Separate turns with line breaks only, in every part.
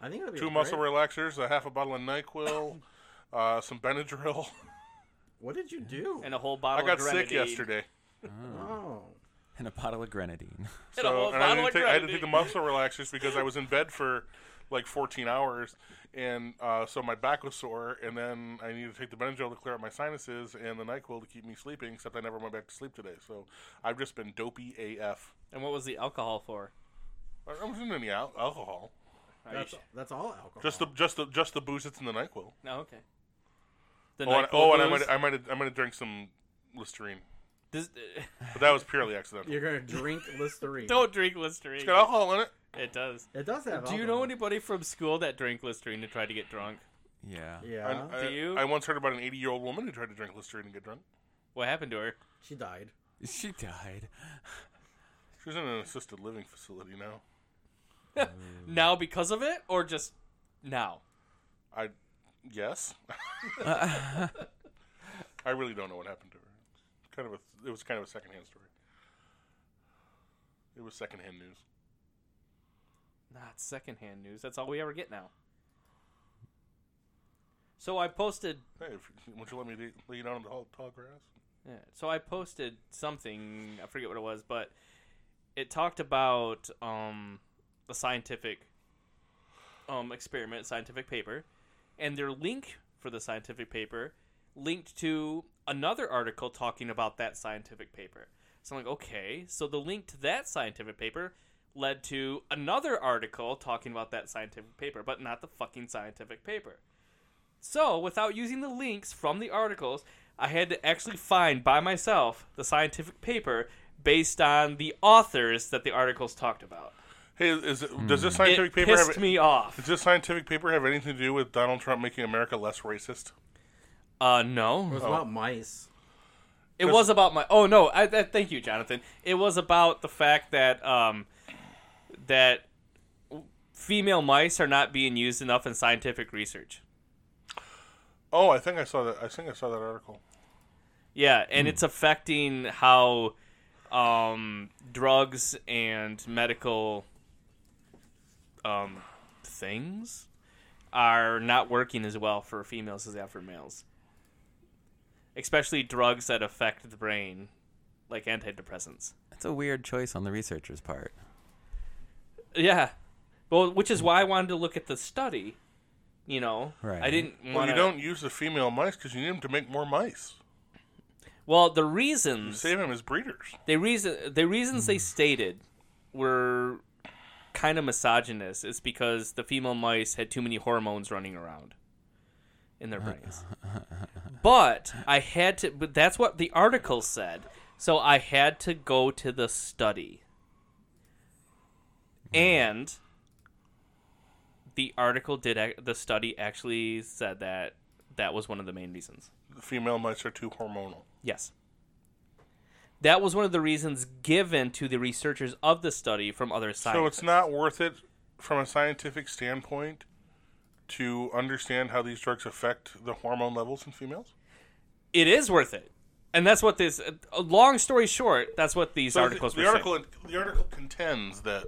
I think it'll be
Two
great.
muscle relaxers, a half a bottle of Nyquil, uh, some Benadryl.
What did you do?
and a whole
I
bottle.
got
of
sick
Grenadine.
yesterday,
oh,
and a bottle of grenadine.
And a whole
so and I,
bottle
didn't
of
take, I had to take the
Grenadine.
muscle relaxers because I was in bed for like 14 hours, and uh, so my back was sore, and then I needed to take the Benadryl to clear up my sinuses and the Nyquil to keep me sleeping. Except I never went back to sleep today, so I've just been dopey AF.
And what was the alcohol for?
I I wasn't any al- alcohol,
Are you
that's
sh-
that's all alcohol.
just the just the just the booze that's in the Nyquil.
no, okay. The
Oh, and,
Nyquil
oh, and I
booze?
might I might I might have drank some Listerine,
This-
but that was purely accidental.
You're gonna drink Listerine.
don't drink Listerine.
It's got alcohol in it.
It does.
It does have.
Do you
alcohol.
know anybody from school that drank Listerine to try to get drunk?
Yeah.
Yeah,
I, I,
Do you?
I once heard about an 80 year old woman who tried to drink Listerine and get drunk.
What happened to her?
she died.
She died.
She's in an assisted living facility now.
Now because of it, or just now?
I yes. I really don't know what happened to her. Kind of a it was kind of a secondhand story. It was secondhand news.
Not secondhand news. That's all we ever get now. So I posted.
Hey, if, would you let me lay- lay down on the tall, tall grass?
yeah, So I posted something. I forget what it was, but it talked about um, a scientific um, experiment, scientific paper, and their link for the scientific paper linked to another article talking about that scientific paper. So I'm like, okay, so the link to that scientific paper led to another article talking about that scientific paper, but not the fucking scientific paper. So, without using the links from the articles, I had to actually find by myself the scientific paper based on the authors that the articles talked about.
Hey, is it, does this
Hmm. It
scientific paper
pissed
have,
me off.
does this scientific paper have anything to do with Donald Trump making America less racist?
Uh,
It
no.
Oh.
was about mice.
It was about my. Oh no! I, that, thank you, Jonathan. It was about the fact that um, that female mice are not being used enough in scientific research.
Oh, I think I saw that. I think I saw that article.
Yeah, and it's affecting how um, drugs and medical um, things are not working as well for females as they are for males. Especially drugs that affect the brain, like antidepressants.
That's a weird choice on the researcher's part.
Yeah. Well, which is why I wanted to look at the study. You know,
Right.
I didn't want
Well, you don't use the female mice because you need them to make more mice.
Well, the
You
reasons
save them as breeders.
they reason the reasons they stated were kind of misogynist is because the female mice had too many hormones running around in their brains. but I had to. But that's what the article said. So I had to go to the study, and the article did. ac- The study actually said that that was one of the main reasons.
The female mice are too hormonal.
Yes. That was one of the reasons given to the researchers of the study from other scientists.
So it's not worth it from a scientific standpoint to understand how these drugs affect the hormone levels in females.
It is worth it, and that's what this. Uh, long story short, that's what these
So
articles
the,
were
the
saying.
article the article contends that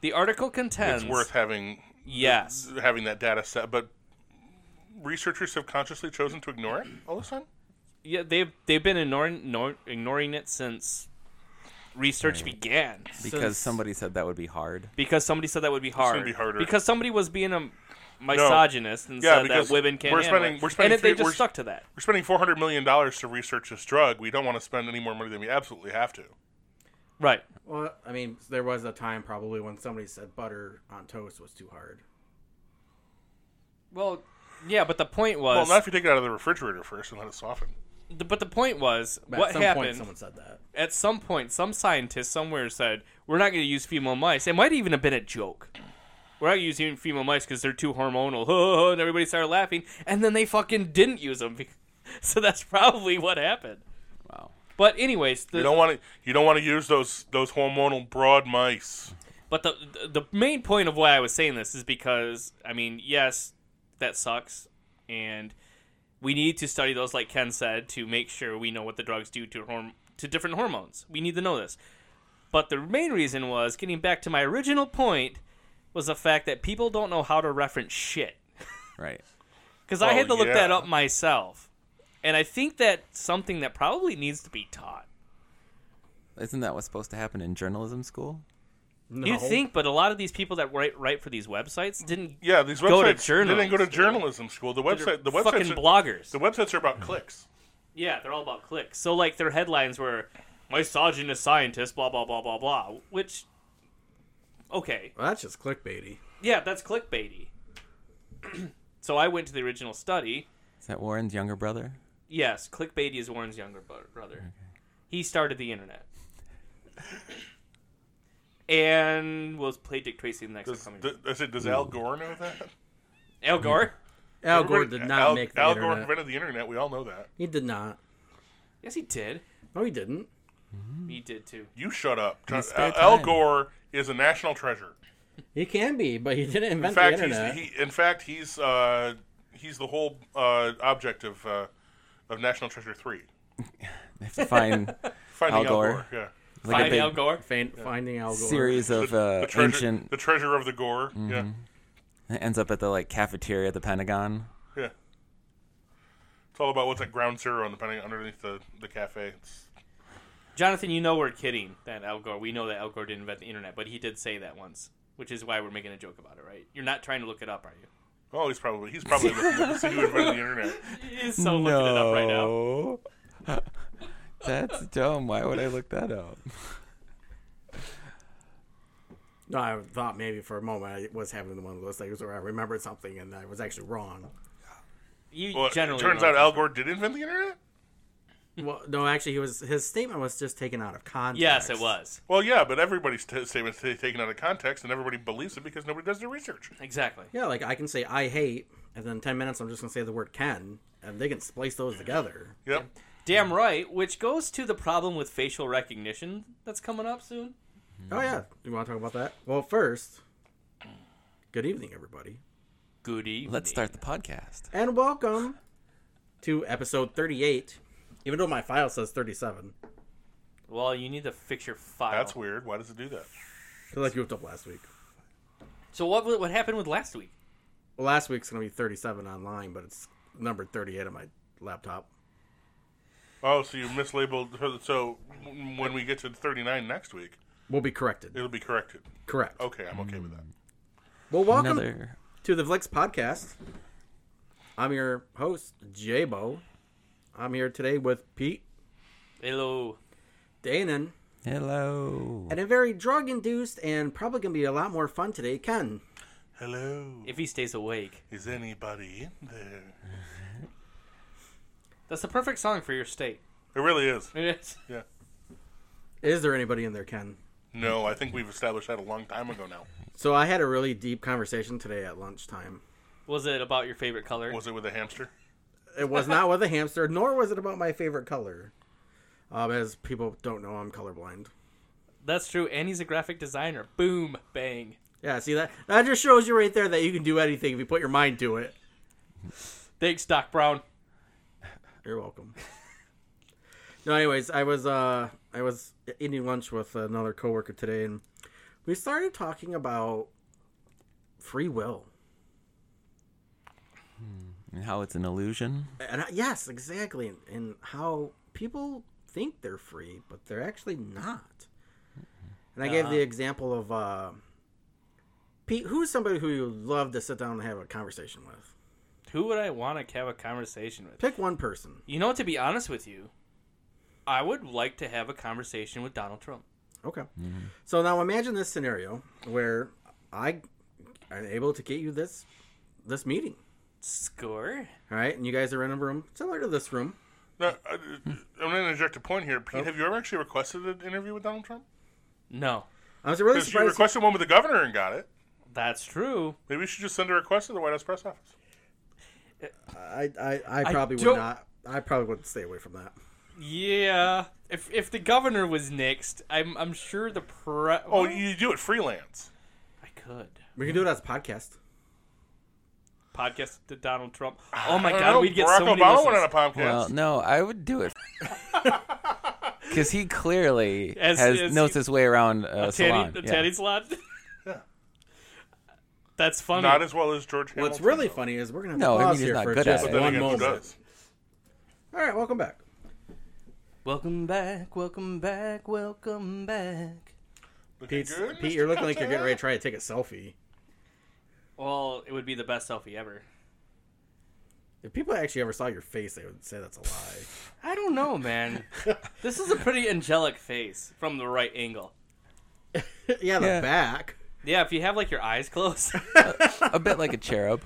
The article contends.
it's worth having
Yes.
having that data set, but researchers have consciously chosen to ignore it all this time.
Yeah, they've they've been ignoring ignor- ignoring it since research began
Because
Since-
somebody said that would be hard.
because somebody said that would be hard.
be harder.
Because somebody was being a misogynist and
Yeah,
said that
because
women can't.
we're
handle
spending-
it.
we're spending
and it- they
three-
just
we're-
stuck to that.
We're spending four hundred million dollars to research this drug. We don't want to spend any more money than we absolutely have to.
Right.
Well, I mean, there was a time probably when somebody said butter on toast was too hard.
Well, yeah, but the point was.
Well, not if you take it out of the refrigerator first and let it soften.
The- But the point was,
But
what
at some
happened?
point, someone said that.
At some point, some scientist somewhere said, "We're not going to use female mice." It might even have been a joke. We're not using female mice because they're too hormonal, and everybody started laughing. And then they fucking didn't use them, so that's probably what happened.
Wow.
But anyways, the,
You don't want to. You don't want to use those those hormonal broad mice.
But the the main point of why I was saying this is because I mean, yes, that sucks, and we need to study those, like Ken said, to make sure we know what the drugs do to horm- to different hormones. We need to know this. But the main reason was getting back to my original point was the fact that people don't know how to reference shit.
Right.
Because I had to
Well,
look that
Oh, yeah.
up myself. And I think that's something that probably needs to be taught.
Isn't that what's supposed to happen in journalism school?
No.
You think, but a lot of these people that write write for these websites didn't
Yeah, these
Go to
websites they didn't go to
journalism.
journalism school. The
they're
website, the
fucking
websites, are,
bloggers.
the websites are about clicks.
Yeah, they're all about clicks. So like their headlines were misogynist scientist, blah blah blah blah blah. Which okay.
Well, that's just clickbaity.
Yeah, that's clickbaity. so I went to the original study.
Is that Warren's younger brother?
Yes, clickbaity is Warren's younger bro- brother. He started the internet. and we'll play Dick Tracy in the next
Does,
upcoming.
th- I said, does Al Gore know that?
Al Gore?
Al Gore
Everybody-
did not
Al,
make the
Al
internet.
Gore invented the internet. We all know that.
He did not.
Yes, he did.
No, he didn't.
He did too.
You shut up. Al,
his spare
Al
time.
Gore is a national treasure.
He can be, but he didn't invent
In fact,
the
he's
internet.
he, in fact he's uh, he's the whole uh, object of uh, of National Treasure three.
They have to find
Finding
Al
Al Gore.
Gore.
yeah.
like
Find
a big
Al Gore.
Fin- Finding Al Gore.
series of
the
uh,
treasure,
ancient.
the treasure of the Gore. Yeah,
It ends up at the like cafeteria at the Pentagon.
yeah. It's all about what's at ground zero and depending underneath the the cafe. It's,
Jonathan, you know we're kidding that Al Gore. We know that Al Gore didn't invent the internet, but he did say that once, which is why we're making a joke about it, right? You're not trying to look it up, are you?
oh, he's probably he's probably looking up to see who invented the internet.
He's so looking it up right now.
That's dumb. Why would I look that up?
No, I thought maybe for a moment I was having one of those things where I remembered something and I was actually wrong.
You
Well,
generally
it turns
know
out
that.
Al Gore did invent the internet.
well, no, actually, he was his statement was just taken out of context.
Yes, it was
Well, yeah, but everybody's t- statements t- taken out of context, and everybody believes it because nobody does their research.
exactly.
Yeah, like I can say I hate, and then ten minutes I'm just gonna say the word Ken, and they can splice those together.
Yep.
Damn right. Which goes to the problem with facial recognition that's coming up soon.
Oh yeah, you want to talk about that? Well, first, good evening, everybody,
Good evening.
Let's start the podcast.
and welcome to episode 38. Even though my file says 37,
Well, you need to fix your file.
That's weird. Why does it do that?
because I goofed up last week.
So what what happened with last week?
Well, last week's gonna be 37 online, but it's numbered 38 on my laptop.
Oh, so you mislabeled. So when we get to 39 next week,
Will be corrected.
it'll be corrected.
Correct.
Okay, I'm okay with that.
Well, welcome
Another
to the Vlix podcast. I'm your host, Jabo. I'm here today with Pete,
Hello.
Danon,
hello.
and a very drug induced and probably going to be a lot more fun today, Ken.
Hello.
If he stays awake,
Is anybody in there?
that's the perfect song for your state.
It really is. Yeah.
Is there anybody in there, Ken?
No, I think we've established that a long time ago now.
So I had a really deep conversation today at lunchtime.
Was it about your favorite color?
Was it with a hamster?
It was not with a hamster, nor was it about my favorite color. Um, as people don't know, I'm colorblind.
That's true. And he's a graphic designer. Boom, bang.
Yeah, see that? That just shows you right there that you can do anything if you put your mind to it.
Thanks, Doc Brown.
You're welcome. no, anyways, I was uh I was eating lunch with another coworker today, and we started talking about free will.
And how it's an illusion.
And I, yes, exactly, and, and how people think they're free, but they're actually not. And I gave the example of uh, Pete. Who's somebody who you would love to sit down and have a conversation with?
Who would I want to have a conversation with?
Pick one person.
You know, to be honest with you, I would like to have a conversation with Donald Trump.
Okay.
Mm-hmm.
So now imagine this scenario where I am able to get you this this meeting.
Score?
All right, and you guys are in a room similar to this room.
No, I, I'm going to interject a point here. Pete, have you ever actually requested an interview with Donald Trump?
No.
I was really
Because you
surprised.
requested one with the governor and got it.
That's true.
Maybe you should just send a request to the White House press office.
I, I, I
I
probably would
don't-
not. I probably would stay away from that.
Yeah. If if the governor was next, I'm I'm sure the pre.
Oh, you do it freelance.
I could.
We can do it as a podcast.
Podcast to Donald Trump. Oh my
I don't
god,
know,
we'd get
Barack
so many
Obama went on
listeners.
a podcast.
Well, no, I would do it because he clearly
As-
has
as
knows
he-
his way around
Teddy,
uh, salon.
the
Yeah.
Teddy's lot.
Yeah.
That's funny.
Not as well as George Hamilton.
What's really
though.
funny is we're gonna have
No,
to
I mean,
pause
he's
here
not
for
good
just
But
at it.
then
one
again, who
moment.
does?
All right, welcome back.
welcome back, welcome back, welcome back.
Looking
Pete,
good,
Pete,
Mr.
you're looking like you're getting ready
Cutter?
to try to take a selfie.
Well, it would be the best selfie ever.
If people actually ever saw your face, they would say that's a lie.
I don't know, man. this is a pretty angelic face from the right angle.
yeah, the
Yeah.
back.
Yeah, if you have like your eyes closed,
a bit like a cherub.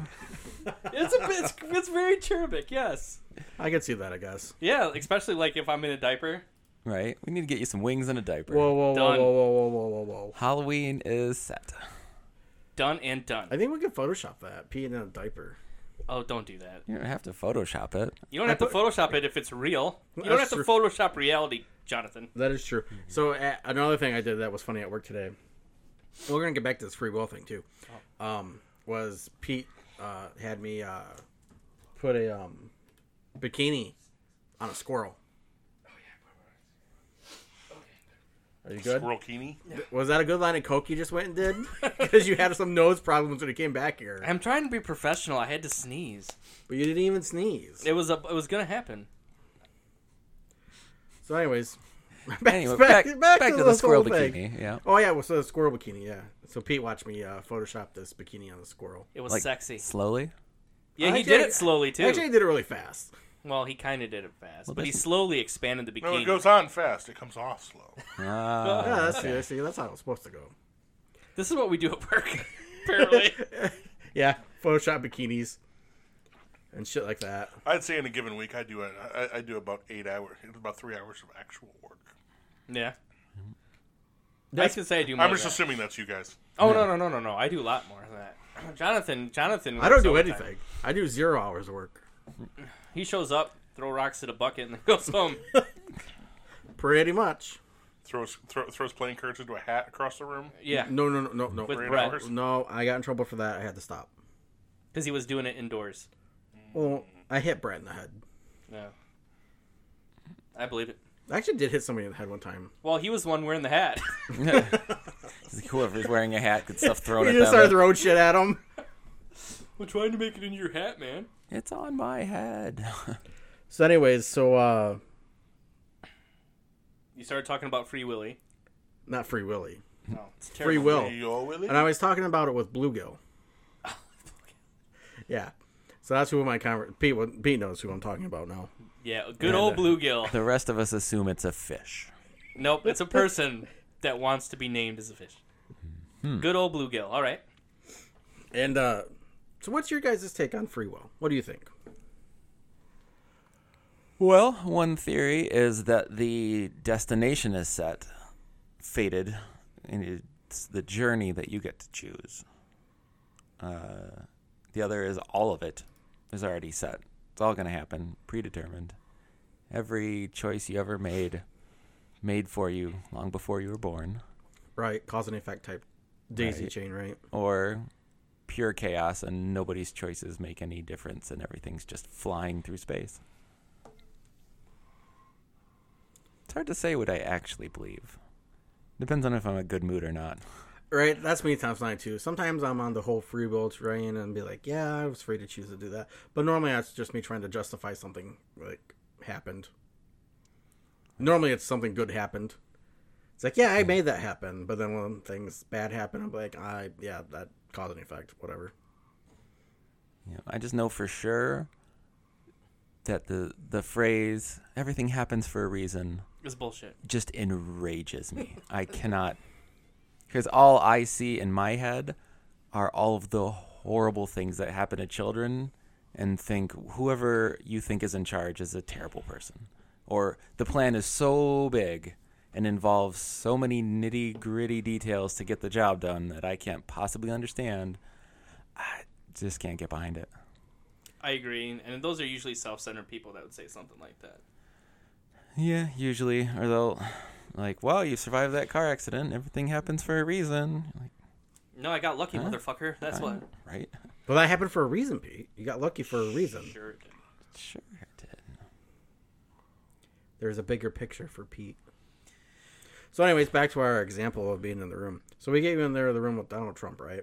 it's a bit, it's, it's very cherubic. Yes.
I could see that, I guess.
Yeah, especially like if I'm in a diaper.
Right? We need to get you some wings and a diaper.
Whoa, whoa, whoa,
Done.
whoa, whoa, whoa, whoa, whoa, whoa.
Halloween is set.
Done and done.
I think we could Photoshop that. Pee in a diaper.
Oh, don't do that.
You don't have to Photoshop it.
You don't have to Photoshop it if it's real. You don't
That's
have
true.
to Photoshop reality, Jonathan.
That is true.
Mm-hmm.
So uh, another thing I did that was funny at work today. We're gonna get back to this free will thing too.
Oh.
Um, was Pete uh, had me uh, put a um, bikini on a squirrel?
Oh,
Are you good?
Squirrelkini?
Was that a good line of coke you just went and did? Because you had some nose problems when you came back here,
I'm trying to be professional. I had to sneeze.
but you didn't even sneeze.
It was a, it was gonna happen.
So, anyways,
Anyway, back, back, to, the
this
squirrel
whole thing.
bikini. Yeah.
Oh yeah, well, so the squirrel bikini. Yeah. So Pete watched me uh, Photoshop this bikini on the squirrel.
It was
Like,
sexy.
Slowly.
Yeah, he
Actually,
did it slowly too.
Actually, I did it really fast.
well, he kind of did it fast, but he
that's-
slowly expanded the bikini. Uh,
No, it goes on fast. It comes off slow.
Ah,
Yeah, that's see, see, that's how it was supposed to go.
This is what we do at work, apparently.
Yeah, Photoshop bikinis and shit like that.
I'd say in a given week, I do a, I, I do about eight hours, about three hours of actual work.
yeah. I can say I do more.
I'm just
than that.
assuming that's you guys.
Oh no no no no no! I do a lot more than that. Jonathan Jonathan.
I don't
works
do
overtime.
anything. I do zero hours of work.
He shows up, throw rocks at a bucket, and then goes home.
Pretty much.
Throws throw, throws playing cards into a hat across the room.
yeah,
No, no, no, no, no.
With
Eight
Brett.
hours.
No, I got in trouble for that. I had to stop.
because he was doing it indoors.
Well, I hit Brett in the head.
Yeah. I believe it.
I actually did hit somebody in the head one time.
Well, he was the one wearing the hat.
whoever's wearing a hat gets stuff thrown
You
at
just started
them.
throwing shit at him.
We're trying to make it in your hat, man.
It's on my head.
So, anyways, so uh,
You started talking about Free Willy.
not Free Willy,
No, it's terrible.
Hmm. Free Will,
Yo, Willie?
and I was talking about it with Bluegill. Yeah, so that's who my conver- Pete wa- Pete knows who I'm talking about now.
Yeah, good old bluegill.
the rest of us assume it's a fish.
Nope, it's a person that wants to be named as a fish.
Hmm.
Good old bluegill. All right.
And uh, so, what's your guys' take on Free Will? What do you think?
Well, one theory is that the destination is set, fated, and it's the journey that you get to choose. Uh, the other is all of it is already set. It's all going to happen, predetermined. Every choice you ever made, made for you long before you were born,
Right, cause and effect type daisy
Right.
chain, right?
or pure chaos and nobody's choices make any difference and everything's just flying through space. It's hard to say what I actually believe. Depends on if I'm in a good mood or not.
Right, that's me times nine too. Sometimes I'm on the whole free will train and be like, yeah, I was free to choose to do that. But normally that's just me trying to justify something like happened. Normally it's something good happened. It's like, yeah, I made that happen. But then when things bad happen, I'm like, I yeah, that caused an effect, whatever.
You know, I just know for sure that the the phrase "everything happens for a reason"
It's bullshit.
just enrages me. I cannot because all I see in my head are all of the horrible things that happen to children and think whoever you think is in charge is a terrible person or the plan is so big and involves so many nitty gritty details to get the job done that I can't possibly understand. I just can't get behind it.
I agree. And those are usually self-centered people that would say something like that.
Yeah, usually. Or they'll like, "Wow, you survived that car accident. Everything happens for a reason." Like,
No, I got lucky, motherfucker. That's
I-
what.
Right?
But that happened for a reason, Pete. You got lucky for a reason.
Sure. it did.
Sure it did.
There's a bigger picture for Pete. So, anyways, back to our example of being in the room. So we get you in there the room with Donald Trump, right?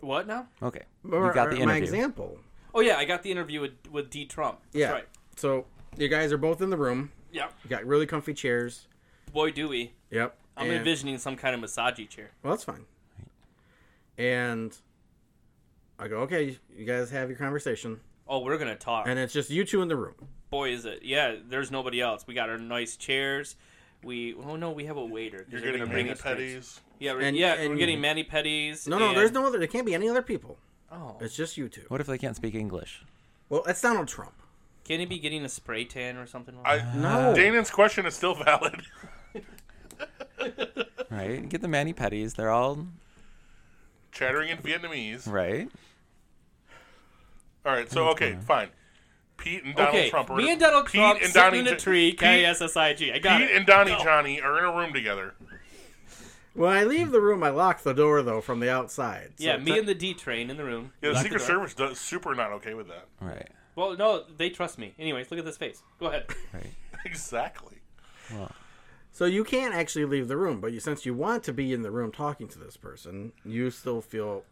What now?
Okay.
Or-
you got
or
the
My
interview.
example.
Oh yeah, I got the interview with with D Trump. That's
yeah.
right.
So you guys are both in the room.
Yeah.
You got really comfy chairs.
Boy, do we.
Yep.
I'm
and-
envisioning some kind of massage chair.
Well, that's fine. And I go, okay, you guys have your conversation,
Oh, we're gonna talk.
and it's just you two in the room.
Boy, is it. Yeah, there's nobody else. We got our nice chairs. We oh no, we have a waiter. 'cause
You're
they're
getting
gonna bring
mini
us drinks.
petties.
Yeah, we're,
And-
yeah, we're
and-
getting mani pedis.
No, no,
and-
there's no other. There can't be any other people.
Oh,
It's just you two.
What if they can't speak English?
Well, that's Donald Trump.
can he be getting a spray tan or something? like
I,
that?
No.
Danon's question is still valid.
Right? Get the mani petties. They're all
Chattering in Vietnamese.
right.
All right, so okay, fine. Pete and Donald
okay,
Trump. Are
me and Donald
Pete
Trump
and
sitting
Donnie
in a
J-
tree.
Pete,
K E S S I G. I uh, got
Pete
it.
and Donnie
Go.
Johnny are in a room together.
When I leave the room, I lock the door though from the outside. So
Yeah, me
te-
and the D train in the room.
Yeah, the
Lock the
Secret
door.
Service does super not okay with that.
Right.
Well, no, they trust me. Anyways, look at this face. Go ahead.
Right.
Exactly.
Well,
so you can't actually leave the room, but you, since you want to be in the room talking to this person, you still feel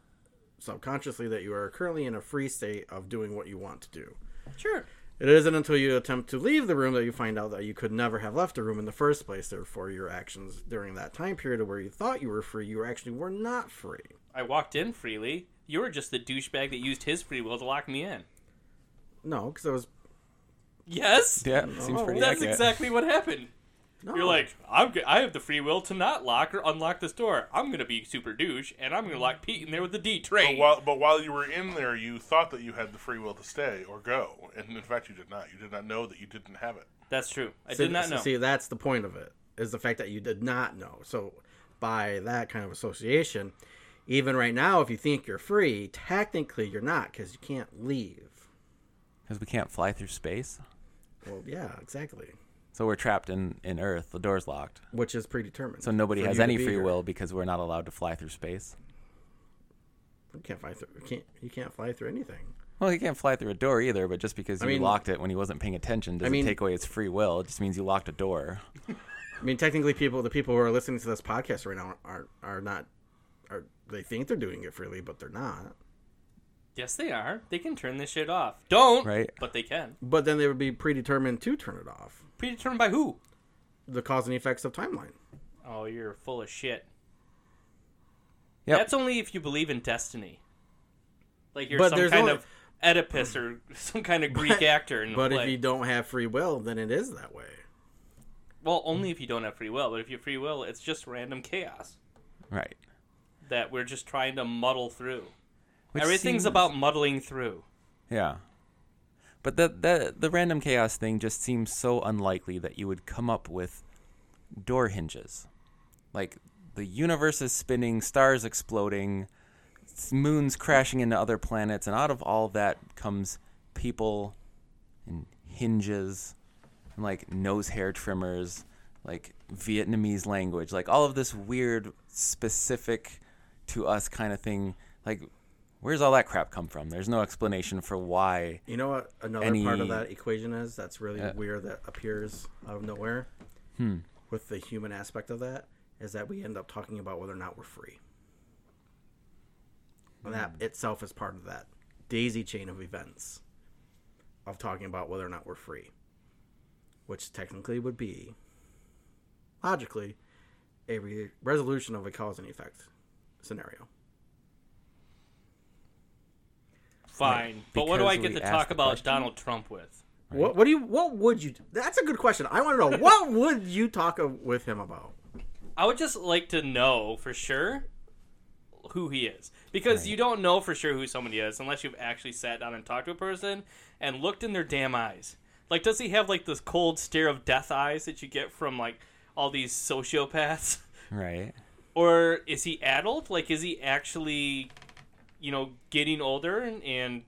subconsciously that you are currently in a free state of doing what you want to do.
Sure.
It isn't until you attempt to leave the room that you find out that you could never have left the room in the first place. Therefore, your actions during that time period where you thought you were free, you actually were not free.
I walked in freely. You were just the douchebag that used his free will to lock me in.
No, because I was.
Yes.
yeah,
Oh,
seems pretty
That's
accurate.
exactly what happened.
No.
You're like, I'm. G- I have the free will to not lock or unlock this door. I'm gonna be super douche, and I'm gonna lock Pete in there with the D
But
train.
while but while you were in there, you thought that you had the free will to stay or go, and in fact, you did not. You did not know that you didn't have it.
That's true. I
See-
did not
see-
know.
See, that's the point of it is the fact that you did not know. So, by that kind of association, even right now, if you think you're free, technically you're not because you can't leave.
Because we can't fly through space,
Well, yeah, exactly.
so we're trapped in in Earth. The door's locked,
Which is predetermined.
so nobody
for
has
you to
any
be
free
here.
will because we're not allowed to fly through space.
You can't fly through. You can't. You can't fly through anything.
Well, he can't fly through a door either, but just because you
mean-
locked it when he wasn't paying attention doesn't
mean-
take away his free will. It just means you locked a door.
I mean, technically, people the people who are listening to this podcast right now are are not are they think they're doing it freely, but they're not.
yes, they are. They can turn this shit off. Don't.
Right.
But they can.
But then they would be predetermined to turn it off.
Predetermined by who?
The cause and effects of timeline.
Oh, you're full of shit.
Yep.
That's only if you believe in destiny. Like you're
But
some
there's
kind
only-
of Oedipus or some kind of Greek actor. In the
But if
play.
you don't have free will, then it is that way.
well, only if you don't have free will. But if you have free will, it's just random chaos
Right.
that we're just trying to muddle through.
Which
Everything's
seems-
about muddling through.
Yeah. But the, the the random chaos thing just seems so unlikely that you would come up with door hinges. Like the universe is spinning, stars exploding, s- moons crashing into other planets, and out of all that comes people and hinges and like nose hair trimmers, like Vietnamese language, like all of this weird specific to us kind of thing. Like where's all that crap come from? There's no explanation for why
You know what another
Any-
part of that equation is that's really weird that appears out of nowhere with the human aspect of that is that we end up talking about whether or not we're free. And that itself is part of that daisy chain of events of talking about whether or not we're free, which technically would be, logically, a re- resolution of a cause and effect scenario.
Fine. but what do
because
I get
we
to
asked
talk
the
about
question.
Donald Trump with?
What, what do you? What would you? That's a good question. I want to know what would you talk of, with him about?
I would just like to know for sure who he is because you don't know for sure who somebody is unless you've actually sat down and talked to a person and looked in their damn eyes. Like, does he have like this cold stare of death eyes that you get from like all these sociopaths,
Right.
or is he adult? Like, is he actually, you know, getting older and, and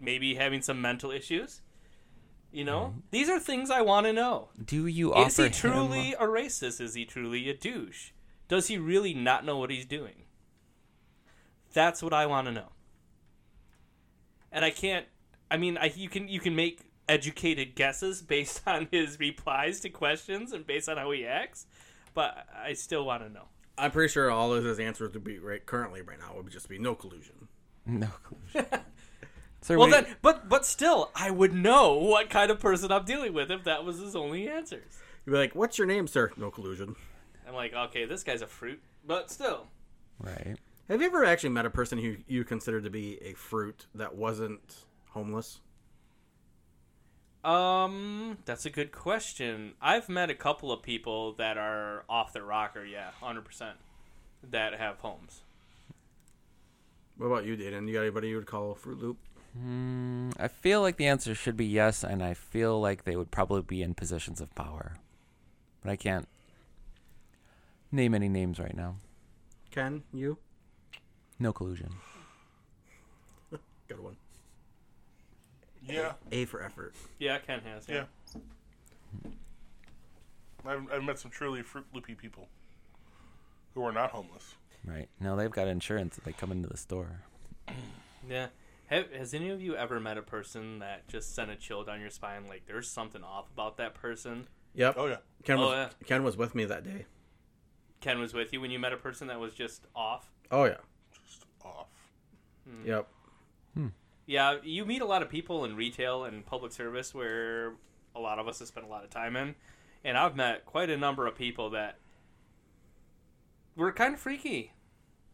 maybe having some mental issues? You know, these are things I want to know.
Do you
Is
offer
he truly
him?
a racist? Is he truly a douche? Does he really not know what he's doing? That's what I want to know. And I can't. I mean, I, you can you can make educated guesses based on his replies to questions and based on how he acts, but I still want to know.
I'm pretty sure all of his answers would be right currently right now would just be no collusion.
No collusion. So
Well
we-
then, but but still, I would know what kind of person I'm dealing with if that was his only answers.
You'd be like, "What's your name, sir?" No collusion.
I'm like, okay, this guy's a fruit, but still,
right.
Have you ever actually met a person who you considered to be a fruit that wasn't homeless?
um, that's a good question. I've met a couple of people that are off the rocker, yeah, hundred percent, that have homes.
What about you, Dayton? You got anybody you would call Fruit Loop?
Mm, I feel like the answer should be yes, and I feel like they would probably be in positions of power, but I can't name any names right now.
Ken, you?
No collusion.
Good one.
Yeah,
A for effort.
Yeah, Ken has. Yeah,
yeah. I've, I've met some truly fruit loopy people who are not homeless.
Right. No, they've got insurance if they come into the store.
yeah. Have, has any of you ever met a person that just sent a chill down your spine? Like, there's something off about that person.
Yep.
Oh yeah,
Ken
Oh,
was
yeah.
Ken was with me that day.
Ken was with you when you met a person that was just off.
Oh yeah.
just off.
Hmm.
Yep.
Yeah, you meet a lot of people in retail and public service where a lot of us have spent a lot of time in. And I've met quite a number of people that were kind of freaky.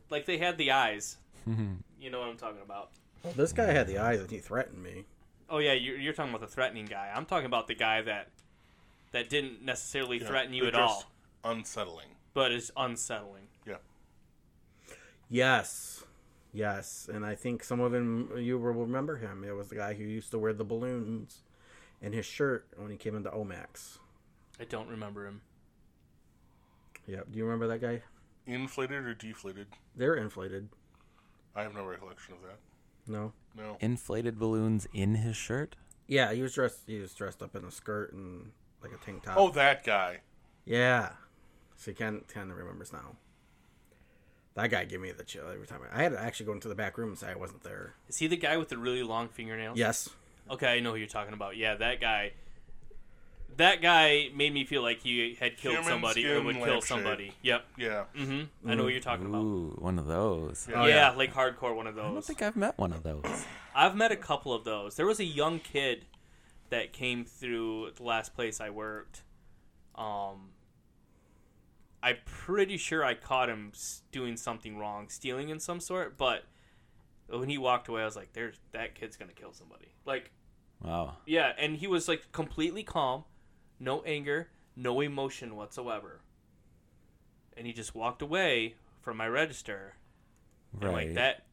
Like they had the eyes. you know what I'm talking about.
Well, this guy had the eyes and he threatened me.
Oh yeah, you're, you're talking about the threatening guy. I'm talking about the guy that that didn't necessarily
Yeah,
threaten you
they're
at all,
just Unsettling.
but is unsettling.
Yeah.
Yes. Yes. And I think some of him you will remember him. It was the guy who used to wear the balloons in his shirt when he came into Omax.
I don't remember him.
Yep. Do you remember that guy?
Inflated or deflated?
They're inflated.
I have no recollection of that.
No.
No.
Inflated balloons in his shirt?
Yeah, he was dressed he was dressed up in a skirt and like a tank top.
Oh, that guy.
Yeah. So Ken Ken remembers now. That guy gave me the chill every time. I had to actually go into the back room and say I wasn't there.
Is he the guy with the really long fingernails?
Yes.
Okay, I know who you're talking about. Yeah, that guy. That guy made me feel like he had killed
Human
somebody or
skin
would kill
lampshade.
somebody. Yep.
Yeah.
hmm I know what you're talking about.
Ooh, one of those.
Yeah. Oh,
yeah, like hardcore one of
I don't
those.
think I've met one of those.
I've met a couple of those. There was a young kid that came through the last place I worked. Um, I'm pretty sure I caught him s- doing something wrong, stealing in some sort. But when he walked away, I was like, "There's that kid's gonna kill somebody." Like
Wow.
Yeah, and he was like completely calm, no anger, no emotion whatsoever. And he just walked away from my register.
Right.
And like that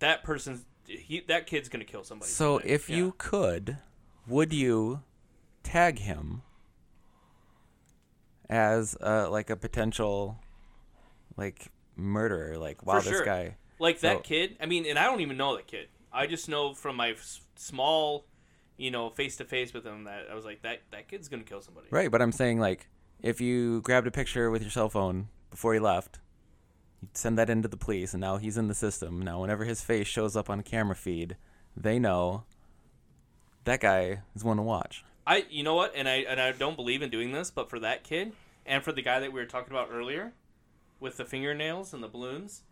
that person's he that kid's gonna kill somebody.
So
today.
if
Yeah.
you could, would you tag him as uh, like a potential like murderer? Like wow, this
sure.
guy.
like that
so-
kid, I mean, and I don't even know that kid. I just know from my s- small, you know, face to face with him that I was like that that kid's gonna kill somebody.
Right, but I'm saying like if you grabbed a picture with your cell phone before he left, you'd send that into the police, and now he's in the system. Now whenever his face shows up on a camera feed, they know that guy is one to watch.
I you know what, and I and I don't believe in doing this, but for that kid and for the guy that we were talking about earlier with the fingernails and the balloons,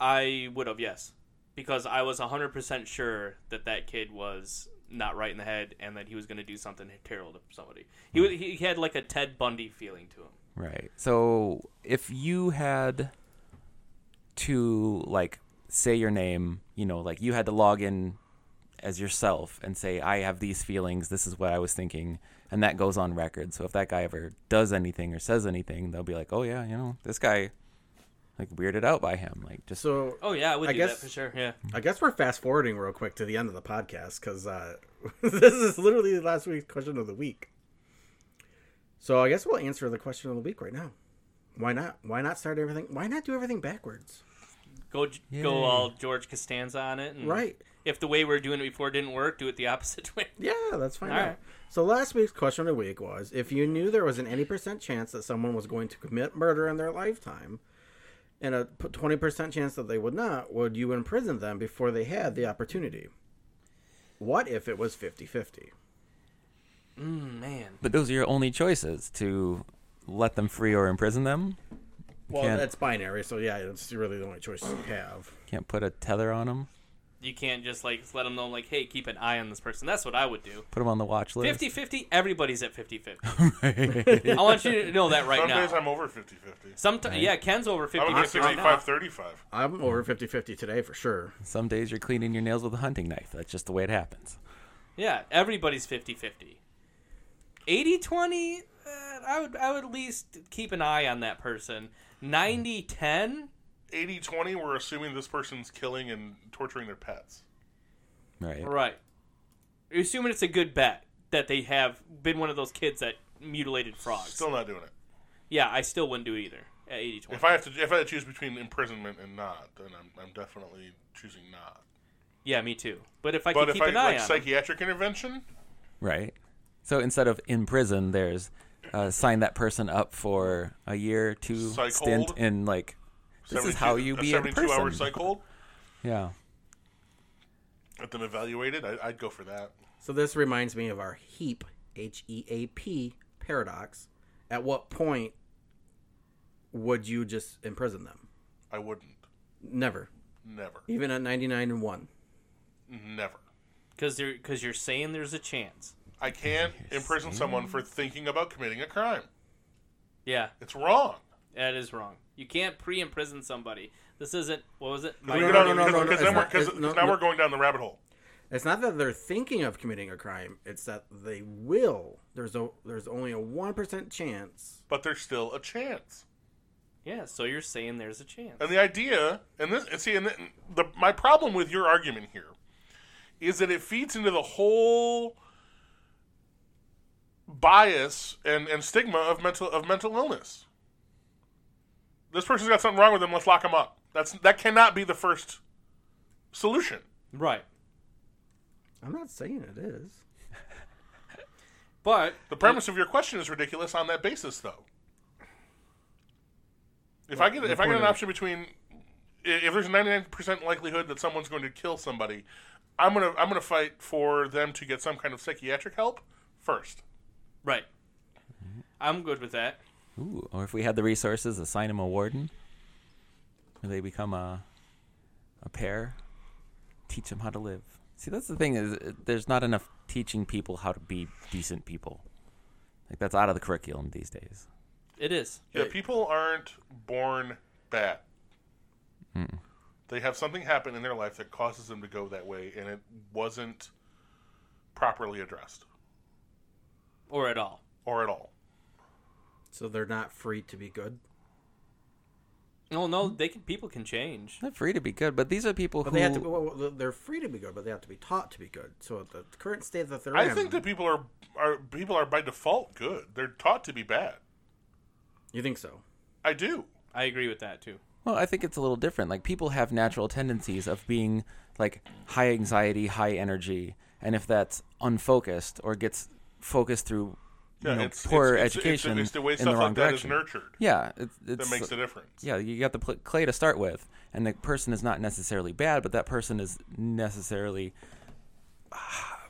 I would have yes, because I was hundred percent sure that that kid was not right in the head and that he was going to do something terrible to somebody. He was, he had like a Ted Bundy feeling to him.
Right. So if you had to like say your name, you know, like you had to log in as yourself and say, I have these feelings, this is what I was thinking, and that goes on record. So if that guy ever does anything or says anything, they'll be like, Oh yeah, you know, this guy like weirded out by him. Like just
So
Oh yeah, I would
I
do
guess-
that for sure. Yeah,
I guess we're fast forwarding real quick to the end of the podcast because uh, this is literally last week's question of the week. So I guess we'll answer the question of the week right now. Why not? Why not start everything? Why not do everything backwards?
go go all George Costanza on it. And
Right.
If the way we are doing it before didn't work, do it the opposite way.
Yeah, that's fine.
All right.
So last week's question of the week was: If you knew there was an eighty percent chance that someone was going to commit murder in their lifetime, and a twenty percent chance that they would not, would you imprison them before they had the opportunity? What if it was 50-50?
Mm, man.
But those are your only choices to let them free or imprison them.
Well,
Can't-
that's binary, so yeah, it's really the only choice you have.
Can't put a tether on them.
You can't just like let them know like, hey, keep an eye on this person. That's what I would do.
Put them on the watch list.
50-50, everybody's at 50-50.
Right.
I want you to know that right
Some days
now.
I'm over 50 50.
Sometimes, yeah, Ken's over 50
I'm going to 65 35.
I'm over 50-50 today for sure.
Some days you're cleaning your nails with a hunting knife. That's just the way it happens.
Yeah, everybody's 50-50. 80-20, uh, I would I would at least keep an eye on that person. 90-10,
80 20, we're assuming this person's killing and torturing their pets.
Right.
right. Assuming it's a good bet that they have been one of those kids that mutilated frogs.
Still not doing it.
yeah, I still wouldn't do either at 80-20.
If I have to, if I had to choose between imprisonment and not, then I'm, I'm definitely choosing not.
yeah, me too. But if I
But
could
if
keep
I
an eye
like
on 'em-
psychiatric intervention,
Right. So instead of in prison, there's uh, sign that person up for a year, two
Psych
stint
hold.
in like this is
72
how you
a
be in
seventy-two hour
person.
psych hold.
Yeah.
Let them evaluate it. I, I'd go for that.
So this reminds me of our heap H E A P paradox. At what point would you just imprison them?
I wouldn't.
Never.
Never.
Even at 99 and 1.
Never.
Because they're because you're saying there's a chance.
I can't imprison someone for thinking about committing a crime.
Yeah,
It's wrong.
that is wrong. You can't pre-imprison somebody. This isn't what was it?
No,
Because
no, no, no, no,
because
no,
then we're-
it's not-
'cause-
it's- no,
'cause now
no.
we're going down the rabbit hole.
It's not that they're thinking of committing a crime, it's that they will. There's a there's only a 1% chance.
But there's still a chance.
Yeah, so you're saying there's a chance.
And the idea, and this, and see, and the, the my problem with your argument here is that it feeds into the whole bias and, and stigma of mental of mental illness. This person's got something wrong with them. Let's lock them up. That's that cannot be the first solution.
Right.
I'm not saying it is.
But
The premise of your question is ridiculous on that basis, though. If I get if I get an option between i- if there's a 99% likelihood that someone's going to kill somebody, I'm gonna I'm gonna fight for them to get some kind of psychiatric help first.
right. I'm good with that.
Ooh. Or if we had the resources, assign them a warden. Where they become a a pair. Teach them how to live. See, that's the thing is, uh, there's not enough teaching people how to be decent people. Like that's out of the curriculum these days.
It is.
Yeah, people aren't born bad. They have something happen in their life that causes them to go that way, and it wasn't properly addressed
Or at all.
or at all.
So they're not free to be good.
No, no, they can. People can change.
Not free to be good, but these are people
But
who
they have to. Well, well, they're free to be good, but they have to be taught to be good. So at the current state that they're
I
in,
think that people are are people are by default good. They're taught to be bad.
you think so.
I do.
I agree with that too.
Well, I think it's a little different. Like people have natural tendencies of being like high anxiety, high energy, and if that's unfocused or gets focused through you know, poor education
It's, it's the way
in
stuff
the wrong
like that is
direction.
nurtured
yeah, it, it's
that makes the difference.
yeah. You got the pl- clay to start with, and the person is not necessarily bad, but that person is necessarily ah,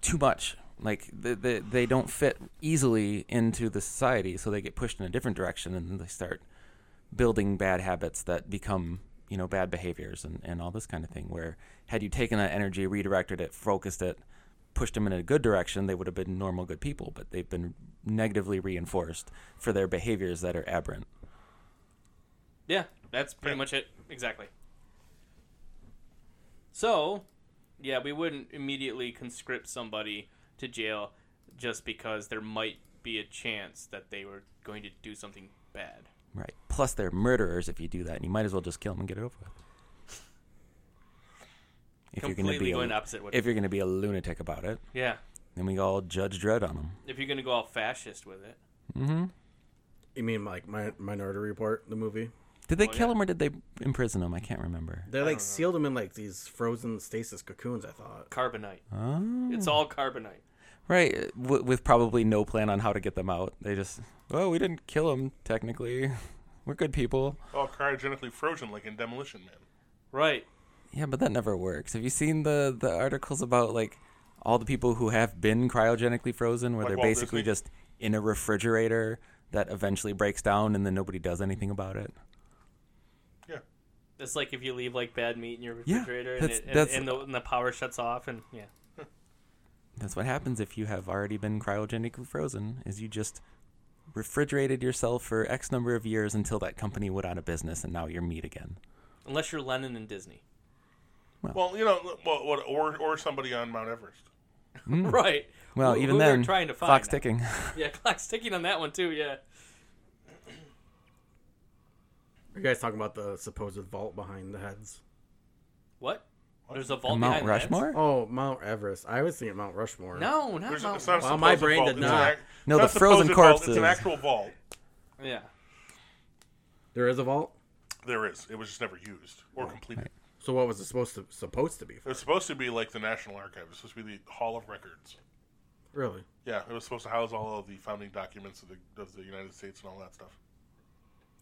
too much. Like the, the, they don't fit easily into the society, so they get pushed in a different direction, and then they start building bad habits that become you know bad behaviors and, and all this kind of thing where had you taken that energy redirected it focused it pushed them in a good direction they would have been normal good people but they've been negatively reinforced for their behaviors that are aberrant
Yeah, that's pretty much it. Exactly. So, yeah, we wouldn't immediately conscript somebody to jail just because there might be a chance that they were going to do something bad.
right plus they're murderers if you do that and you might as well just kill them and get it over with if you're
Completely
gonna
going
be a,
opposite way.
if you're gonna be a lunatic about it
yeah,
then we all judge dread on them
if you're gonna go all fascist with it,
You mean like my Minority Report, the movie?
did they
Oh,
kill
yeah.
him or did they imprison him i can't remember
They like sealed them in like these frozen stasis cocoons. I thought.
carbonite.
oh.
It's all carbonite.
Right, uh, w- with probably no plan on how to get them out. They just, well, we didn't kill them technically. We're good people.
All Oh, cryogenically frozen, like in Demolition Man.
Right.
Yeah, but that never works. Have you seen the the articles about like all the people who have been cryogenically frozen, where
Like
they're
Walt
basically
Disney?
just in a refrigerator? that eventually breaks down and then nobody does anything about it.
Yeah.
It's like if you leave like bad meat in your
Yeah,
refrigerator and,
that's-
it, and,
that's-
and, the, and the power shuts off and yeah.
That's what happens if you have already been cryogenically frozen is you just refrigerated yourself for X number of years until that company went out of business and now you're meat again.
Unless you're Lennon and Disney.
Well, you know, well, what, or or somebody on Mount Everest.
Right.
Hmm. Well,
Who-
even
who they're
then,
trying to find
clock's
now.
ticking.
Yeah, clock's ticking on that one too, yeah.
Are you guys talking about the supposed vault behind the heads?
What? There's a vault
Mount
behind the heads?
Rushmore?
Oh, Mount Everest. I was thinking Mount Rushmore.
No, not
There's,
Mount
it's not a
Wow, my
supposed
brain
vault,
did
it's an
not.
ac-
No,
not
the
a
frozen
supposed vault,
corpses.
It's an actual vault.
Rushmore. Yeah.
there is a vault.
There is. It was just never used or completed.
So what was it supposed to supposed to be?
It was supposed to be like the National Archive. It was supposed to be the Hall of Records.
Really?
Yeah, it was supposed to house all of the founding documents of the, of the United States and all that stuff.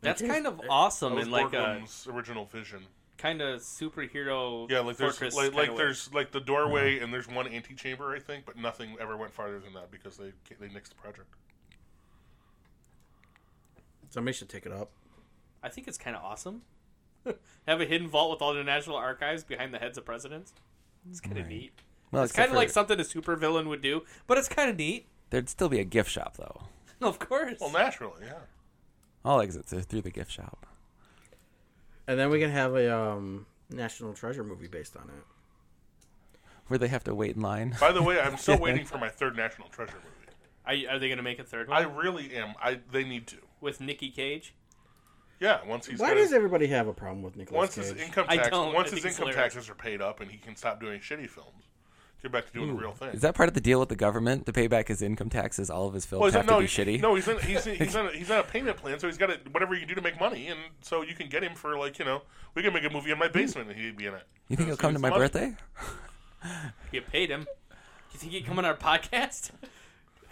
That's
It is-
kind of
That
awesome
was
and like uh, a
Borglum's original vision.
kind of superhero
Yeah, like there's
fortress
like,
kinda
like
way.
there's like the doorway and there's one antechamber I think, but nothing ever went farther than that because they they nixed the project.
Somebody should take it up.
I think it's kind of awesome. Have a hidden vault with all the national archives behind the heads of presidents. It's kind of
Right.
neat.
Well,
It's kind of like
some-
something a supervillain would do, but it's kind of neat.
there'd still be a gift shop though.
Of course.
Well, naturally, yeah.
All exits are through the gift shop.
And then we can have a um, National Treasure movie based on it.
Where they have to wait in line.
By the way, I'm still waiting for my third National Treasure movie.
Are, you- are they going to make a third
I
one
really am. I they need to.
with Nicky Cage?
Yeah, once he's
Why
got his-
does everybody have a problem with Nicolas
once
Cage?
his income
I
tax
don't. I
once
think
his
it's
income
hilarious.
taxes are paid up and he can stop doing shitty films, get back to doing the real thing.
Is that part of the deal with the government to pay back his income taxes? All of his films
Well, he's
have
not, no,
to be
he-
shitty.
no, he's in, he's in, he's on a, he's on a payment plan, so he's got to whatever you can do to make money, and so you can get him for like you know we can make a movie in my basement and he'd be in it.
you think
So
he'll come to
it's
my
money.
birthday?
You paid him. You think he'd come on our podcast?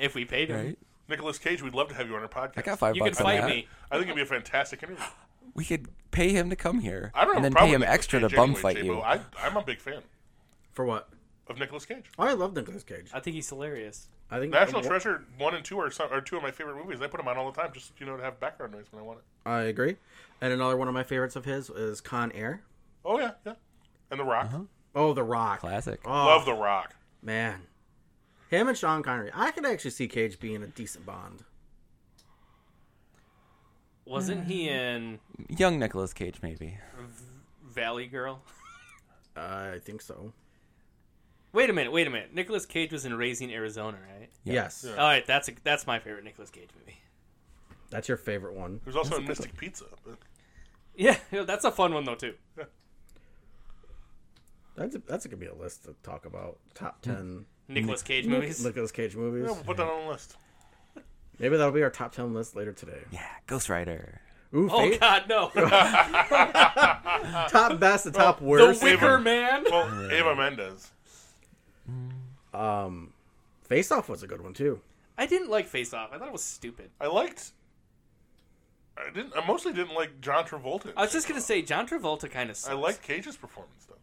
If we paid him,
Right?
Nicholas Cage, we'd love to have you on our podcast.
I got five
you could
bucks on
fight
that.
me.
I think it'd be a fantastic interview.
We could pay him to come here,
I don't
and
have a
then
problem
pay him
with Nicolas
extra to
Cage
bum
anyway,
fight
Jabo.
you.
I, I'm a big fan
For what?
of Nicolas Cage.
Oh, I love Nicolas Cage.
I think he's hilarious.
I think
National
I-
Treasure one and two are some, are two of my favorite movies. I put them on all the time just you know to have background noise when I want it.
I agree. And another one of my favorites of his is Con Air.
Oh yeah, yeah. And The Rock.
Uh-huh.
Oh, The Rock.
Classic.
Oh
Love The Rock.
man, him and Sean Connery. I could actually see Cage being a decent Bond.
Wasn't he in
Young Nicolas Cage, maybe.
Valley Girl?
I think so.
Wait a minute, wait a minute. Nicolas Cage was in Raising Arizona, right?
Yeah.
Yes,
Yeah.
All right, that's a, that's my favorite Nicolas Cage movie.
that's your favorite one.
There's also a Mystic Pizza. but-
Yeah, yeah, that's a fun one though too.
That's that's gonna be a list to talk about. Top
Hmm.
ten
Nicolas Cage movies.
Nicolas Cage movies.
Yeah, we'll put that on the list.
Maybe that'll be our top ten list later today.
Yeah, Ghost Rider.
Ooh,
Oh
fa-
God, no!
top best and top
the
worst.
Wicker Man.
Well, Ava Mendez.
um, Face Off was a good one too.
I didn't like Face Off. I thought it was stupid.
I liked. I didn't. I mostly didn't like John Travolta.
I was just gonna say John Travolta kind of.
I liked Cage's performance though.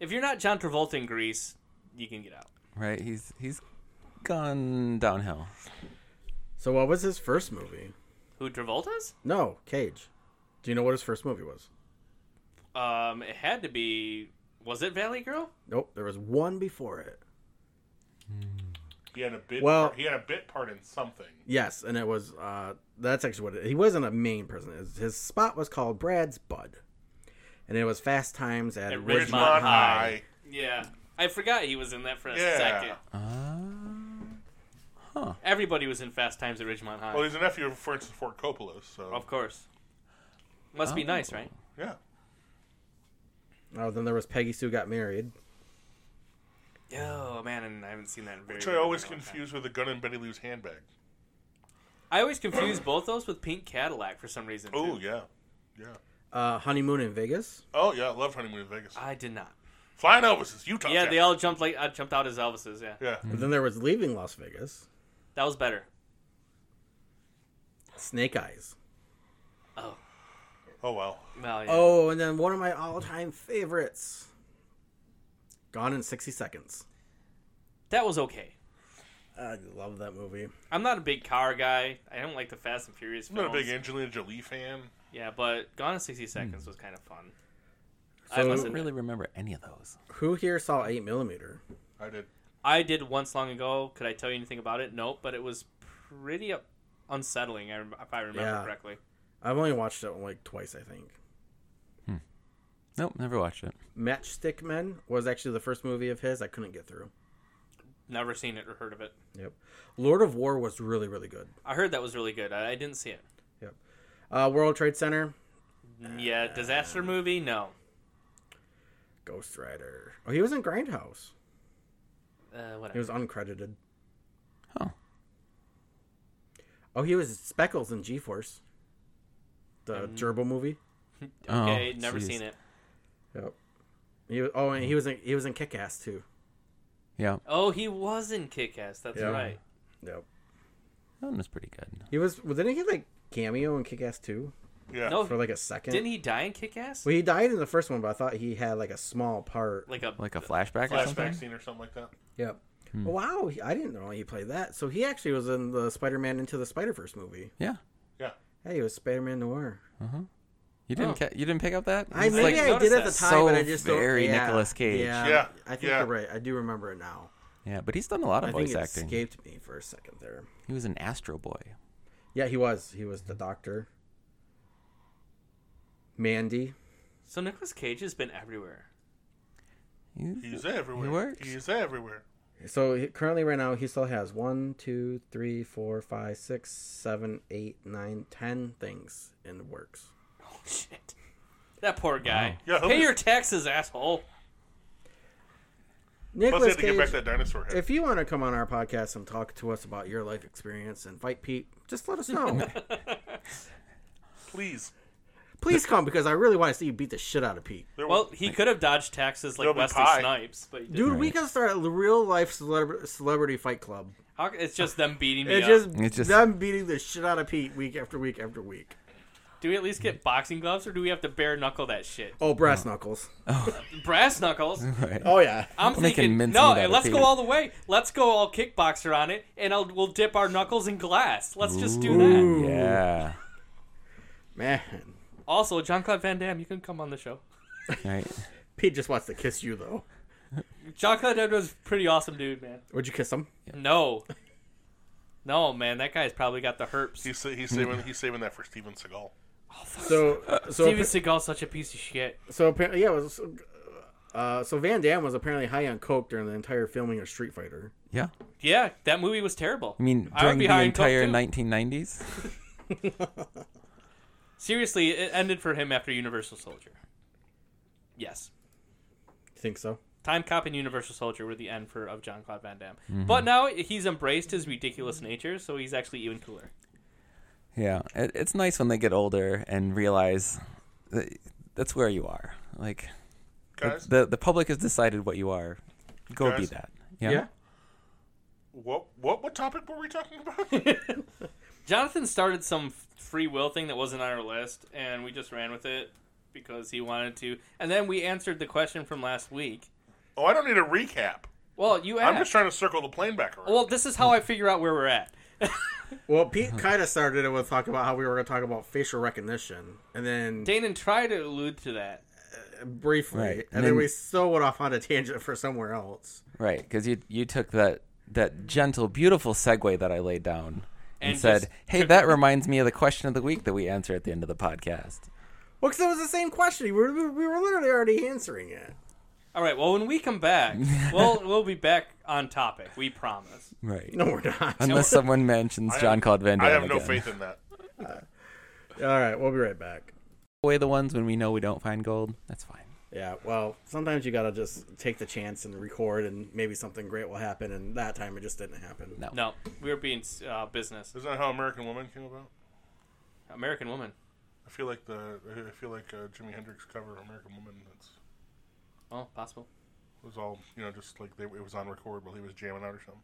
If you're not John Travolta in Greece, you can get out.
Right? He's he's gone downhill.
So what was his first movie?
Who Travolta's?
No, Cage. Do you know what his first movie was?
Um, it had to be. Was it Valley Girl?
Nope, there was one before it.
He had a bit.
Well-
part, he had a bit part in something.
Yes, and it was. Uh, that's actually what it, he wasn't a main person. It was- his spot was called Brad's Bud, and it was Fast Times at,
At
Ridgemont,
Ridgemont
High.
Ridgemont High.
Yeah, I forgot he was in that for a
Yeah.
second.
Ah.
Everybody was in Fast Times at Ridgemont High.
Well, he's a nephew of Francis Ford Coppola, so
of course. Must be
Oh.
nice, right?
yeah.
Oh, then there was Peggy Sue Got Married.
Oh man, and I haven't seen that in very.
Which I always
very long time.
confuse with the gun in Betty Lou's handbag.
I always confuse both those with Pink Cadillac for some reason.
Oh
too.
yeah, yeah.
Uh, Honeymoon in Vegas.
Oh yeah, I love honeymoon in Vegas.
I did not.
Flying Elvis is Utah.
Yeah,
Jack.
they all jumped like I jumped out as Elvises. Yeah,
Yeah.
And then there was Leaving Las Vegas.
that was better.
Snake Eyes.
Oh,
Oh wow.
well, yeah.
Oh, and then one of my all-time favorites. Gone in sixty seconds.
that was okay.
I love that movie.
I'm not a big car guy. I don't like the Fast and Furious
I'm
films.
not a big Angelina Jolie fan.
Yeah, but Gone in 60 Seconds was kind of fun. I
Hmm. So-
I
must
don't
admit,
really remember any of those.
Who here saw Eight Millimeter?
I did.
I did once long ago. Could I tell you anything about it? Nope, but it was pretty up- unsettling, I rem- if I remember
Yeah.
correctly.
I've only watched it like twice, I think.
Nope, never watched it.
Matchstick Men was actually the first movie of his. I couldn't get through.
Never seen it or heard of it.
Yep. Lord of War was really, really good.
I heard that was really good. I, I didn't see it.
Yep. Uh, World Trade Center,
Yeah, disaster
Uh.
movie? No.
Ghost Rider. Oh, he was in Grindhouse.
Uh,
He
whatever.
was uncredited.
Oh,
Oh, he was Speckles in G Force, the Gerbil movie.
Oh,
okay, never
jeez.
seen it.
Yep. He was, oh, and he was in, he was in Kick Ass too.
yeah,
Oh, he was in Kick Ass. That's
Yeah.
right.
Yep.
that one was pretty good.
He was. Well, didn't he like cameo in Kick Ass too
Yeah.
No,
for like a 2nd
didn't he die in Kick Ass?
Well, he died in the first one, but I thought he had like a small part.
Like a
Like a flashback, or
Flashback
something.
scene or something like that.
Yep. Wow, he- I didn't know he played that. So he actually was in the Spider-Man into the Spider-Verse movie.
Yeah,
Yeah.
Hey, it was Spider-Man Noir.
you didn't.
Oh.
Ca- you didn't pick up that?
I
It's
maybe
like-
I did at the
noticed
time,
that.
but I
So
just
very
don't. yeah,
Nicolas Cage.
Yeah,
Yeah,
I think
yeah.
you're right. I do remember it now.
yeah, but he's done a lot of
I think
voice
it
acting.
escaped me for a second there.
He was an Astro Boy.
Yeah, he was. He was the doctor. Mandy.
So Nicolas Cage has been everywhere.
He's-
He's everywhere.
He works.
He's everywhere.
So he- currently, right now, he still has one, two, three, four, five, six, seven, eight, nine, ten things in the works.
Oh shit. That poor guy.
Yeah, he'll
Pay
be-
your taxes, asshole.
Plus, they
Nicholas
had to get back
Cage.
that dinosaur head.
If you want to come on our podcast and talk to us about your life experience and fight Pete, just let us know.
Please.
Please come because I really want to see you beat the shit out of Pete.
There
Well,
was-
he could have dodged taxes like
There'll be
Wesley
pie.
Snipes, but he didn't.
Dude, we can start a real life celebra- celebrity fight club.
How, it's just them beating me
It's
up.
just,
It's just-
them beating the shit out of Pete week after week after week.
Do we at least get boxing gloves, or do we have to bare knuckle that shit?
Oh, brass knuckles.
Brass knuckles.
Right.
Oh yeah.
I'm
We're making
thinking
mincemeat
no.
out of
Let's go
Pete.
all the way. Let's go all kickboxer on it, and I'll we'll dip our knuckles in glass. Let's just do that.
Ooh.
Yeah.
Man,
Also, John Claude Van Damme, you can come on the show.
Right.
Pete just wants to kiss you though.
John Claude Van Damme was a pretty awesome, dude, man.
Would you kiss him?
No, no, man, that guy's probably got the herpes.
He's, sa- he's saving he's saving that for Steven Seagal.
So, so,
Steven Seagal's such a piece of shit.
so apparently, yeah. it was- uh, so Van Damme was apparently high on coke during the entire filming of Street Fighter.
Yeah.
Yeah, that movie was terrible.
I mean,
I would
during
be
the
hiring Coke,
entire
too.
1990s.
Seriously, it ended for him after Universal Soldier. Yes.
Think so?
Time Cop and Universal Soldier were the end for of John Claude Van Damme.
Mm-hmm.
But now he's embraced his ridiculous nature, so he's actually even cooler.
Yeah, it, it's nice when they get older and realize that that's where you are. Like the,
Guys,
the the public has decided what you are. Go be
Guys?
that. Yeah.
what what what topic were we talking about?
Jonathan started some f- free will thing that wasn't on our list, and we just ran with it because he wanted to. And then we answered the question from last week.
oh, I don't need a recap.
Well, you asked.
I'm just trying to circle the plane back around.
well, this is how I figure out where we're at.
Well, Pete kind of started it with talking about how we were going to talk about facial recognition, and then
Danon tried to allude to that.
briefly,
Right,
and,
and
then
then-
we so went off on a tangent for somewhere else.
Right, because you you took that that gentle, beautiful segue that I laid down and,
And
said,
just-
"Hey, that reminds me of the question of the week that we answer at the end of the podcast."
Well, because it was the same question. We were, we were literally already answering it.
All right. Well, when we come back, we'll we'll be back on topic. We promise.
Right.
No, we're not.
Unless someone mentions
I
John
have-
Claude Van Damme
I have no
again.
faith in that.
All right, we'll be right back.
Away the ones when we know we don't find gold. That's fine.
Yeah, well, sometimes you gotta just take the chance and record, and maybe something great will happen. And that time, it just didn't happen.
No.
No, we were being uh, business.
Isn't that how American Woman came about?
American woman.
I feel like the I feel like uh, Jimi Hendrix cover of American Woman. That's
Oh, possible.
was all you know, just like they, it was on record while he was jamming out or something.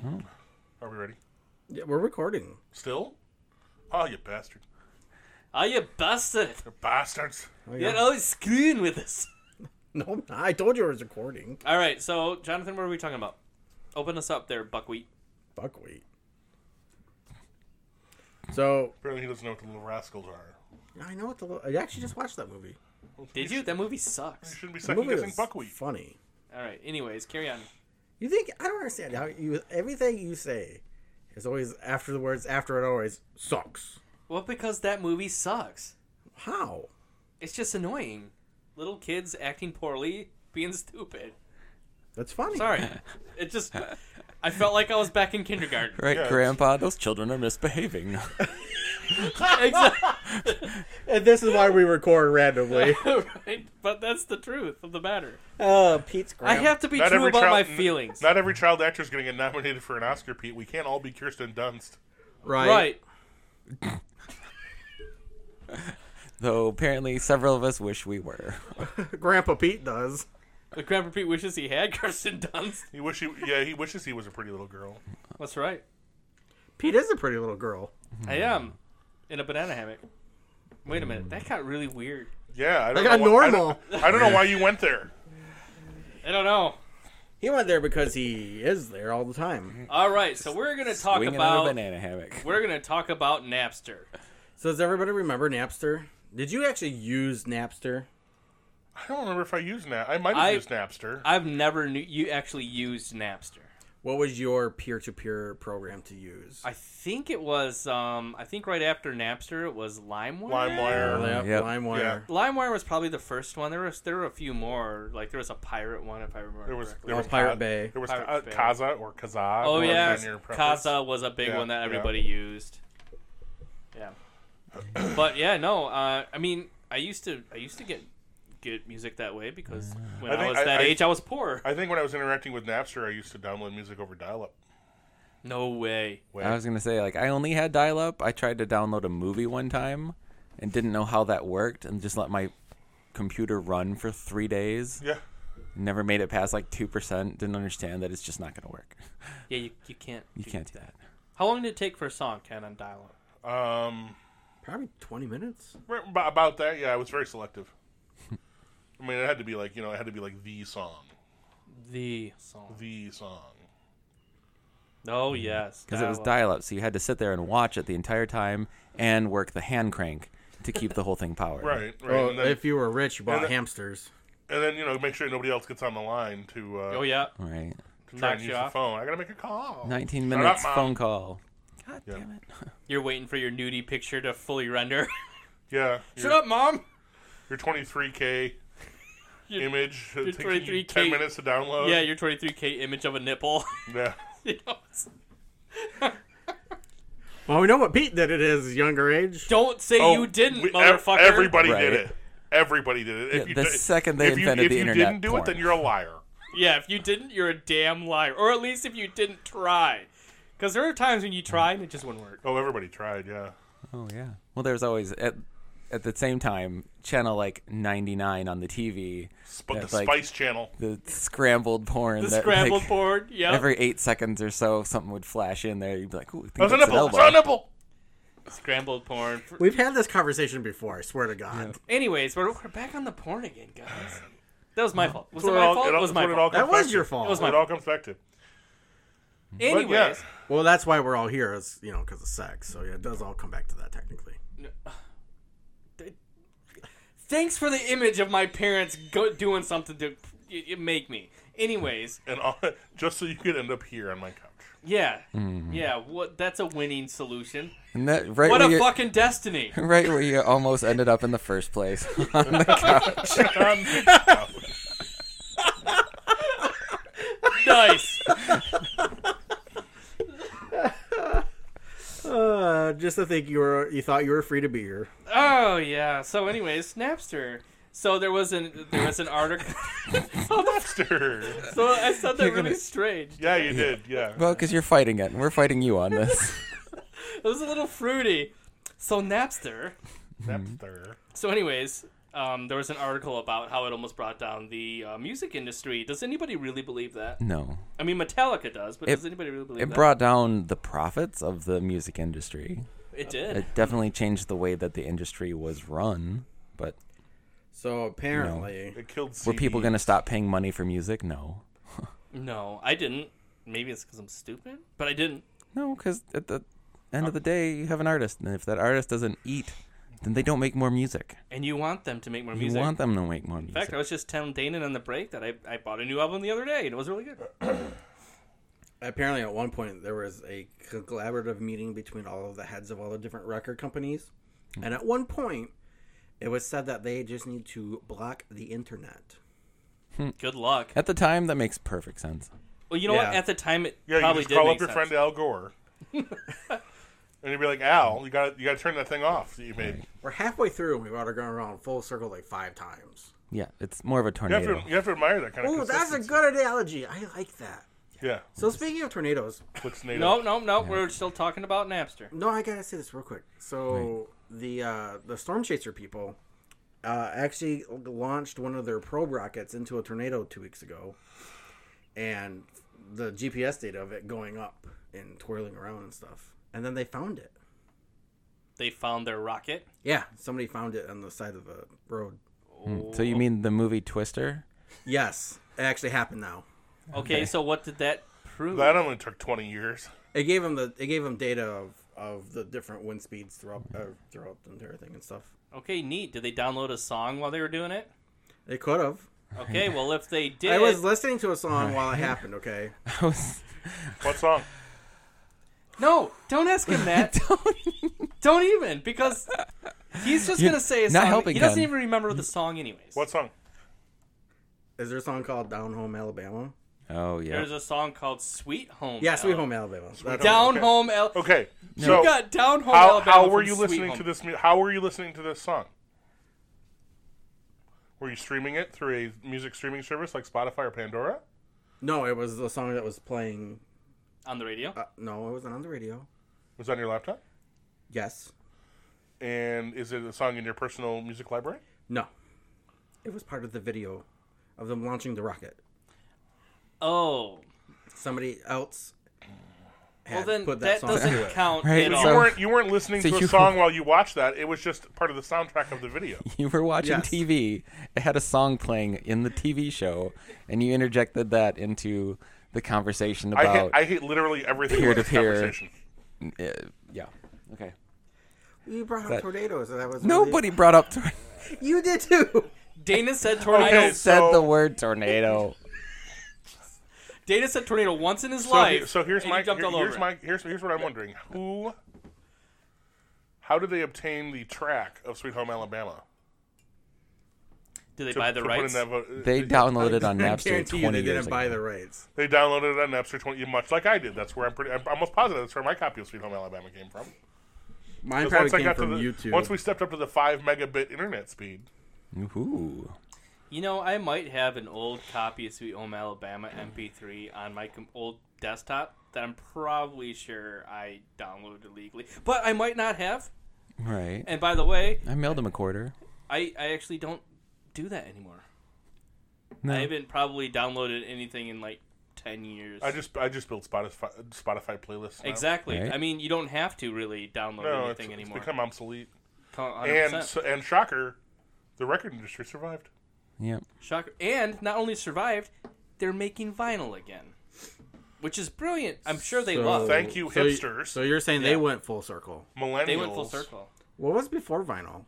Hmm.
Are we ready?
Yeah, we're recording.
Still? Oh, you bastard!
Are you bastard?
You bastards!
Oh, yeah.
You're always screwing with us.
No, I'm not. I told you I was recording.
All right, so Jonathan, what are we talking about? Open us up there, buckwheat.
Buckwheat. So
Apparently, he doesn't know what the little rascals are.
I know what the. I actually just watched that movie.
Did you? That movie
You
sucks.
shouldn't be
The
second
movie
guessing
was
buckwheat.
funny.
All right. Anyways, carry on.
You think I don't understand how you everything you say is always after the words after it always sucks.
Well, because that movie sucks.
How?
It's just annoying. Little kids acting poorly, being stupid.
That's funny.
Sorry. It just. I felt like I was back in kindergarten.
Right,
Yeah, it's-
Grandpa, those children are misbehaving.
Exactly.
And this is why we record randomly.
right? But that's the truth of the matter.
Oh, Pete's
I have to be
Not
true
every
about
child-
my
n-
feelings.
Not every child actor is going to get nominated for an Oscar, Pete. We can't all be Kirsten Dunst.
right.
right.
Though apparently several of us wish we were.
Grandpa Pete does.
The Grandpa Pete wishes he had Kirsten Dunst.
He wish he, yeah, he wishes he was a pretty little girl.
That's right.
Pete is a pretty little girl.
I am in a banana hammock. Wait a minute. That got really weird.
Yeah, I
I
don't
got
know why- I don't-
normal.
I don't, know why you went there.
I don't know.
He went there because he is there all the time.
All right, so we're gonna talk
Winging
about
in a banana hammock.
we're gonna talk about Napster.
So does everybody remember Napster? Did you actually use Napster?
I don't remember if I used Nap. I might have
I-
used Napster.
I've never knew you actually used Napster.
What was your peer-to-peer program to use?
I think it was um I think right after Napster it was LimeWire.
LimeWire.
Yep,
Yep.
LimeWire.
Yeah.
LimeWire was probably the first one. There was there were a few more. Like there was a pirate one if I remember.
There was
correctly.
there was
Pirate
Ka-
Bay.
There was
Pirate
Ka-
Bay.
Kaza or Kaza.
Oh
depending
yeah,
on your preference.
Casa was a big
Yeah,
one that
yeah.
everybody used. Yeah, but yeah, no. Uh, I mean, I used to, I used to get get music that way because when
I
I,
think-
was
I-
that
I-
age, I was poor.
I think when I was interacting with Napster, I used to download music over dial-up.
no way.
I was gonna say like I only had dial up. I tried to download a movie one time and didn't know how that worked and just let my computer run for three days.
Yeah.
Never made it past like two percent. Didn't understand that it's just not gonna work.
Yeah, you, you can't.
You can't do that.
How long did it take for a song, Ken, on dial up?
Um,
Probably 20 minutes.
right ab- about that, yeah, I was very selective. I mean, it had to be like you know, it had to be like the song,
The song.
the song.
Oh yes,
Because it was
dial-up.
dial up, so you had to sit there and watch it the entire time and work the hand crank to keep the whole thing powered.
Right, right.
Well,
and, then,
if you were rich, you bought
then-
hamsters.
and then you know, make sure nobody else gets on the line to uh,
Oh yeah,
Right.
to try
knock
and use
you
the
off.
phone. I gotta make a call.
Nineteen
Oh, Shut up,
minutes
Mom.
phone call. God
Yeah.
damn it.
You're waiting for your nudie picture to fully render.
Yeah,
Shut
your-
up, mom.
Your 23k
Your-
image. It takes you
23K
Ten minutes to download.
Yeah, your 23k image of a nipple.
yeah.
You know, it's-
Well, we know what Pete did at his younger age.
Don't say
Oh,
you didn't,
we- ev-
motherfucker.
Everybody did
Right.
it. Everybody did it. If
Yeah,
you
the
did-
second they
if you,
invented
if
the
you
internet
didn't do it,
porn.
then you're a liar.
Yeah, if you didn't, you're a damn liar. Or at least if you didn't try. Because there are times when you try and it just wouldn't work.
Oh, everybody tried. Yeah.
Oh yeah. Well, there's always at at the same time channel like 99 on the TV.
But
that's,
the
like,
Spice Channel.
the scrambled porn.
The
that,
scrambled
like,
board, yeah.
Every eight seconds or so, something would flash in there. You'd be like, "Ooh, I think
That was a
that's an
nipple. That
elbow."
was a nipple.
Scrambled porn. For-
We've had this conversation before, I swear to God.
Anyways, we're, we're back on the porn again, guys. That was my fault. Was it
That's what
my
all-
fault?
it
It
all-
was
that's
my
what it all
fault.
That
comes back
was
to.
your fault.
It was
It
my-
all comes back to. But yeah.
Anyways,
Well, that's why we're all here, is, you know, because of sex. So yeah, it does all come back to that technically.
thanks for the image of my parents go- doing something to y- y- make me. Anyways,
and all, just so you could end up here on my couch.
yeah.
Mm-hmm.
Yeah, what that's a winning solution.
And that- right,
What
where
a
you,
fucking destiny.
right where you almost ended up in the first place.
On the couch.
nice.
Uh, just to think you were, you thought you were free to be here.
Oh yeah. So anyways, Napster. So there was an there was an article.
Napster.
so I said that
You're gonna-
really strange.
Yeah, you did. Yeah.
well, because you're fighting it, and we're fighting you on this.
It was a little fruity. So Napster.
Napster.
So anyways, um, there was an article about how it almost brought down the uh, music industry. Does anybody really believe that?
No,
I mean, Metallica does, but
It-
does anybody really believe
it
that?
brought down the profits of the music industry.
it did.
It definitely changed the way that the industry was run. But
So apparently,
It killed.
were people
CDs.
going to stop paying money for music? No.
no, I didn't. maybe it's because I'm stupid, but I didn't.
No, because at the end of the day, you have an artist, and if that artist doesn't eat, then they don't make more music.
And you want them to make more
You
music.
want them to make more music.
In fact, I was just telling Dana on the break that I, I bought a new album the other day, and it was really good.
Uh,
Apparently, at one point, there was a collaborative meeting between all of the heads of all the different record companies. And at one point, it was said that they just need to block the internet.
Good luck.
At the time, that makes perfect sense.
Well, you know what?
Yeah.
At the time, it
Yeah,
probably
you
did
just call
make
up your
sense.
friend Al Gore, and you'd be like, "Al, you got to you got to turn that thing off that you made.
We're halfway through, and we've already gone around full circle like five times.
Yeah, it's more of a
You have to
tornado.
you have to admire that kind of."
Oh, that's a good analogy. I like that.
Yeah,
So, speaking of tornadoes,
what's NATO?
No, no, no. We're still talking about Napster.
No, I gotta say this real quick. So the uh, the storm chaser people uh, actually launched one of their probe rockets into a tornado two weeks ago, and the GPS data of it going up and twirling around and stuff, and then they found it.
They found their rocket.
Yeah, somebody found it on the side of the road.
Mm, So you mean the movie Twister?
Yes, it actually happened. Now
Okay, so what did that prove?
that only took twenty years.
it gave them the it gave them data of, of the different wind speeds throughout uh, throughout the entire thing and stuff.
okay, neat. Did they download a song while they were doing it?
They could have.
Okay, well if they did,
I was listening to a song while it happened. Okay.
I was
What song?
no, don't ask him that. don't, even because he's just
You're
gonna say a
not
song.
helping,
he doesn't
Ken.
even remember the song anyways.
What song?
Is there a song called Down Home Alabama?
Oh yeah.
There's a song called "Sweet Home."
Yeah, Sweet
Al-
Home Alabama. That's-
Down
Okay.
Home. Al-
Okay,
You
so
got Down Home.
how
Alabama
how were
from
you
Sweet
listening
Home.
to this? mu- How were you listening to this song? Were you streaming it through a music streaming service like Spotify or Pandora?
No, it was the song that was playing.
on the radio?
Uh, no, it wasn't on the radio.
Was it on your laptop?
Yes.
And is it a song in your personal music library?
No. It was part of the video of them launching the rocket.
oh,
Somebody else had
well then
put that,
that,
song
doesn't
to it.
count at
Right, so-
You
all.
Oh.
weren't you weren't listening
So
to a
you-
song while you watched that. It was just part of the soundtrack of the video.
You were watching
Yes.
TV. It had a song playing in the TV show, and you interjected that into the conversation
I hate,
about.
I hate literally everything about this
Peer-to-peer.
conversation.
uh, yeah. Okay.
You brought up
That-
tornadoes, and that was
Nobody brought up. Tor-
really- You did too.
Dana said tornado.
Okay.
said
So-
the word tornado.
Dana said tornado once in his
So, he-
life.
so here's
and
my
he jumped
here-
all
here's
over
my here's here's what I'm wondering. Who? How did they obtain the track of Sweet Home Alabama?
Do they
to-
buy the
to put in
rights?
that vote?
They downloaded on
I
Napster
guarantee you,
twenty
they
years
didn't buy
ago.
the rights.
They downloaded it on Napster 20, much like I did. That's where I'm pretty. I'm almost positive that's where my copy of Sweet Home Alabama came from.
Mine
'Cause
probably
once I
came
got to
from
the,
YouTube.
once we stepped up to the five megabit internet speed,
Ooh.
You know, I might have an old copy of Sweet Home Alabama MP3 on my com- old desktop that I'm probably sure I downloaded illegally, but I might not have.
Right.
And by the way,
I mailed him a quarter.
I, I actually don't do that anymore.
No.
I haven't probably downloaded anything in like ten years.
I just I just built Spotify Spotify playlists. Now.
exactly.
Right.
I mean, you don't have to really download
No, it's,
anything
it's
anymore.
become obsolete.
100%.
And s and shocker, the record industry survived.
Yep.
Shocker. And not only survived, they're making vinyl again. Which is brilliant. I'm sure they
So-
love. it.
Thank you,
so you-
hipsters.
so you're saying
Yeah.
they went full circle?
Millennials.
They went full circle.
What was before vinyl?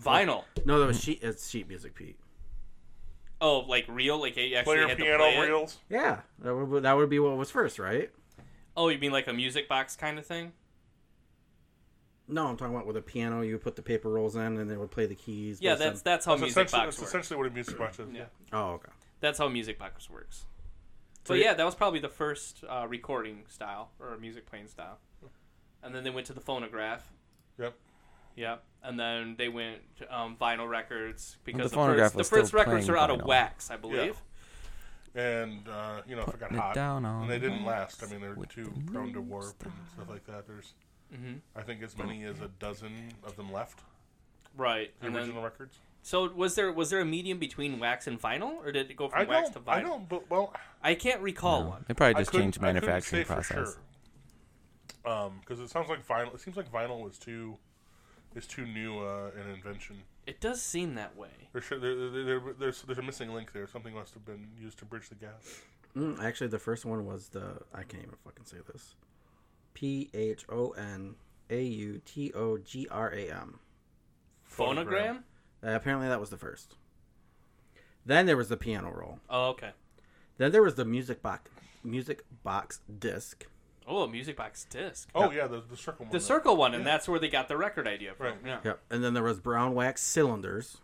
Vinyl.
No, that was sheet. It's sheet music, Pete.
Oh, like real? Like you actually
Player
had to
piano
play it?
reels.
Yeah, that would that would be what was first, right?
Oh, you mean like a music box kind of thing?
No, I'm talking about with a piano. You would put the paper rolls in, and they would play the keys.
Yeah,
but
that's
then-
that's how
That's
music
essentially,
box
that's
works.
essentially what a music box is.
Yeah.
Oh, okay.
That's how music box works. But
you-
yeah, that was probably the first uh, recording style or music playing style. And then they went to the phonograph.
Yep.
Yep. And then they went to, um, vinyl records because the,
phonograph
first, the
was
first
still
records are
playing
out of
vinyl.
wax, I believe.
And uh, you know, if it got
Putting it
hot,
down on
and they didn't
the
last. I mean, they're
with
too
the
prone to
moon
warp and stuff like that. There's,
Mhm.
I think, as many as a dozen of them left.
Right.
The
and then-
original records.
so was there was there a medium between wax and vinyl, or did it go from
I
wax
don't.
to vinyl?
I don't. But well,
I can't recall one.
Oh. They probably
I
just
couldn't-
changed the
I couldn't
manufacturing
say for
process.
sure. Um, because it sounds like vinyl. It seems like vinyl was too, is too new uh, an invention.
It does seem that way.
There should, there, there, there, there's there's a missing link there. Something must have been used to bridge the gap.
Mm, actually, the first one was the I can't even fucking say this. P H O N A U T O G R A M.
Phonogram?
Uh, apparently, that was the first. Then there was the piano roll.
Oh, okay.
Then there was the music box, music box disc.
Oh, a music box disc.
Oh yeah, the, the circle.
The
one.
circle one, and that's where they got the record idea from.
Right.
Yeah.
Yep. And then there was brown wax cylinders.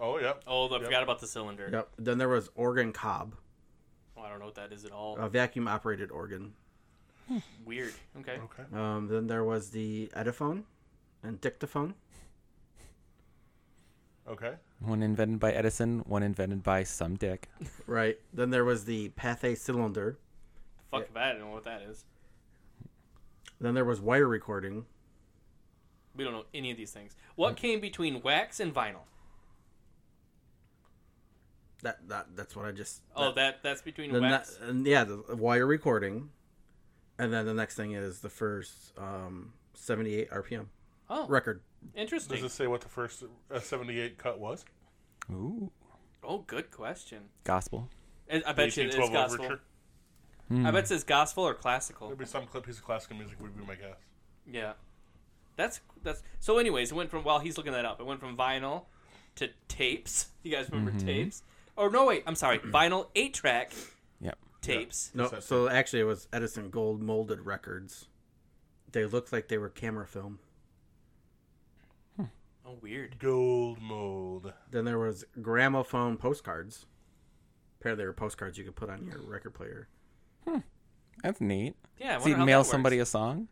Oh yeah.
Oh, I
Yep.
forgot about the cylinder.
Yep. Then there was organ cob,
Oh, I don't know what that is at all.
a vacuum operated organ.
Weird. Okay.
Okay.
Um, then there was the Edophone and Dictaphone.
Okay.
One invented by Edison, one invented by some dick.
Right. Then there was the Pathé cylinder.
Fuck that. I don't know what that is.
Then there was wire recording.
We don't know any of these things. What came between wax and vinyl?
That, that that's what I just.
Oh, that that's between
then that,
wax.
and yeah, the wire recording, and then the next thing is the first um, 78 RPM
oh,
record.
interesting.
Does it say what the first uh, 78 cut was?
Ooh,
Oh, good question.
gospel.
I I bet you it's gospel. I bet it's gospel or classical.
There'd be some clip piece of classical music would be my guess.
Yeah, that's that's. So, anyways, it went from while he's looking that up, it went from vinyl to tapes. You guys remember tapes? Oh no, wait, I'm sorry, vinyl eight track
Yep.
tapes.
No,
that
so actually it was Edison Gold molded records. They looked like they were camera film.
Oh, weird.
Gold mold.
Then there was gramophone postcards. Apparently, they were postcards you could put on your record player.
That's neat.
Yeah, I
So
wonder
you
how
mail
that works.
somebody a song?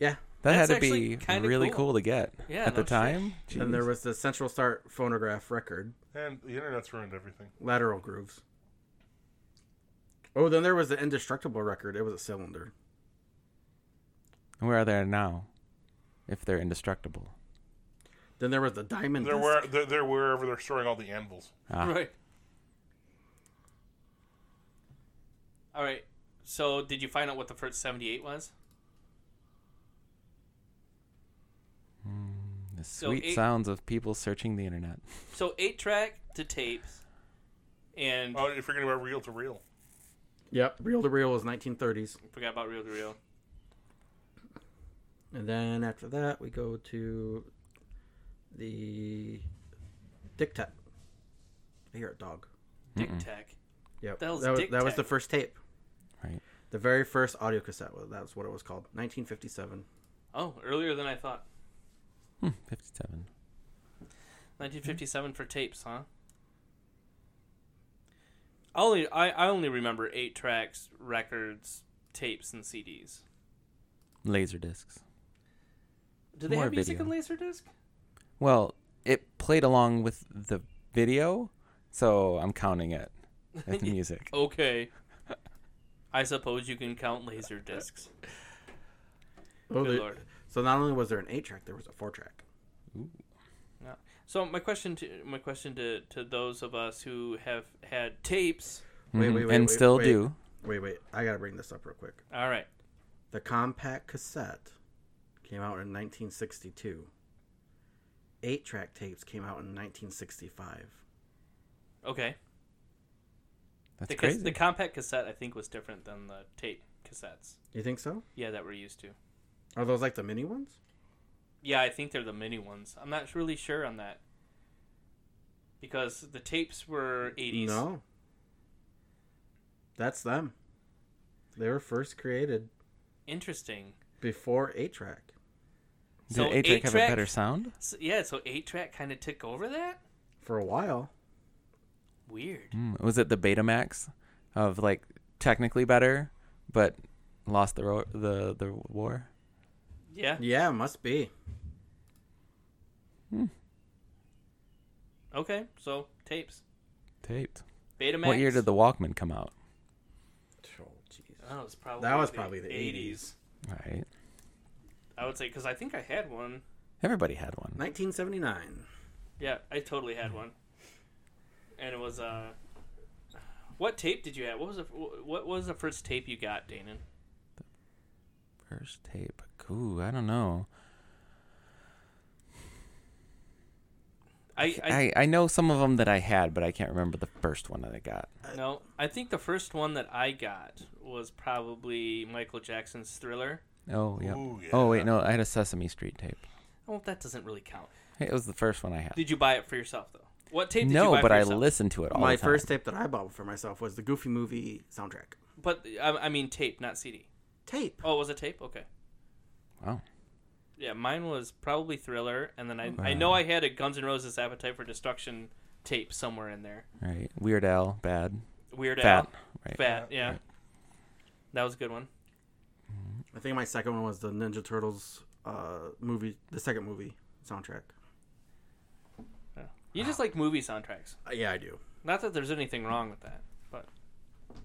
Yeah.
That
That's
had to
actually
be
kinda
really
cool.
cool. to get
Yeah,
at the
no shit.
time.
Then there
Jeez.
was the Central Start phonograph record,
And the internet's ruined everything.
lateral grooves. Oh, then there was the indestructible record. It was a cylinder.
Where are they now? If they're indestructible.
Then there was the diamond.
They're,
disc.
where, they're, they're wherever they're storing all the anvils.
Ah.
Right. All right. So, did you find out what the first 78 was?
The
So
sweet
eight-
sounds of people searching the internet.
So, eight track to tapes, and
Oh, if you're going to go reel to reel.
Yep, reel to reel was 1930s,
forgot about reel to reel.
and then after that we go to the dictat. I hear a dog.
Dick Tech.
Yep,
The hell's
that, was,
Tic
that was
Tac?
the first tape.
Right.
The very first audio cassette was that's what it was called. 1957.
Oh, earlier than I thought.
Hmm, 57.
1957 for tapes, huh? I only I, I only remember eight tracks, records, tapes, and CDs.
Laser discs.
Did they
More
have music
video.
on Laserdisc?
Well, it played along with the video, so I'm counting it as the music.
Okay. I suppose you can count laser discs.
Oh,
Good
they-
lord.
So not only was there an eight track, there was a four track.
Yeah. So my question to my question to, to those of us who have had tapes.
Wait,
Mhm.
wait, wait,
and
wait,
still
wait.
do.
Wait, wait, I gotta bring this up real quick.
All right.
The compact cassette came out in 1962. Eight track tapes came out in 1965.
Okay.
That's
The, cas-
crazy.
the compact cassette I think was different than the tape cassettes.
You think so?
Yeah, that we're used to.
Are those like the mini ones?
Yeah, I think they're the mini ones. I'm not really sure on that. Because the tapes were 80s.
No. That's them. They were first created
Interesting.
before eight track.
Did
so
8 track have a
8-track
better sound?
So, yeah, so 8 track kind of took over that?
For a while,
Weird.
Mm, was it the Betamax of like technically better, but lost the ro- the the war?
Yeah.
yeah, must be.
Okay, so tapes.
Taped.
Betamax.
What year did the Walkman come out?
Oh, jeez.
That was probably
That was
the
probably the
80s.
Right.
I would say because I think I had one.
Everybody had one.
1979.
Yeah, I totally had one. And it was uh, what tape did you have? What was the what was the first tape you got, Danon?
First tape. Ooh, I don't know.
I, I,
I, I know some of them that I had, but I can't remember the first one that I got.
no, I think the first one that I got was probably Michael Jackson's Thriller.
Oh yeah.
Ooh, yeah.
Oh wait, no, I had a Sesame Street tape.
Oh, that doesn't really count.
It was the first one I had.
Did you buy it for yourself though? What tape did you
no,
buy
but
for
I
yourself?
listened to it all
My
the time.
first tape that I bought for myself was the Goofy Movie soundtrack
But I, I mean tape, not CD.
tape.
Oh, it was a tape? Okay.
Wow.
Yeah, mine was probably Thriller, and then I I know I had a Guns N' Roses Appetite for Destruction tape somewhere in there.
Right. Weird Al, bad.
Weird
Fat.
Al,
Right.
Fat, yeah. That was a good one.
I think my second one was the Ninja Turtles uh, movie, the second movie soundtrack.
You just like movie soundtracks.
Uh, yeah, I do.
Not that there's anything wrong with that, but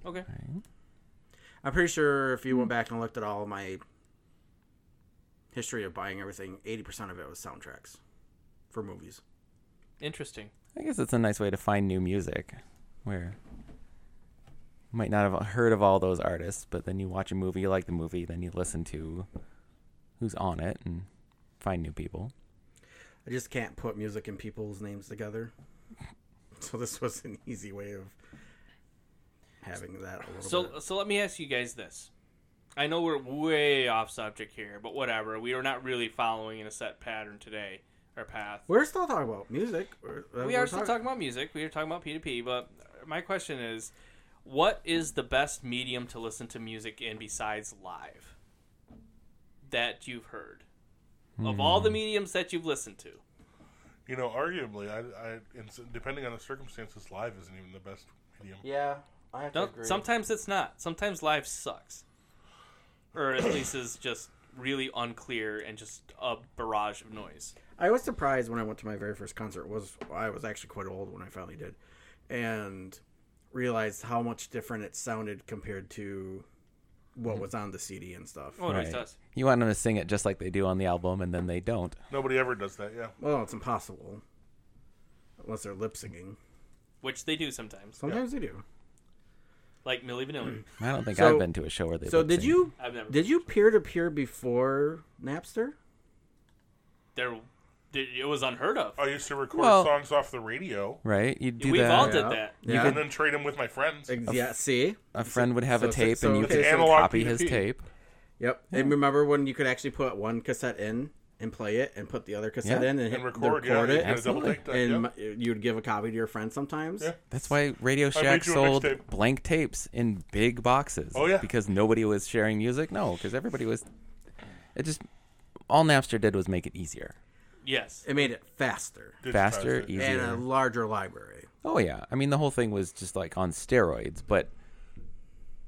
okay.
I'm pretty sure if you went back and looked at all my history of buying everything, 80% of it was soundtracks for movies.
Interesting.
I guess it's a nice way to find new music where you might not have heard of all those artists, but then you watch a movie, you like the movie, then you listen to who's on it and find new people.
I just can't put music and people's names together. So this was an easy way of having that a little
So uh,
bit.
so let me ask you guys this. I know we're way off subject here, but whatever. We are not really following in a set pattern today or path.
We're still talking about music. We're, uh,
we
we're
are still talking about music. We are talking about P2P, but my question is what is the best medium to listen to music in besides live that you've heard? Of all
Hmm.
the mediums that you've listened to.
You know, arguably, I, I and s- depending on the circumstances, live isn't even the best medium.
Yeah, I have
Don't, sometimes it's not. Sometimes live sucks. Or at least is just really unclear and just a barrage of noise.
I was surprised when I went to my very first concert. Was I was actually quite old when I finally did, and realized how much different it sounded compared to what was on the CD and stuff.
Oh, it always
Right.
does.
You want them to sing it just like they do on the album, and then they don't.
Nobody ever does that. Yeah,
Well, it's impossible unless they're lip syncing.
Which they do sometimes.
Sometimes they do.
Like Millie Vanilli.
I don't think
So-
I've been to a show where they.
So
lip
did
sync.
you
I've never
did you peer to peer before Napster?
there it was unheard of.
I used to record
Well-
songs off the radio
Right, you do
We've
that.
all did that.
Yeah.
and then trade them with my friends.
Ex- yeah. See.
a friend would have
so-
a
so-
tape,
so-
and you
okay,
could
so-
Analog
copy his
PDP.
tape.
Yep. And remember when you could actually put one cassette in and play it, and put the other cassette
Yeah.
in and, hit,
And record, yeah,
it.
you get a double
Absolutely.
take
and
that, yeah.
my- you'd give a copy to your friend sometimes.
Yeah.
That's why Radio Shack
you a
sold
mixtape.
blank tapes in big boxes.
Oh, yeah.
because nobody was sharing music. No, because everybody was. It just all Napster did was make it easier,
Yes.
It made it faster
Digitized
faster,
it.
and a
easier.
larger library.
oh yeah, I mean the whole thing was just like on steroids. But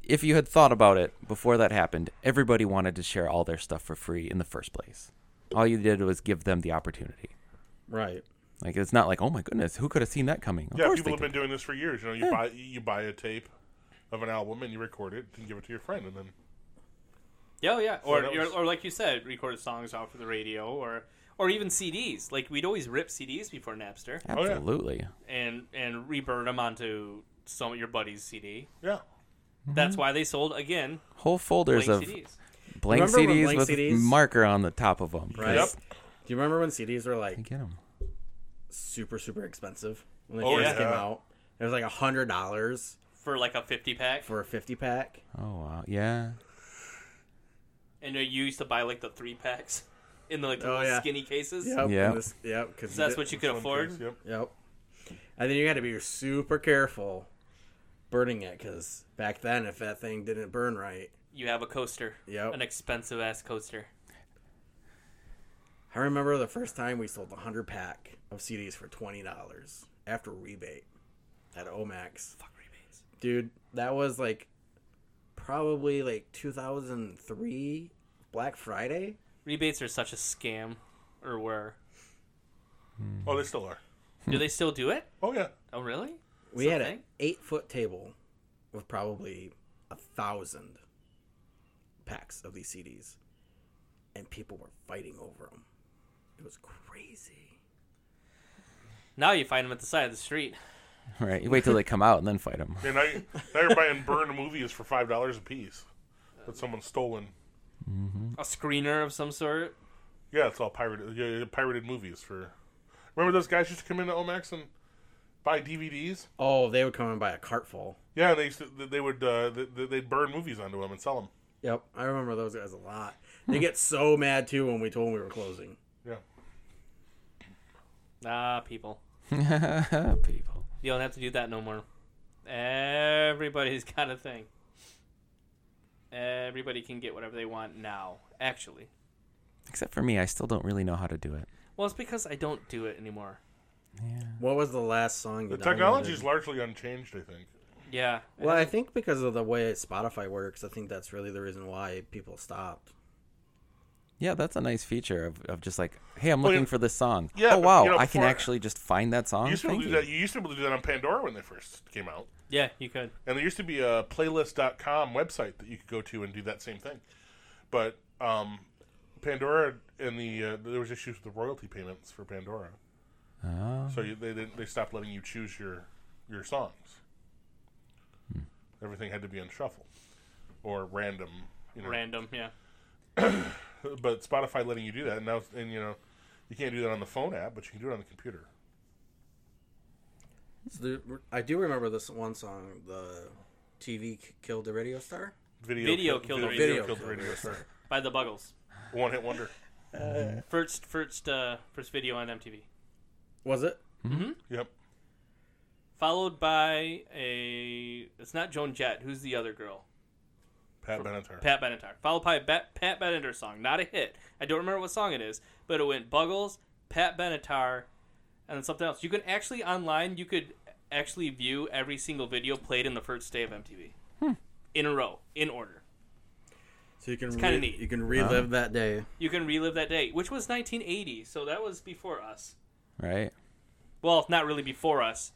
if you had thought about it before that happened, everybody wanted to share all their stuff for free in the first place. All you did was give them the opportunity.
Right.
Like it's not like oh my goodness, who could have seen that coming? Of
Yeah,
course
people
they
have been
did.
doing this for years. You know, you buy you buy a tape of an album and you record it and give it to your friend, and then
Yeah, oh, yeah. Or,
that
or,
was-
or like you said, recorded songs off of the radio or or even CDs. Like we'd always rip CDs before Napster
oh, yeah.
Absolutely.
and and reburn them onto some of your buddy's CD.
yeah,
That's why they sold again
Whole folders
blank
of
CDs.
blank
Remember when
CDs
blank
with
CDs?
marker on the top of them.
Right.
yep.
Do you remember when CDs were like
Get them.
super, super expensive when they
Oh,
first
yeah.
came out? It was like a hundred dollars
for like a 50 pack.
for a fifty pack.
Oh wow, yeah.
And uh, you used to buy like the 3 packs in the, like the
Oh,
little
yeah.
skinny cases.
Yep.
Yeah.
and this- Yep. Because
That's what you could afford.
Yep.
Yep. And then you had to be super careful burning it because back then, if that thing didn't burn right,
You have a coaster.
Yep.
An expensive ass coaster.
I remember the first time we sold a hundred pack of CDs for twenty dollars after rebate at Omax.
Fuck rebates.
dude that was like probably like 2003 black friday
Rebates are such a scam or were.
Oh, they still are.
Do they still do it?
Oh yeah.
Oh, really?
we had an
Something.
eight foot table with probably a thousand packs of these cds and people were fighting over them it was crazy
Now you find them at the side of the street.
Right. You wait till they come out and then fight them.
And now, you- now you're buying burned movies for five dollars a piece that someone's stolen.
A screener of some sort.
Yeah, it's all pirated. Yeah, yeah, pirated movies for. Remember those guys used to come into Omax and buy DVDs?
Oh, they would come in by a cart full.
Yeah, they used to, they would uh, they, they'd burn movies onto them and sell them.
Yep, I remember those guys a lot. They get so mad too when we told them we were closing.
Yeah.
Ah, people.
People.
You don't have to do that no more. Everybody's got a thing. Everybody can get whatever they want now, actually.
Except for me, I still don't really know how to do it.
Well, it's because I don't do it anymore.
What was the last song? You
The technology is
downloaded?
largely unchanged, I think.
Yeah.
Well, I think because of the way Spotify works, I think that's really the reason why people stopped.
Yeah, that's a nice feature of, of just like, hey, I'm
Well,
looking
you-
for this song.
yeah, but,
oh wow,
you know,
I can
before-
actually just find that song.
You used to be able
Thank
to do
you.
that. You used to be able to do that on Pandora when they first came out,
yeah, you could.
and there used to be a playlist.com website that you could go to and do that same thing. But um, Pandora and the uh, there was issues with the royalty payments for Pandora,
Oh.
so you, they didn't- they stopped letting you choose your your songs. Everything had to be on shuffle or random. You know.
Random, yeah.
But Spotify letting you do that, and now and you know you can't do that on the phone app, but you can do it on the computer.
So the- I do remember this one song, the TV k- killed the radio star.
kill-
Video killed the
video,
radio
killed the
star.
radio star.
By the Buggles.
One hit wonder.
First, first, uh, first video on MTV.
Was it?
Yep.
Followed by a. It's not Joan Jett. Who's the other girl?
Pat Benatar.
Pat Benatar. Followed by a Bat, Pat Benatar song. Not a hit. I don't remember what song it is, but it went Buggles, Pat Benatar, and then something else. You can actually online. You could actually view every single video played in the first day of MTV in a row, in order.
So you can
kinda
re-
neat.
you can
Ah.
relive that day.
You can relive that day, which was 1980, so that was before us.
Right.
Well, not really before us.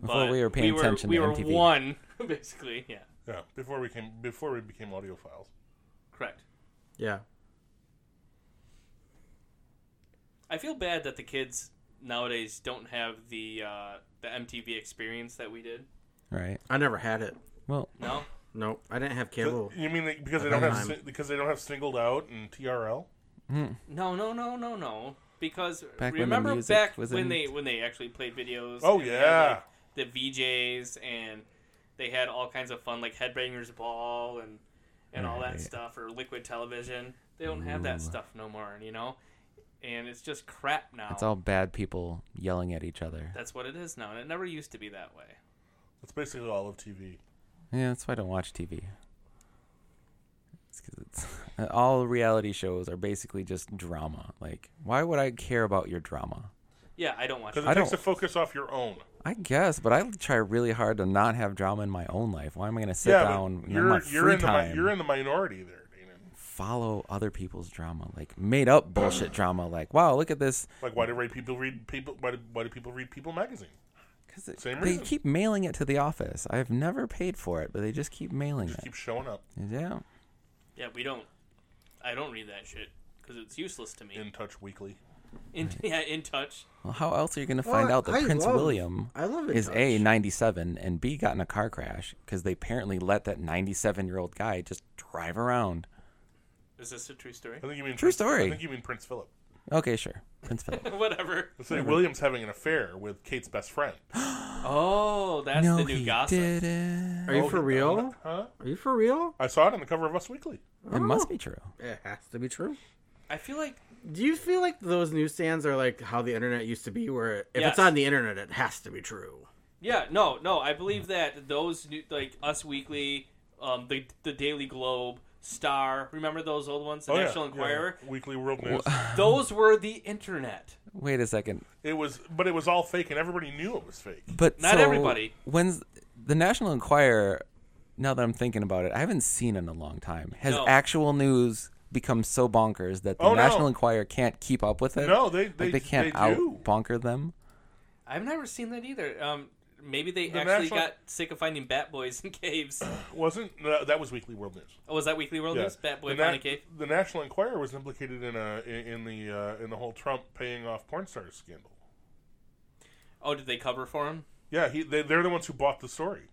Before
but
we were paying attention
we
to
were
MTV.
one, basically. Yeah,
Yeah. Before we came, before we became audiophiles.
correct.
Yeah.
I feel bad that the kids nowadays don't have the uh, the MTV experience that we did.
Right.
I never had it.
Well,
No,
Nope, I didn't have cable.
You mean they, because they don't have si- because they don't have singled out and TRL?
no, no, no, no, no. Because
Back when the
remember
music
back
was
when
in-
they when they actually played videos.
Oh,
and they had,
yeah.
like, the VJs and they had all kinds of fun like Headbangers Ball and and all that
Right.
stuff or Liquid Television. They don't have that stuff no more, you know. And it's just crap now.
it's all bad people yelling at each other.
That's what it is now, and it never used to be that way.
That's basically all of TV.
Yeah, that's why I don't watch TV. It's 'cause it's all reality shows are basically just drama. Like, why would I care about your drama?
Yeah, I don't watch.
Because
it.
it
I
takes
don't-
the focus off your own.
I guess, but I try really hard to not have drama in my own life. Why am I going to sit
but
down in my
you're
free
you're in the mi-
time
you're in the minority there, Dana.
follow other people's drama, like made up bullshit drama? Like, wow, look at this.
Like why do re- people read people? Why do, why do people read People magazine?
Because they
Same reason.
keep mailing it to the office. I've never paid for it, but they just keep mailing
Just
it.
keep showing up.
Yeah.
Yeah, we don't. I don't read that shit because it's useless to me.
In Touch Weekly.
In, yeah, in touch.
Well, how else are you going to find out that
I
Prince
love-
William
I love it.
is A, 97, and B, got in a car crash because they apparently let that 97 year old guy just drive around?
Is this a true story?
I think you mean
True
Prince-
story.
I think you mean Prince Philip.
Okay, sure. Prince Philip.
Whatever.
Let's say William's having an affair with Kate's best friend.
Oh, that's
no,
the new
he
gossip.
didn't.
Are you
Oh,
for
he-
real?
Huh?
Are you for real?
I saw it on the cover of Us Weekly.
It must be true.
It has to be true.
I feel like
Do you feel like those newsstands are like how the internet used to be, where if
Yes.
it's on the internet, it has to be true?
yeah, no, no. I believe that those new, like Us Weekly, um, the the Daily Globe, Star. Remember those old ones, the
Oh, yeah,
National
yeah.
Enquirer.
Weekly World News.
Those were the internet.
Wait a second.
It was, but it was all fake, and everybody knew it was fake.
But
Not
so,
everybody.
When's the National Enquirer? Now that I'm thinking about it, I haven't seen it in a long time. Has
No.
actual news become so bonkers that the
Oh, no.
National Enquirer can't keep up with it?
No, they-
Like,
they-
can't
they
out
do.
bonker them.
I've never seen that either. Um, maybe they
The
actually
National-
got sick of finding bat boys in caves.
Wasn't no, that was Weekly World News?
Oh, was that Weekly World News? Bat boy
the, Na-
found a cave.
the National Enquirer was implicated in a in, in the uh, in the whole Trump paying off porn stars scandal.
Oh, did they cover for him?
Yeah, he, they, they're the ones who bought the story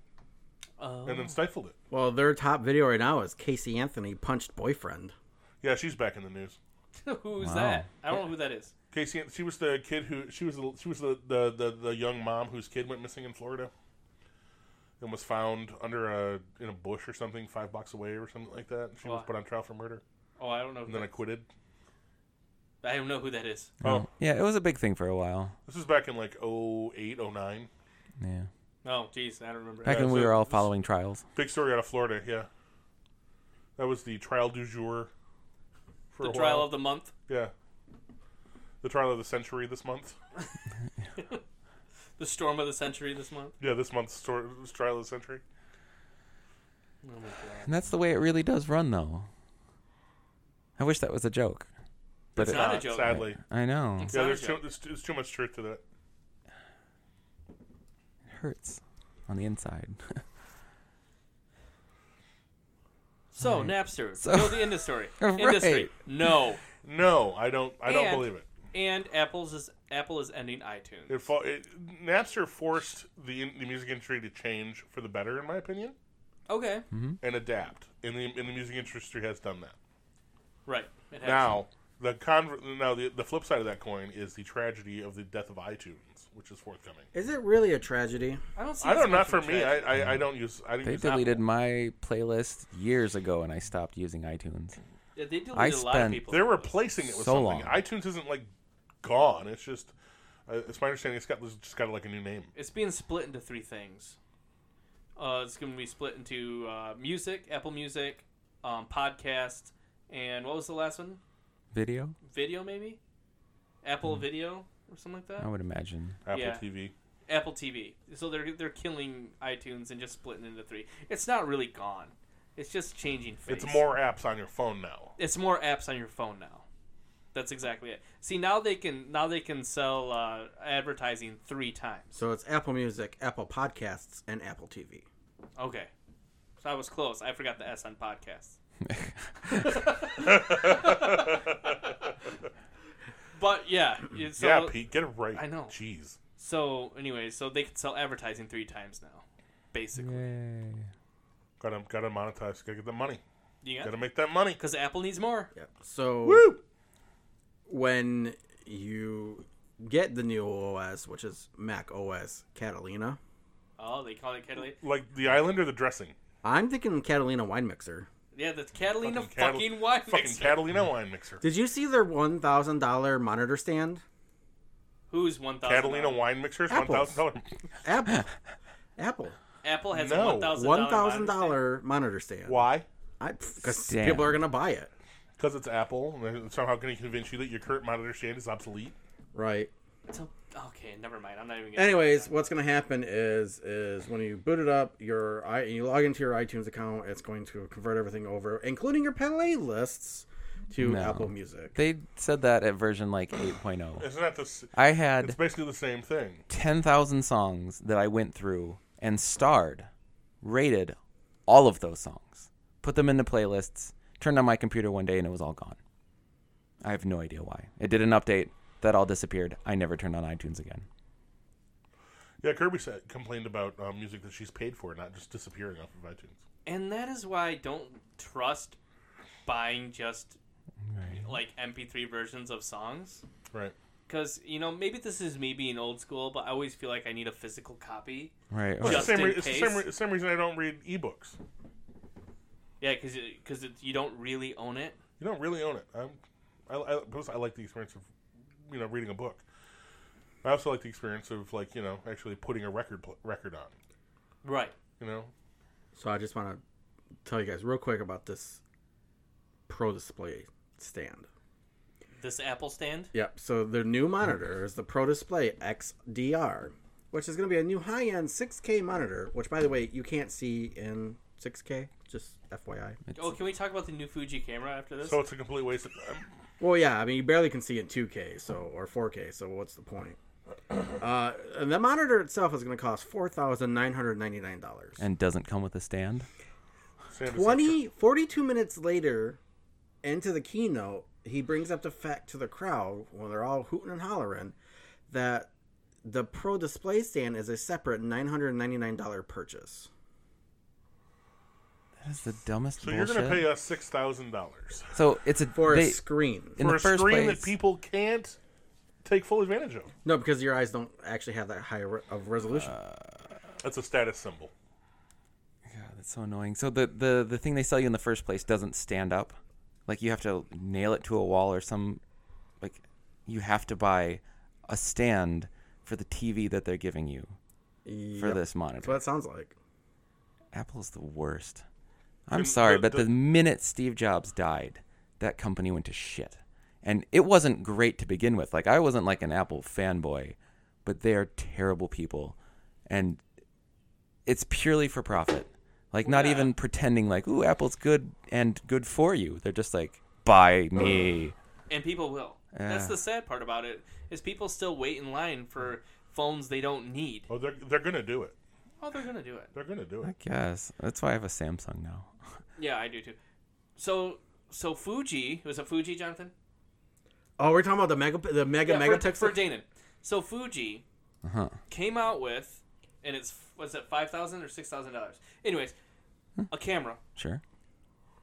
Oh.
and then stifled it.
Well, their top video right now is Casey Anthony punched boyfriend.
Yeah, she's back in the news.
Who's
Wow.
that? I don't know who that is.
Casey, she was the kid who she was the, she was the, the, the, the young mom whose kid went missing in Florida and was found under a in a bush or something five blocks away or something like that. She was
Wow.
put on trial for murder
Oh, I don't know. Who
and then
that,
acquitted.
I don't know who that is.
Oh,
Yeah, it was a big thing for a while.
this is back in like 08, 09.
Yeah.
Oh, jeez, I don't remember.
Back
Yeah,
when we
so
were all
this-
following trials.
Big story out of Florida, yeah. That was the trial du jour. For
the
a
trial
while.
of the month,
yeah, the trial of the century this month.
the storm of the century this month.
Yeah, this month's stor- trial of the century.
Oh my god.
And that's the way it really does run, though. I wish that was a joke. But
It's
it-
not a
Uh,
joke.
Sadly,
I know.
It's
yeah,
not a
there's too,
joke.
there's, too, there's too much truth to that.
It hurts on the inside.
So Napster,
So-
no, the industry,
Right.
industry, no,
No, I don't. I don't
And-
believe it.
and Apple's is Apple is ending iTunes.
It, fo- it Napster forced the in- the music industry to change for the better, in my opinion,
Okay,
and adapt. And the and the music industry has done that.
right. It has-
Now the conver- now the, the flip side of that coin is the tragedy of the death of iTunes, which is forthcoming.
Is it really a tragedy?
I don't see.
I
this
don't.
much
Not
of
for
a
me.
tragedy.
I, I I don't use. I didn't
They
use
deleted
Apple.
my playlist years ago, and I stopped using iTunes.
Yeah, they deleted
I
a lot of
spent-
people.
They're replacing it with
So
something.
long.
iTunes isn't like gone. It's just. Uh, it's my understanding. It's got it's just got like a new name.
It's being split into three things. Uh, it's going to be split into uh, music, Apple Music, um, podcast, and what was the last one?
Video?
Video, maybe. Apple Video or something like that.
I would imagine.
Apple
Yeah.
TV.
Apple TV. So they're they're killing iTunes and just splitting into three. It's not really gone. It's just changing face.
It's more apps on your phone now.
It's more apps on your phone now. That's exactly it. See now they can now they can sell uh, advertising three times.
So it's Apple Music, Apple Podcasts, and Apple TV.
Okay, so I was close. I forgot the S on podcasts. But yeah, you- so,
yeah, Pete, get it right.
I know.
Jeez.
So anyway, so they can sell advertising three times now, basically.
Yay.
Gotta gotta monetize. Gotta get the money.
Yeah,
Gotta make that money.
because Apple needs more.
Yep. So
Woo!
when you get the new OS, which is Mac OS Catalina,
Oh, they call it Catalina.
Like the island or the dressing?
I'm thinking Catalina Wine Mixer.
Yeah, the Catalina fucking,
Catal-
wine
Fucking
mixer.
Catalina wine mixer.
Did you see their one thousand dollar monitor stand?
Who's one thousand?
Catalina wine mixer is one
Apples.
thousand dollar.
Apple, Apple,
Apple has
No.
a one thousand
one thousand dollar monitor stand.
Why?
Because
Damn.
people are gonna buy it,
Because it's Apple. And they're somehow going to convince you that your current monitor stand is obsolete.
right?
Okay, never mind. I'm not even. Gonna
Anyways, what's gonna happen is is when you boot it up, your i you log into your iTunes account, it's going to convert everything over, including your playlists, to
No.
Apple Music.
They said that at version like 8.0.
Isn't that the? s-
I
It's
had
basically the same thing.
10,000 songs that I went through and starred, rated all of those songs, put them into playlists, turned on my computer one day and it was all gone. I have no idea why. It did an update, that all disappeared. I never turned on iTunes again.
Yeah, Kirby said, complained about uh, music that she's paid for, not just disappearing off of iTunes.
And that is why I don't trust buying just like MP3 versions of songs.
Right.
Because, you know, maybe this is me being old school, but I always feel like I need a physical copy.
Right.
Well, it's
Just
the same,
in
re- it's the
case.
same, re- same reason I don't read ebooks.
Yeah, because you don't really own it.
You don't really own it. I'm, I, I, plus I like the experience of, you know, reading a book. I also like the experience of like you know actually putting a record pl- record on.
Right.
You know,
So I just want to tell you guys real quick about this Pro Display stand.
This Apple stand?
Yep. So their new monitor is the Pro Display XDR, which is going to be a new high-end 6K monitor. Which, by the way, you can't see in 6K. Just FYI.
Oh, can we talk about the new Fuji camera after this?
so it's a complete waste. of um,
Well, yeah. I mean, you barely can see in 2K, so or 4K. So what's the point? Uh, and the monitor itself is going to cost four thousand nine hundred ninety-nine dollars.
And doesn't come with a stand.
sand is
20, 42 minutes later, into the keynote, he brings up the fact to the crowd when they're all hooting and hollering that the Pro Display Stand is a separate $999 purchase.
That is the dumbest
So you're
bullshit.
going to pay us six thousand dollars
so it's a
For
they,
a screen.
in
for
the
a
first
screen
place.
that people can't take full advantage of.
No, because your eyes don't actually have that high re- of resolution.
Uh,
That's a status symbol.
God, that's so annoying. So the, the the thing they sell you in the first place doesn't stand up. Like you have to nail it to a wall or some like you have to buy a stand for the TV that they're giving you for
Yep.
this monitor.
That's what it sounds like.
Apple's the worst. I'm sorry,
the-
but
the-
the minute Steve Jobs died, that company went to shit. And it wasn't great to begin with. Like I wasn't like an Apple fanboy, but they are terrible people. And it's purely for profit. Like not even pretending like, "Ooh, Apple's good and good for you." They're just like, "Buy me."
and people will. That's
Yeah.
the sad part about it is people still wait in line for phones they don't need.
Oh, they're they're gonna do it.
Oh, they're gonna do it.
They're gonna do
I
it.
guess. That's why I have a Samsung now.
Yeah, I do too. So, so Fuji was it Fuji, Jonathan?
Oh, we're talking about the mega, the mega
Yeah,
mega
for,
text.
for Danon. So Fuji
Uh-huh.
came out with, and it's was it five thousand or six thousand dollars? Anyways, a camera
Sure.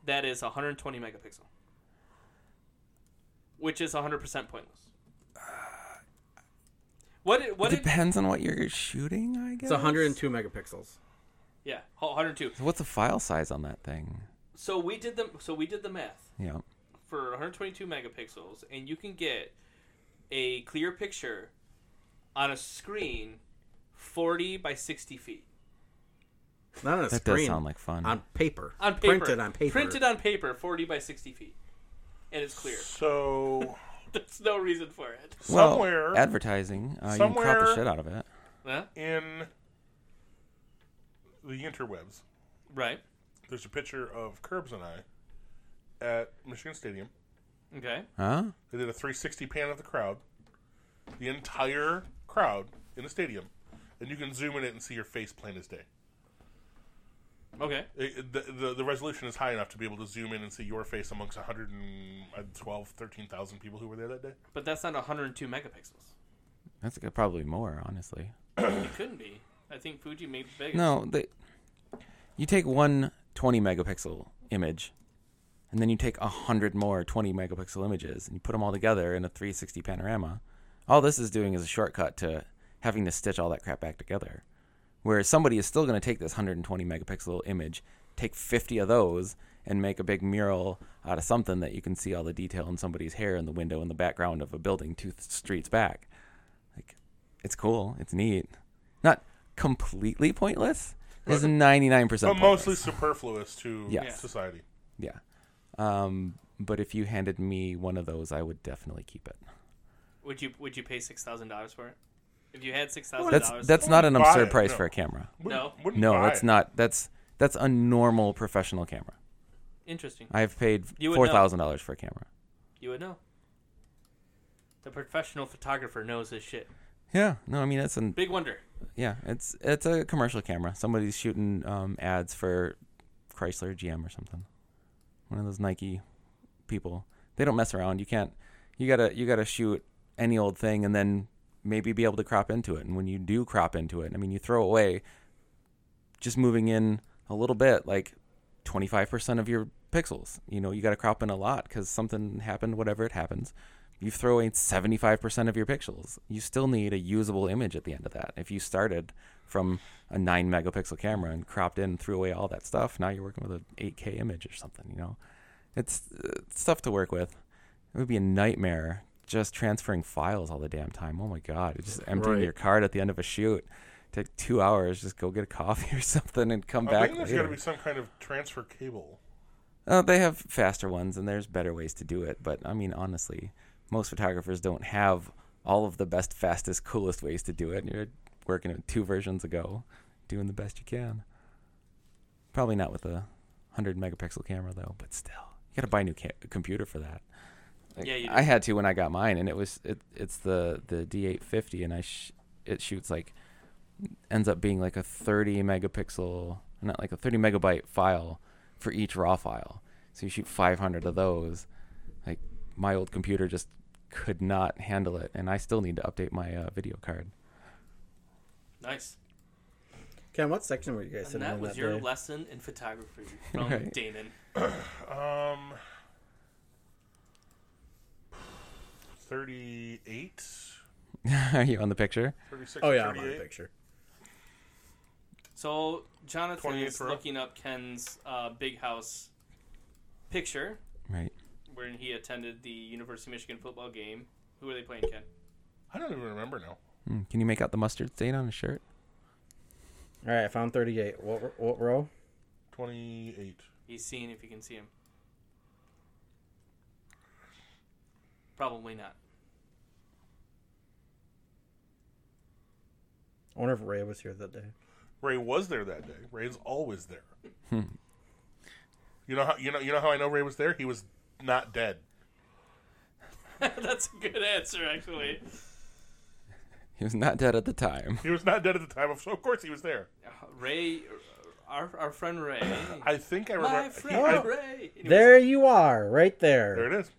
that is 120 megapixel, which is 100 percent pointless. What did, what
It
did,
depends on what you're shooting, I guess.
it's 102 megapixels.
yeah 102.
What's the file size on that thing?
So we did the so we did the math
Yeah.
for 122 megapixels, and you can get a clear picture on a screen 40 by 60 feet
Not on a
That
screen.
does sound like fun.
on paper.
on paper.
Printed on paper.
Printed on paper, 40 by 60 feet, and it's clear.
So
There's no reason for it.
well,
somewhere
advertising. Uh, you can crop the
somewhere-
shit out of it.
Huh?
in the interwebs,
Right.
there's a picture of Curbs and I at Michigan Stadium.
Okay.
Huh?
They did a 360 pan of the crowd, the entire crowd in the stadium, and you can zoom in it and see your face plain as day.
Okay.
It- it- the, the, the resolution is high enough to be able to zoom in and see your face amongst uh, 112, 13,000 people who were there that day.
But that's not 102 megapixels.
That's a good- probably more, honestly.
It couldn't be. I think Fuji made it bigger.
No, they, you take one 20 megapixel image, and then you take a hundred more 20 megapixel images, and you put them all together in a 360 panorama. All this is doing is a shortcut to having to stitch all that crap back together. Whereas somebody is still going to take this 120 megapixel image, take 50 of those, and make a big mural out of something that you can see all the detail in somebody's hair in the window in the background of a building two th- streets back. Like, it's cool. It's neat. Not completely pointless. It's 99%
But
pointless.
mostly superfluous to
Yes.
society.
Yeah. Um, but if you handed me one of those, I would definitely keep it.
Would you Would you pay six thousand dollars for it? If you had six thousand
That's
dollars,
that's not an
Buy
absurd
it,
price
no.
for a camera.
Wouldn't-
No.
wouldn't
No,
buy
that's
it.
not. That's that's a normal professional camera.
interesting.
I have paid
You would know.
four thousand dollars for a camera.
You would know. The professional photographer knows his shit.
Yeah. No, I mean that's an
Big wonder.
yeah. It's it's a commercial camera. Somebody's shooting um, ads for Chrysler, GM, or something. One of those Nike people. They don't mess around. You can't. You gotta you gotta shoot any old thing and then maybe be able to crop into it. And when you do crop into it, I mean you throw away just moving in a little bit, like 25% of your pixels. You know, you got to crop in a lot because something happened, whatever it happens. You throw away 75% of your pixels. You still need a usable image at the end of that. If you started from a 9 megapixel camera and cropped in, threw away all that stuff, now you're working with an 8K image or something, you know? It's, uh, it's tough to work with. It would be a nightmare just transferring files all the damn time. Oh my God. It's just emptying
Right.
your card at the end of a shoot. Take two hours, just go get a coffee or something and come
I
back.
think there's
later.
got to be some kind of transfer cable.
Uh, they have faster ones, and there's better ways to do it. But I mean, honestly, most photographers don't have all of the best, fastest, coolest ways to do it. You're working on two versions ago, doing the best you can. Probably not with a hundred megapixel camera though, but still, you got to buy a new ca- computer for that. Like,
Yeah, you do.
I had to when I got mine, and it was it, it's the the D850, and I sh- it shoots like ends up being like a 30 megapixel, not like a 30 megabyte file for each raw file. So you shoot 500 of those. Like my old computer just could not handle it, and I still need to update my uh, video card.
Nice.
Ken, what section were you guys
And
sitting
that
in
was
that
your
day?
lesson in photography from
Right.
Damon.
Um, 38,
Are you on the picture?
36,
Oh yeah, I'm on the
38.
picture.
So Jonathan
28
is
row.
looking up Ken's uh, big house picture
Right.
when he attended the University of Michigan football game. Who are they playing, Ken?
I don't even remember now.
Hmm, Can you make out the mustard stain on a shirt?
All right, I found 38. What, what row?
28.
He's seeing if you can see him. Probably not.
I wonder if Ray was here that day.
Ray was there that day. Ray's always there.
Hmm.
you know how you know you know how I know Ray was there? He was not dead.
That's a good answer, actually.
He was not dead at the time.
He was not dead at the time, so of course he was there.
Ray, our, our friend Ray.
I think I remember.
My
he- I-
friend Ray. Anyways,
There you are, right
there
there.
it is.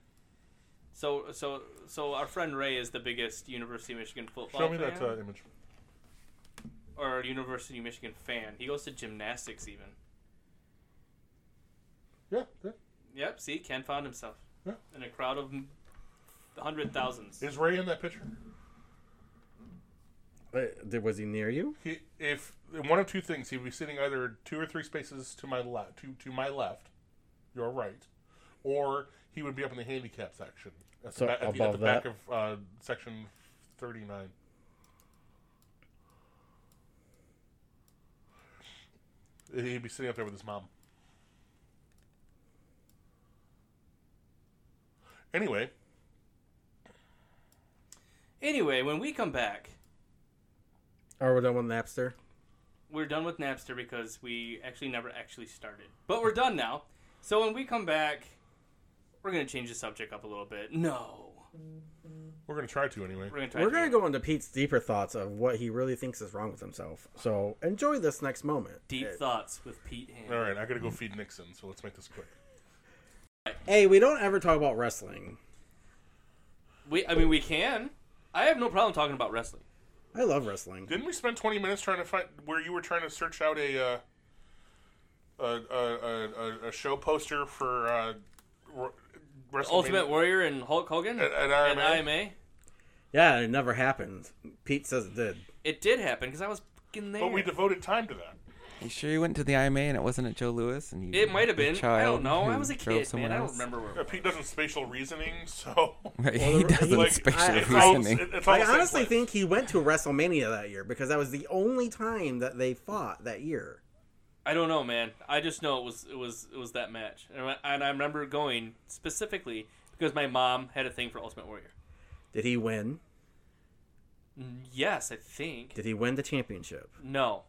So so so our friend Ray is the biggest University of Michigan football
Show me
fan
that uh, image.
or University of Michigan fan. He goes to gymnastics even.
Yeah, yeah.
Yep. See, Ken found himself
Yeah.
in a crowd of hundred thousands.
Is Ray in that picture?
Wait, was he near you?
He, if one of two things, he'd be sitting either two or three spaces to my left, to to my left, your right, or he would be up in the handicap section at the,
So
ba- at the, at
above
the back
that.
of uh, section thirty nine. He'd be sitting up there with his mom. Anyway,
Anyway, when we come back,
Or was that one Napster?
we're done with Napster because we actually never actually started. But we're done now. So when we come back, we're gonna change the subject up a little bit. No.
we're gonna try to anyway.
We're gonna try
We're
to-
going to go into Pete's deeper thoughts of what he really thinks is wrong with himself. So enjoy this next moment.
deep thoughts with Pete Ham.
All right, I gotta go feed Nixon, so let's make this quick.
Hey, we don't ever talk about wrestling.
We I mean we can. I have no problem talking about wrestling.
I love wrestling.
Didn't we spend 20 minutes trying to find where you were trying to search out a uh, a, a, a, a, a show poster for uh, Ro- WrestleMania?
Ultimate Warrior and Hulk Hogan
At- at
and
IMA?
IMA.
Yeah, it never happened. Pete says it did.
It did happen because I was fucking there.
But we devoted time to that.
You sure you went to the IMA and it wasn't at Joe Lewis? And you,
it might have
the
been. I don't
child
know. I
who
was a
drove
kid,
someone
man. I don't
else?
remember where.
Yeah, Uh, Pete doesn't spatial reasoning, so
Right, he doesn't
like,
spatial
it's all,
reasoning.
it's all
I
the same
honestly
place.
think he went to WrestleMania that year because that was the only time that they fought that year.
I don't know, man. I just know it was it was it was that match, and I, and I remember going specifically because my mom had a thing for Ultimate Warrior.
Did he win?
Yes, I think.
Did he win the championship?
No.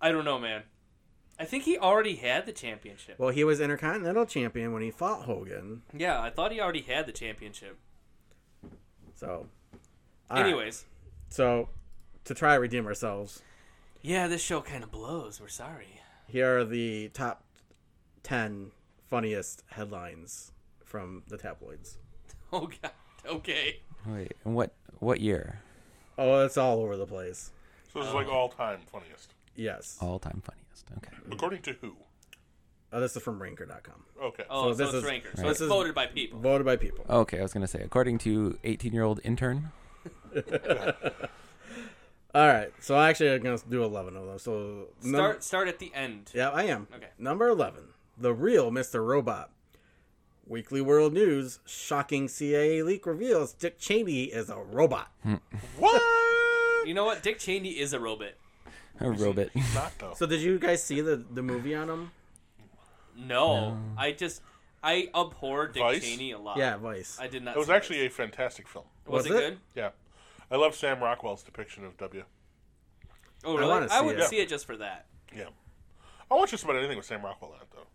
I don't know, man. I think he already had the championship.
Well, he was Intercontinental Champion when he fought Hogan.
yeah, I thought he already had the championship.
So, all right.
Anyways,
so to try to redeem ourselves,
yeah, this show kind of blows. We're sorry.
here are the top 10 funniest headlines from the tabloids.
Oh god. Okay.
Wait, and what what year?
Oh, it's all over the place.
So this is like all time funniest.
Yes.
All time funniest. Okay.
Mm.
According to who?
Oh, this is from ranker.com.
Okay.
So
Oh, so,
this
it's
is-
Ranker. So
this
it's
is-
voted by people.
Voted by people.
Okay, I was gonna say according to eighteen year old intern.
All right. So actually, I'm going to do 11 of them. So num-
Start start at the end.
Yeah, I am.
Okay.
Number 11, The Real Mr. Robot. Weekly World News, shocking CIA leak reveals Dick Cheney is a robot.
What?
You know what? Dick Cheney is a robot.
A robot.
Not though.
So did you guys see the, the movie on him?
No, I just I abhor Dick
Vice?
Cheney a lot.
Yeah, Vice.
I did not.
It was
see
actually
Vice.
a fantastic film.
was,
Was
it,
it?
good?
Yeah, I love Sam Rockwell's depiction of W.
Oh
I
really?
wanna
I,
see
would
it.
see it just for that.
Yeah, I watch just about anything with Sam Rockwell in it though.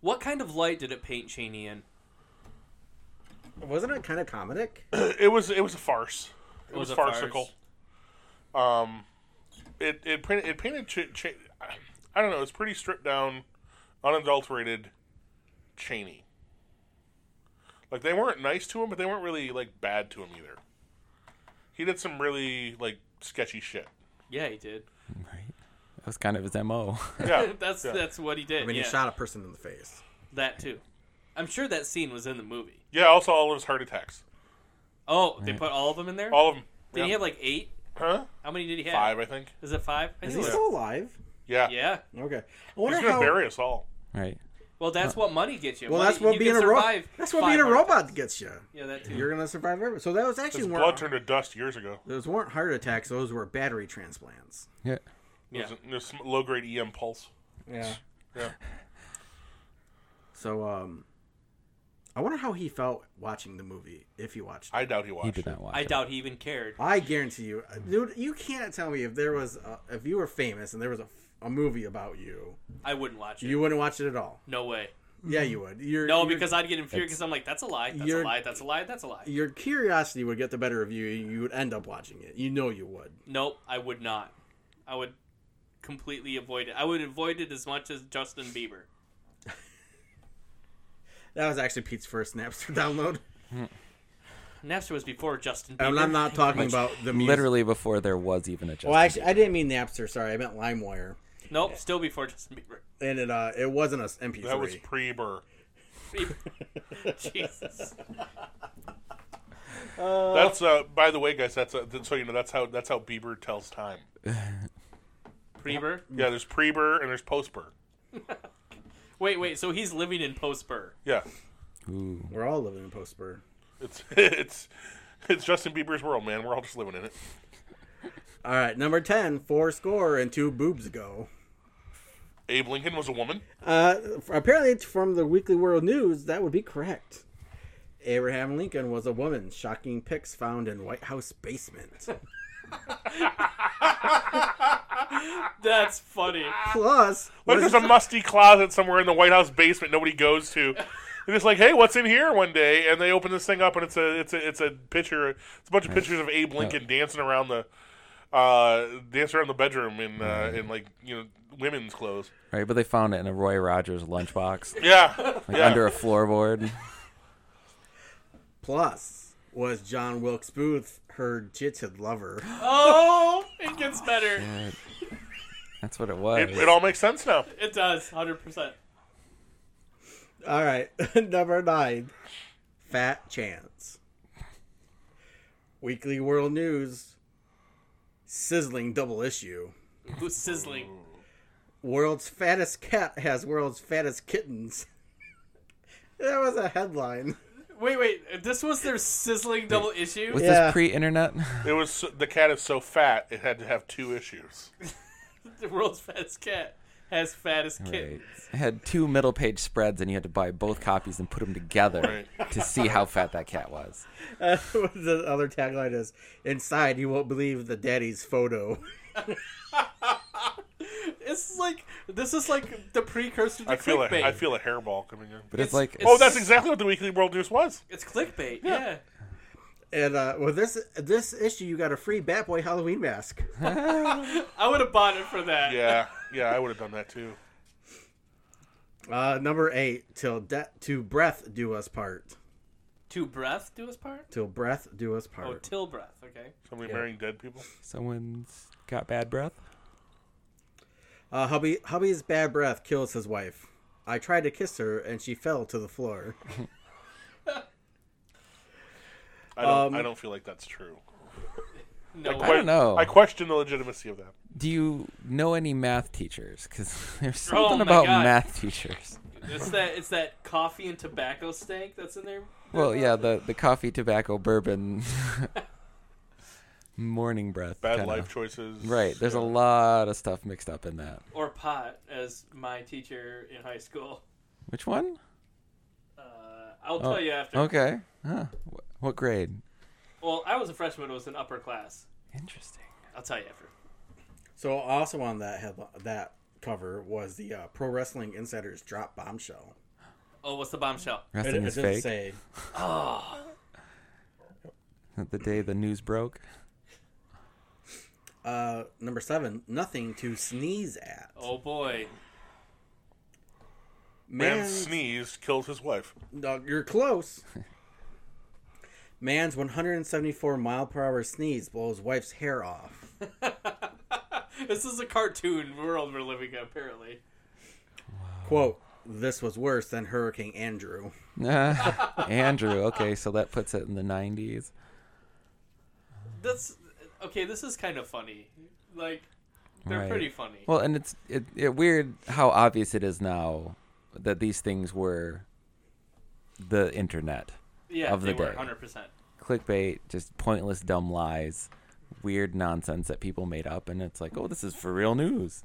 What kind of light did it paint Cheney in?
Wasn't it kind of comedic?
It was it was a farce. It, was,
was a
farcical. Um, it it painted it painted Ch- Ch- I don't know. It's pretty stripped down, unadulterated Cheney. Like they weren't nice to him, but they weren't really like bad to him either. He did some really like sketchy shit.
Yeah, he did.
right. That was kind of his MO.
Yeah,
that's
yeah.
that's what he did.
I mean,
yeah.
he shot a person in the face.
that too. I'm sure that scene was in the movie.
Yeah, also all of his heart attacks.
Oh, they put all of them in there.
All of them.
Did he have like eight?
huh?
How many did he have?
Five, I think.
Is it five? I
Is
knew
he
it.
still alive?
Yeah.
Yeah.
Okay. I
He's
wonder
going to
how.
bury us all.
Right.
Well, that's what money gets you.
well,
Money-
that's what
you
being
can
a robot.
survive
That's what
five
being a
heart
robot
attacks.
gets you.
Yeah, that too.
You're gonna survive everything. So that was
His
actually more.
blood turned to dust years ago.
Those weren't heart attacks. Those were battery transplants.
Yeah.
It was
Yeah.
a- it was some low-grade EM pulse.
Yeah.
Yeah.
So, um, I wonder how he felt watching the movie. If he watched, it.
I doubt he watched
He did
it.
not watch.
I
it.
doubt he even cared.
I guarantee you, uh, dude, you can't tell me if there was a, if you were famous and there was a, a movie about you,
I wouldn't watch it.
you wouldn't watch it at all.
No way.
Yeah, you would. You're,
No,
you're-
because I'd get infuriated because I'm like, that's a lie. That's a
you're-
lie. That's a lie. That's a lie.
your curiosity would get the better of you. You would end up watching it. You know you would.
Nope, I would not. I would completely avoid it. I would avoid it as much as Justin Bieber.
That was actually Pete's first Napster download.
Napster was before Justin Bieber.
And I'm not talking about the music.
Literally before there was even a. Justin
Well, actually, I didn't mean Napster. Sorry, I meant LimeWire.
Nope, still before Justin Bieber.
And it uh, it wasn't a s- MP3.
That was pre-Burr.
Bieber. Jesus.
That's uh. By the way, guys, that's uh, th- so you know that's how that's how Bieber tells time.
Bieber.
Mm.
Yeah, there's pre-Burr and there's post-Burr.
Wait, wait. So he's living in post Burr.
Yeah,
Ooh.
We're all living in post burr.
it's it's it's Justin Bieber's world, man. We're all just living in it.
All right, number ten, four score and two boobs ago.
Abe Lincoln was a woman.
Uh, apparently, it's from the Weekly World News. That would be correct. Abraham Lincoln was a woman. Shocking pics found in White House basement.
That's funny.
Plus,
Like there's a musty closet somewhere in the White House basement nobody goes to. And it's like, hey, what's in here one day? And they open this thing up, and it's a it's a it's a picture. It's a bunch of pictures of Abe Lincoln dancing around the uh dancing around the bedroom in uh,
Mm.
in like you know women's clothes.
Right, but they found it in a Roy Rogers lunchbox,
Yeah,
like
yeah.
under a floorboard.
plus was John Wilkes Booth her jilted lover.
Oh, it gets better.
Right. That's what it was.
it, it all makes sense now.
It does, hundred percent.
All right, number nine, Fat Chance. Weekly World News, sizzling double issue.
Who's sizzling?
World's fattest cat has world's fattest kittens. that was a headline.
Wait, wait. This was their sizzling double issue.
was
Yeah.
this pre-internet?
It was so- the cat is so fat it had to have two issues.
The world's fattest cat has fattest
right.
kitten.
It had two middle page spreads, and you had to buy both copies and put them together to see how fat that cat was.
Uh, the other tagline is Inside, you won't believe the daddy's photo.
It's like this is like the precursor to
I feel
clickbait.
a, I feel a hairball coming in.
But it's,
It's-
like,
it's-
Oh, that's exactly what the Weekly World News was.
It's clickbait. Yeah.
And uh, with this this issue, you got a free Bat Boy Halloween mask.
I would have bought it for that.
Yeah, yeah, I would have done that too.
Uh, number eight, till de- to breath do us part.
To breath do his part.
Till breath do us part.
Oh, till breath. Okay.
Somebody marrying dead people.
someone's got bad breath.
Uh, hubby, hubby's bad breath kills his wife. I tried to kiss her and she fell to the floor.
I
Um,
don't. I don't feel like that's true.
No.
I don't know.
I question the legitimacy of that.
Do you know any math teachers? Because there's
Oh
something
my
about
God.
math teachers.
It's that. It's that coffee and tobacco stank that's in there.
Well, yeah, the the coffee, tobacco, bourbon, morning breath.
Bad
kinda.
life choices.
Right. There's a lot of stuff mixed up in that.
Or pot, as my teacher in high school.
Which one?
Uh, I'll tell you after.
Oh, Okay. Huh. Wh- What grade?
Well, I was a freshman. It was an upper class.
Interesting.
I'll tell you after.
So also on that head- that cover was the uh, Pro Wrestling Insider's drop bombshell.
Oh, what's the bombshell?
It,
Wrestling
it
is
didn't
fake.
say.
The day the news broke.
Uh, number seven, nothing to sneeze at.
Oh boy.
Man
Man's-
sneezed, killed his wife.
No, you're close. Man's 174 mile per hour sneeze blows wife's hair off.
This is a cartoon world we're living in, apparently.
Quote, this was worse than Hurricane Andrew.
Andrew. Okay, so that puts it in the 90s.
That's okay. This is kind of funny. Like they're
Right.
pretty funny.
Well, and it's it, it weird how obvious it is now that these things were the internet.
yeah,
of the
they were
day.
100. percent
Clickbait, just pointless dumb lies, weird nonsense that people made up and it's like, "Oh, this is for real news."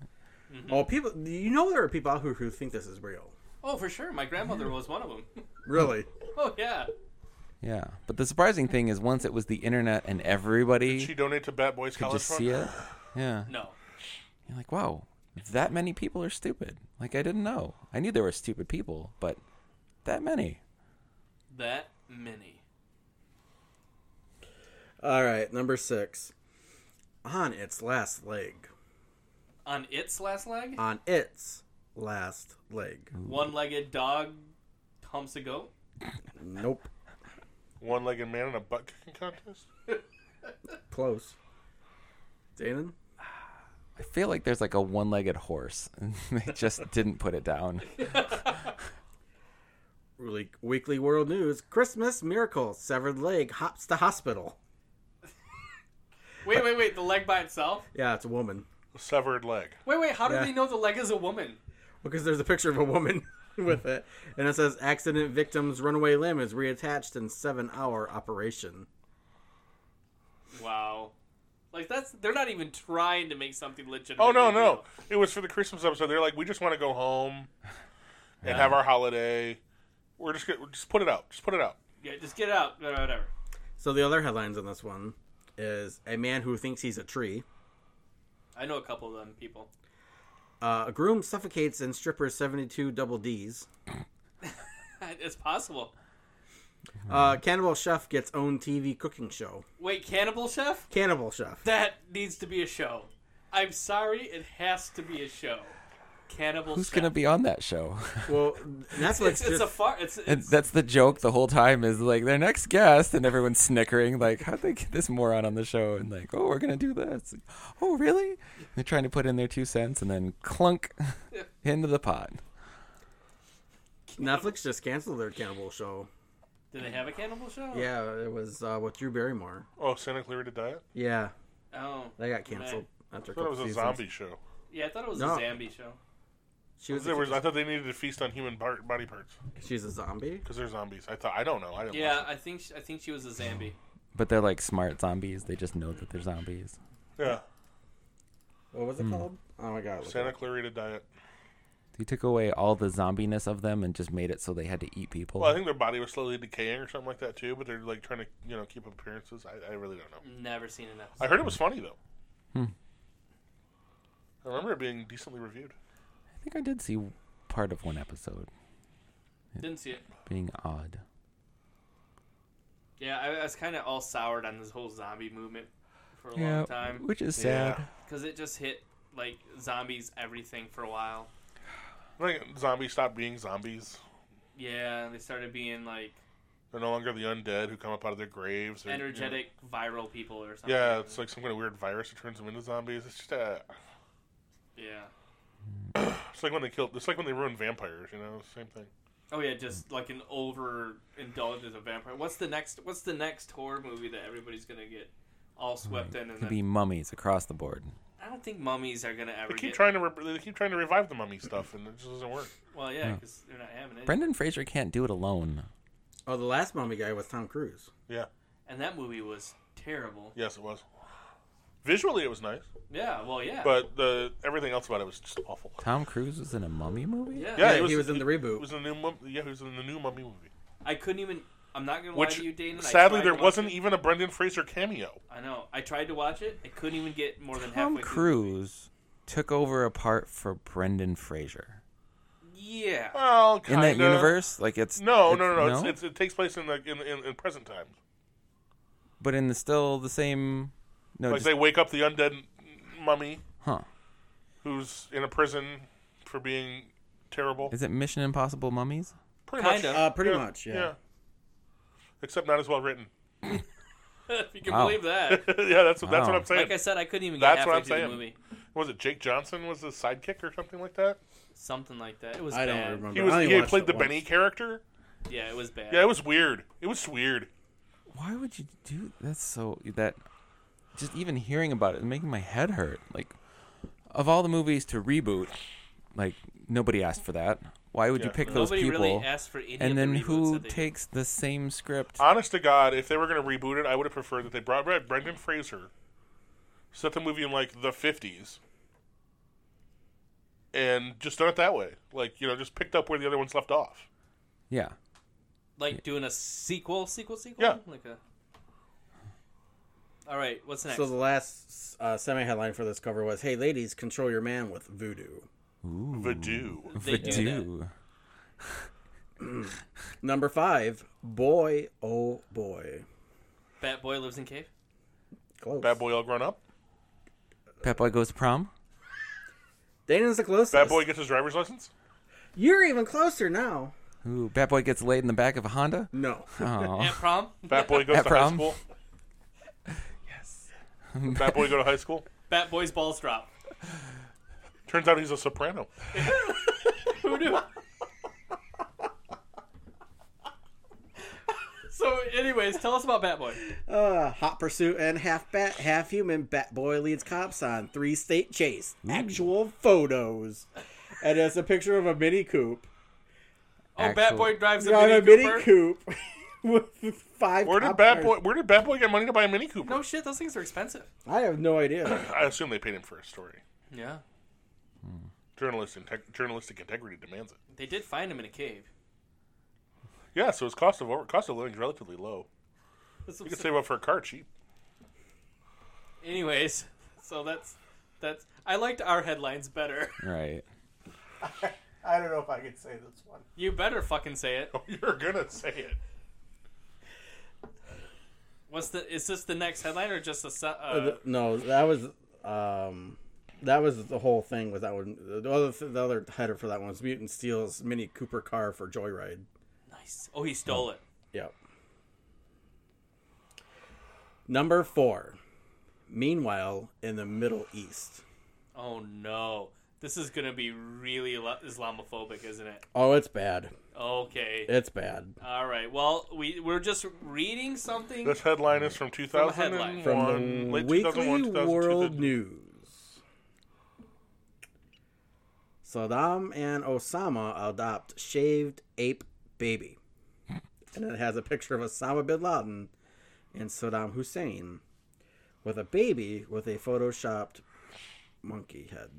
Oh, people, you know there are people out here who think this is real.
Oh, for sure. My grandmother was one of them.
Really?
Oh yeah.
Yeah. But the surprising thing is once it was the internet and
She
everybody
donate to Bat Boys
could
College
just
Fund.
see it. Yeah.
No.
You're like, "Wow, that many people are stupid." Like I didn't know. I knew there were stupid people, but that many.
That many.
All right, number six. On its last leg.
On its last leg,
On its last leg.
one-legged dog humps a goat.
Nope.
One-legged man in a butt kicking contest.
Close. Danon?
I feel like there's like a one-legged horse. and they just didn't put it down.
Really, weekly world news. Christmas miracle. Severed leg hops to hospital.
Wait, wait, wait. The leg by itself.
Yeah, it's a woman.
Severed leg.
Wait, wait. How did
Yeah.
they know the leg is a woman?
Because there's a picture of a woman with it. And it says accident victim's runaway limb is reattached in seven hour operation.
Wow. Like that's they're not even trying to make something legit.
Oh no, no, it was for the Christmas episode. They're like, we just want to go home and have our holiday. We're just gonna just put it out. Just put it out.
Yeah, just get it out. or Whatever.
So the other headlines on this one is a man who thinks he's a tree.
I know a couple of them people.
Uh, a groom suffocates in stripper 72 double D's.
It's possible. Hmm.
Uh, cannibal chef gets own TV cooking show.
Wait, Cannibal Chef?
Cannibal chef.
That needs to be a show. I'm sorry, it has to be a show. Cannibal
Who's
Chef.
gonna be on that show?
Well, Netflix
It's,
just
it's a far. It's,
And
it's
that's the joke the whole time is like their next guest, and everyone's snickering like, "How'd they get this moron on the show?" And like, "Oh, we're gonna do this." oh, really? They're trying to put in their two cents, and then clunk into the pot.
Netflix just canceled their cannibal show.
do they have a Cannibal Show?
Yeah, it was uh, with Drew Barrymore.
Oh, Santa Clarita Diet.
Yeah,
Oh,
they got canceled after
I
a
thought it
couple
was a
seasons.
zombie show.
yeah. I thought it was
No.
a zombie show.
She was.
There was, I
a,
thought they needed to feast on human bar- body parts
she's a zombie.
because they're zombies. I thought I don't know. I don't.
Yeah, I think she, I think she was a zombie.
But they're like smart zombies. They just know that they're zombies.
Yeah.
What
Hmm.
was it called? Oh my god.
Santa Clarita Diet.
They took away all the zombiness of them and just made it so they had to eat people.
Well, I think their body was slowly decaying or something like that too. But they're like trying to, you know, keep appearances. I, I really don't know.
Never seen an episode.
I heard it was funny though. I remember it being decently reviewed.
I think I did see part of one episode
Didn't see it.
being odd.
Yeah, I, I was kind of all soured on this whole zombie movement for a long time
which is
Yeah.
sad.
because it just hit like zombies everything for a while.
Like zombies stop being zombies.
Yeah, they started being like
They're no longer the undead who come up out of their graves. Or, you know.
energetic viral people or something.
Yeah, it's like some kind of weird virus that turns them into zombies. It's just uh,
yeah.
it's like when they killed. It's like when they ruined vampires. You know, same thing.
Oh yeah, just like an over indulgence of vampire. What's the next? What's the next horror movie that everybody's gonna get all swept in? And
Could
then
be mummies across the board.
I don't think mummies are gonna ever
They keep
get.
trying to re- they keep trying to revive the mummy stuff, and it just doesn't work.
well, yeah, because they're not having it.
Brendan Fraser can't do it alone.
Oh, the last mummy guy was Tom Cruise.
Yeah.
and that movie was terrible.
Yes, it was. Visually, it was nice,
Yeah. Well, yeah.
but the everything else about it was just awful.
Tom Cruise was in a mummy movie?
yeah.
Yeah,
Yeah,
it was,
he was in the
It
reboot.
was in the new mum- yeah, he was in the new mummy movie.
I couldn't even. I'm not gonna lie
Which
to you, Dana. I
sadly
tried
there
to watch
wasn't e-
it.
even a Brendan Fraser cameo.
I know. I tried to watch it. I couldn't even get more than
Tom
halfway through. the movie.
Cruise took over a part for Brendan Fraser.
Yeah.
Well,
In
kinda.
that universe? Like it's
No,
it's-
no, no, no. It's, it's, it takes place in the in, in, in present times.
but in the still the same no
Like
just-
they wake up the undead mummy
huh.
who's in a prison for being terrible.
Is it Mission Impossible Mummies?
Pretty
Kinda.
much.
Uh, pretty much. Yeah.
Except not as well written.
if you can
Wow.
believe that.
yeah, that's what that's what
Wow.
I'm saying.
Like I said, I couldn't even get
That's
halfway
what I'm
through
saying.
the movie.
was it Jake Johnson was his sidekick or something like that?
something like that. It was
I don't
bad.
He
remember.
was
I only
he
watched
played
it
the Benny
once.
character.
Yeah, it was bad.
Yeah, it was weird. It was weird.
Why would you do that's so that just even hearing about it is making my head hurt. Like of all the movies to reboot, like nobody asked for that. Why would you
Yeah.
pick those
Nobody
people?
really asked for any of
and
the
then
reboots
who
that they Ah, did.
takes the same script?
Honest to God, if they were going to reboot it, I would have preferred that they brought back Brendan Fraser, set the movie in like the fifties, and just done it that way. Like you know, just picked up where the other ones left off.
Yeah.
like doing a sequel, sequel, sequel.
Yeah.
Like a. All right, what's next?
So the last uh, semi-headline for this cover was, "Hey ladies, control your man with voodoo."
Vadu.
They do that.
Vadu.
Number five, boy, oh boy,
Bat Boy lives in cave.
close.
Bad boy all grown up.
Pep Boy goes to prom?
Dana's the closest.
Bad boy gets his driver's license.
You're even closer now.
Ooh, Bat Boy gets laid in the back of a Honda?
No.
Oh.
At prom,
Bad boy goes
At
to high
prom.
school. yes. Bad boy go to high school.
Bat Boy's balls drop.
Turns out he's a soprano.
Who knew? so, anyways, tell us about Bat Boy.
Uh, hot pursuit and half bat, half human bat boy leads cops on three state chase. Actual photos, and it's a picture of a mini coupe.
Oh, Bat
Actual-
Boy drives a
On
Mini
a mini
Cooper.
coupe with five.
Where did
cop
Bad
cars.
boy? Where did Bad boy get money to buy a Mini Cooper?
No shit, those things are expensive.
I have no idea.
I assume they paid him for a story.
Yeah,
Journalist integ- journalistic integrity demands it.
they did find him in a cave.
Yeah, so his cost of over- cost of living is relatively low.
That's
You can save up for a car cheap.
Anyways, so that's that's. I liked our headlines better.
Right.
I don't know if I can say this one.
You better fucking say it.
Oh, You're gonna say it.
What's the? Is this the next headline or just a? se- Uh,
no, that was um, that was the whole thing with that one. The other the other header for that one was mutant steals Mini Cooper car for joyride.
nice. Oh, he stole it.
Yep. Number four. Meanwhile, in the Middle East.
Oh no, this is gonna be really lo- Islamophobic, isn't it?
Oh, it's bad.
Okay.
It's bad.
All right. Well, we we're just reading something.
This headline is from 2001,
headline.
From the
late
Weekly
2001, 2002.
World News. Saddam and Osama adopt shaved ape baby. And it has a picture of Osama bin Laden and Saddam Hussein with a baby with a photoshopped monkey head.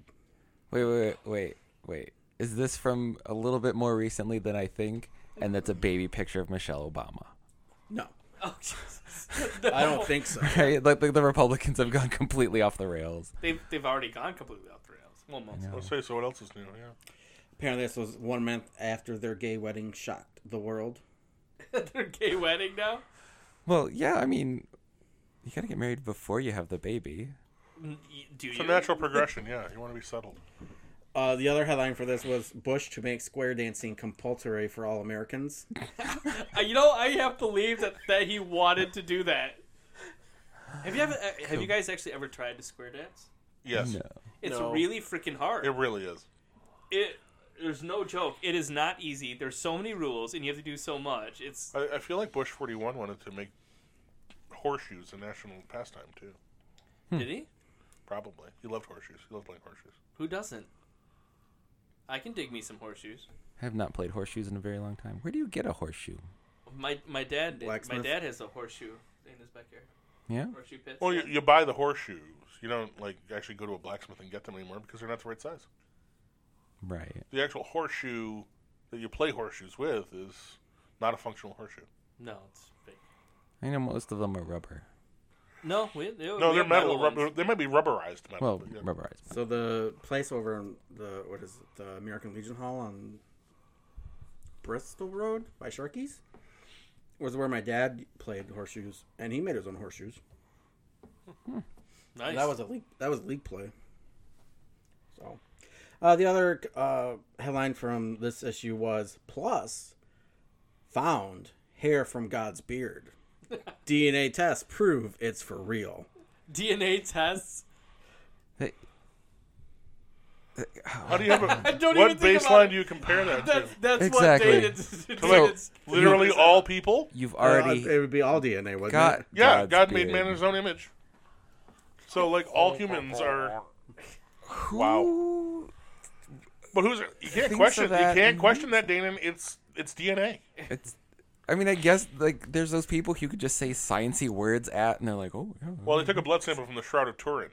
Wait, wait, wait, wait, wait. Is this from a little bit more recently than I think? And that's a baby picture of Michelle Obama.
No,
Oh, Jesus.
I don't think so.
Right? Like, like the Republicans have gone completely off the rails.
they've they've already gone completely off the rails. Almost.
Let's say so. What else is new? Yeah.
Apparently, this was one month after their gay wedding shocked the world.
Their gay wedding now.
Well, yeah, I mean, you gotta get married before you have the baby.
N- Mm, y- Do
It's a
you?
natural progression. Yeah, you want to be settled.
Uh, the other headline for this was Bush to make square dancing compulsory for all Americans.
Uh, you know, I have believed that that he wanted to do that. Have you ever? Uh, have you guys actually ever tried to square dance?
Yes,
No.
It's
No.
really freaking hard.
it really is.
it there's no joke. It is not easy. There's so many rules, and you have to do so much. It's
I, I feel like Bush 41 wanted to make horseshoes a national pastime too.
Hmm.
did he?
Probably he loved horseshoes. He loved playing horseshoes.
Who doesn't? I can dig me some horseshoes.
I have not played horseshoes in a very long time. Where do you get a horseshoe?
My my dad did. my
Blacksmith?
dad has a horseshoe in his backyard.
Yeah?
Horseshoe pits.
Well, you, you buy the horseshoes. You don't like actually go to a blacksmith and get them anymore because they're not the right size.
Right.
The actual horseshoe that you play horseshoes with is not a functional horseshoe.
no, it's fake.
I know most of them are rubber.
No, we, they,
No,
we
they're
have
metal.
ones.
rubber, they might be rubberized metal.
Well,
but yeah.
rubberized.
So the place over in the what is it, the American Legion Hall on Bristol Road by Sharkies was where my dad played horseshoes, and he made his own horseshoes.
Nice.
That was a league. That was league play. So, uh, the other uh, headline from this issue was plus found hair from God's beard. DNA tests prove it's for real.
DNA tests.
They-
How do you have a,
I don't
what
even think about
baseline
it.
do you compare that to?
That's that's
Exactly.
what dated.
To, like,
dated-
literally
dated-
all people?
You've
Already,
already
it would be all DNA, wouldn't
got.
it?
Yeah,
God's
God made
beard.
man in his own image. So like
Oh,
all humans are
Wow.
but who's you can't
Thinks
question
of
you
that.
can't question that Danon it's it's DNA.
It's. I mean, I guess like there's those people who could just say sciency words at, and they're like, oh, yeah.
Well, they took a blood sample from the Shroud of Turin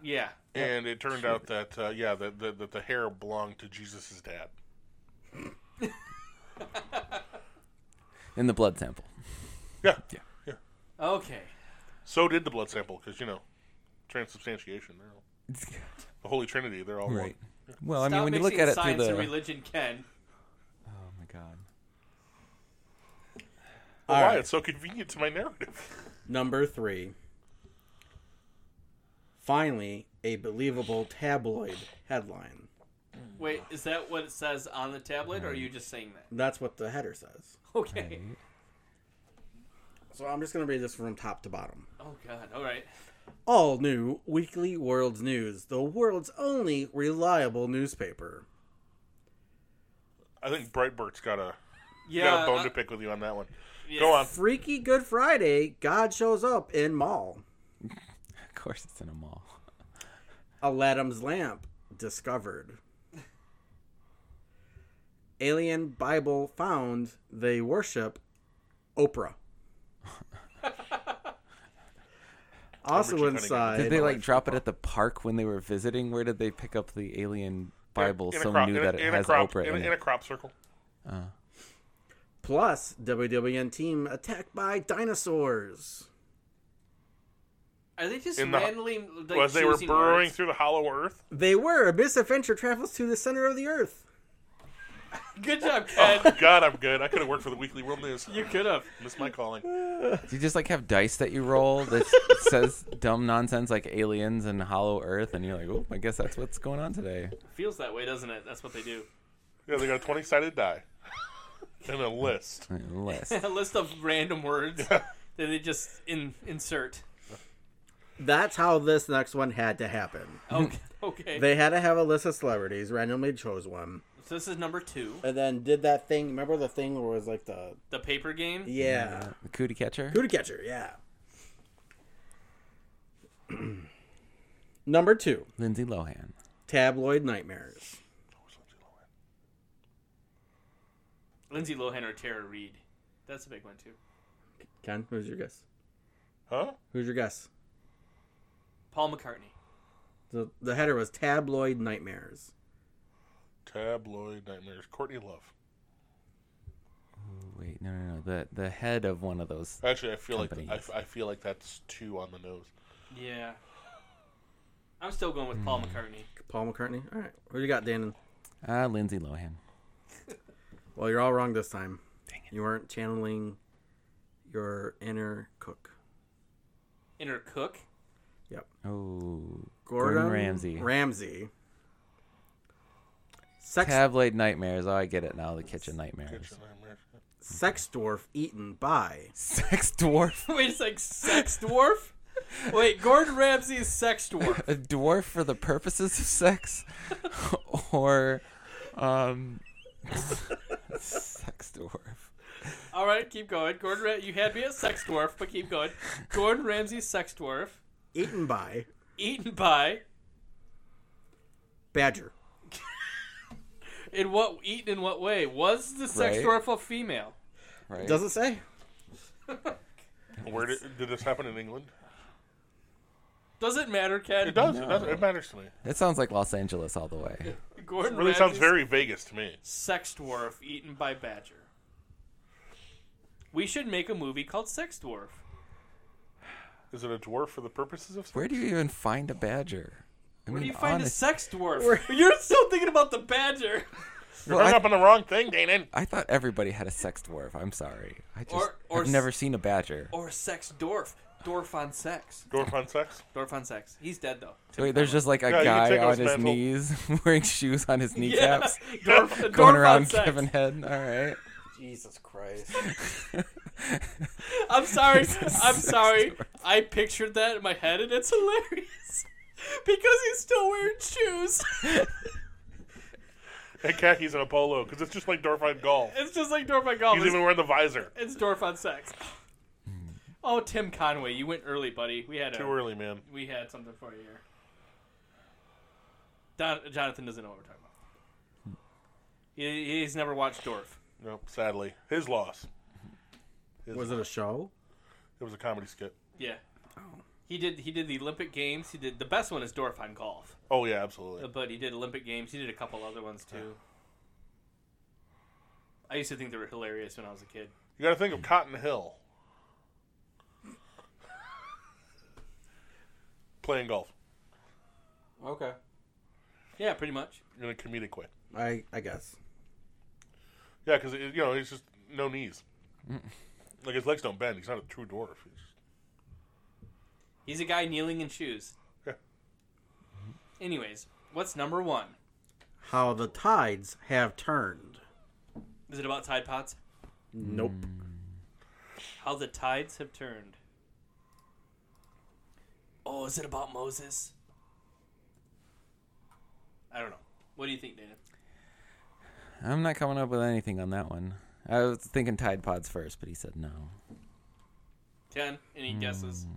Yeah.
and it turned out that uh, yeah, that the, that the hair belonged to Jesus' dad.
in the blood sample.
Yeah.
Yeah.
Yeah.
Okay.
So did the blood sample cuz you know, transubstantiation, they're all, the holy trinity, they're all one.
Right. Well, I
Stop
mean, when you look
mixing
at it through
science
the.
and religion, Ken.
oh my god.
Well,
All
why
right.
it's so convenient to my narrative.
Number three. Finally, a believable tabloid headline.
Wait, is that what it says on the tablet, or are you just saying that?
That's what the header says.
Hmm.
Okay.
So I'm just going to read this from top to bottom.
Oh God. All right.
All new Weekly World News, the world's only reliable newspaper.
I think Breitbart's got a
Yeah.
got a bone
uh,
to pick with you on that one.
yeah.
Go on.
Freaky Good Friday, God shows up in mall.
Of course, it's in a mall.
Aladdin's lamp discovered. Alien Bible found they worship Oprah. also
Cunningham.
Did
inside,
they like drop it at the park when they were visiting? Where did they pick up the alien Bible so
crop-
new
in a-
that it
in a
has
crop,
Oprah
in,
in,
a- in a
it?
crop circle.
plus WWN team attacked by dinosaurs.
Are they just
in the-
randomly like,
Well, as they were
choosing
burrowing
words?
through the hollow earth.
They were a misadventure travels to the center of the earth.
Good job,
Oh.
Ken.
God, I'm good. I could have worked for the Weekly World News.
you could have.
Missed my calling.
Do you just like have dice that you roll that says dumb nonsense like aliens and Hollow Earth, and you're like, oh, I guess that's what's going on today.
Feels that way, doesn't it? That's what they do.
Yeah, they got a 20 sided die and a list.
List.
A list of random words that they just in, insert.
That's how this next one had to happen.
Okay. okay.
They had to have a list of celebrities, randomly chose one,
so this is number two.
and then did that thing. Remember the thing where it was like the
The paper game.
yeah,
The cootie catcher.
Cootie catcher, yeah. Number two,
Lindsay Lohan.
tabloid nightmares.
Lindsay Lohan or Tara Reid. That's a big one too.
Ken, who's your guess?
Huh?
Who's your guess?
Paul McCartney.
The, the header was tabloid nightmares.
Tabloid nightmares. Courtney Love.
Wait, no, no, no. The the head of one of those.
Actually, I feel like
Company.
I, f- I feel like that's two on the nose.
Yeah. I'm still going with Paul McCartney.
Paul McCartney. All right, who you got, Dan?
Ah, Lindsay Lohan.
Well, you're all wrong this time. You weren't channeling your inner cook.
Inner cook.
Yep.
Oh,
Gordon,
Ramsay.
Ramsay. Sex
tabloid nightmares. Oh, I get it now. The kitchen nightmares.
Kitchen nightmares.
sex dwarf eaten by
Sex dwarf.
Wait, it's like sex dwarf. Wait, Gordon Ramsay is sex dwarf.
a dwarf for the purposes of sex or um sex dwarf
All right, keep going. Gordon, Ra- you had me at sex dwarf, but keep going. Gordon Ramsay sex dwarf,
eaten by
eaten by
badger.
in what eaten in what way? Was the sex
Right.
dwarf a female?
right
Doesn't say.
Where did, did this happen in England?
Does it matter, Ken?
It does. It does. It matters to me.
that sounds like los angeles all the way
Gordon
It really sounds
Ramsay's
very Vegas to me.
sex dwarf eaten by badger. We should make a movie called Sex Dwarf.
Is it a dwarf for the purposes of?
where do you even find a badger I
Where do
mean,
you find
honest-
a sex dwarf? You're still thinking about the badger,
You're
Well,
hung
I-
up on the wrong thing, Danon.
I thought everybody had a sex dwarf. I'm sorry. I just
Or- or
I've
s-
never seen a badger.
or sex dwarf, dwarf on sex,
Dwarf on sex.
dwarf on sex. He's dead though.
Wait, there's just like a
Yeah, you can
guy
take off
on
his
his
mantle.
knees wearing shoes on his kneecaps,
Yeah. Dwarf, dwarf
going
on
around
sex.
Kevin Head. All right.
Jesus Christ.
I'm sorry.
Sex
I'm sorry.
dwarf.
I pictured that in my head, and it's hilarious. because he's still wearing shoes.
And khakis and a polo because it's just like Dorfman golf.
it's just like Dorf on golf.
He's
It's,
even wearing the visor.
it's Dorf on sex. Oh, Tim Conway, you went early, buddy. We had a,
Too early, man.
we had something for you here. Don, Jonathan doesn't know what we're talking about. He, he's never watched Dorf.
No, sadly, his loss. His
Was it a show?
It was a comedy skit.
Yeah. He did. He did the Olympic Games. He did the best one is Dorf on golf,
Oh yeah, absolutely.
Uh, but he did Olympic Games. He did a couple other ones too. I used to think they were hilarious when I was a kid.
You got to think of Cotton Hill playing golf
Okay.
Yeah, pretty much.
in a comedic way.
I I guess.
Yeah, because you know he's just no knees. Like his legs don't bend. He's not a true dwarf. He's
He's a guy kneeling in shoes.
Yeah.
Anyways, what's number one?
How the tides have turned.
Is it about Tide Pods?
Nope.
Hmm. How the tides have turned. Oh, is it about Moses? I don't know. What do you think, Dana?
I'm not coming up with anything on that one. I was thinking Tide Pods first, but he said no.
Ten? Any guesses?
Mm.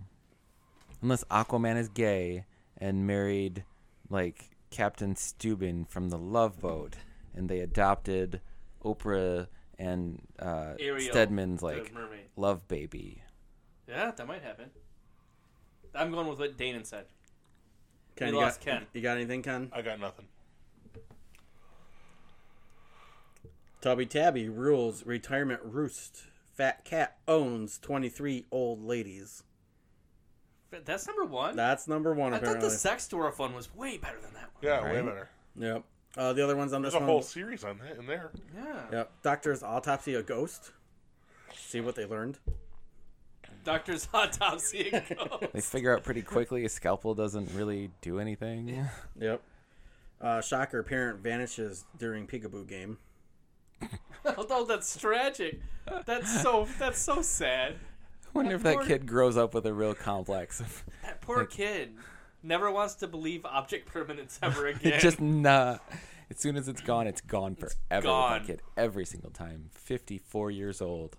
Unless Aquaman is gay and married, like, Captain Steuben from the Love Boat, and they adopted Oprah and uh,
Ariel,
Stedman's,
the
like,
mermaid.
love baby.
Yeah, that might happen. I'm going with what Dana said.
Ken,
We
you got,
lost Ken.
You got anything, Ken?
I got nothing.
Tubby Tabby rules retirement roost. Fat cat owns 23 old ladies.
But that's number one.
That's number one,
I thought
apparently.
the sex dwarf one was way better than that one.
Yeah, way
Right?
better.
Yep. Uh, the other one's on
There's
this
a
one.
whole series on that in there.
Yeah.
Yep. Doctor's autopsy a ghost. See what they learned.
Doctor's autopsy. and Go.
They figure out pretty quickly a scalpel doesn't really do anything.
Yep. Uh, shocker parent vanishes during peekaboo game.
Although Oh, that's tragic. That's so. That's so sad.
I wonder if
That
that
poor-
kid grows up with a real complex. of-
That poor kid never wants to believe object permanence ever again.
It just nah. As soon as it's gone, it's gone forever. with
gone.
that kid, every single time. Fifty-four years old.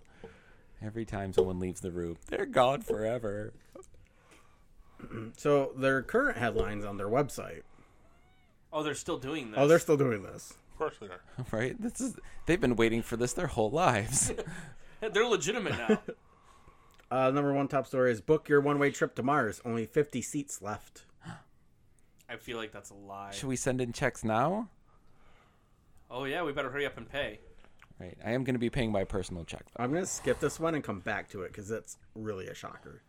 Every time someone leaves the room, they're gone forever.
So their current headlines on their website.
oh, they're still doing this.
Oh, they're still doing this.
Of course they are.
Right? This is they've been waiting for this their whole lives.
they're legitimate now.
Uh, number one top story is book your one way trip to Mars. Only 50 seats left.
I feel like that's a lie.
Should we send in checks now?
Oh yeah, we better hurry up and pay.
Right. I am going to be paying my personal check.
I'm going to skip this one and come back to it because that's really a shocker.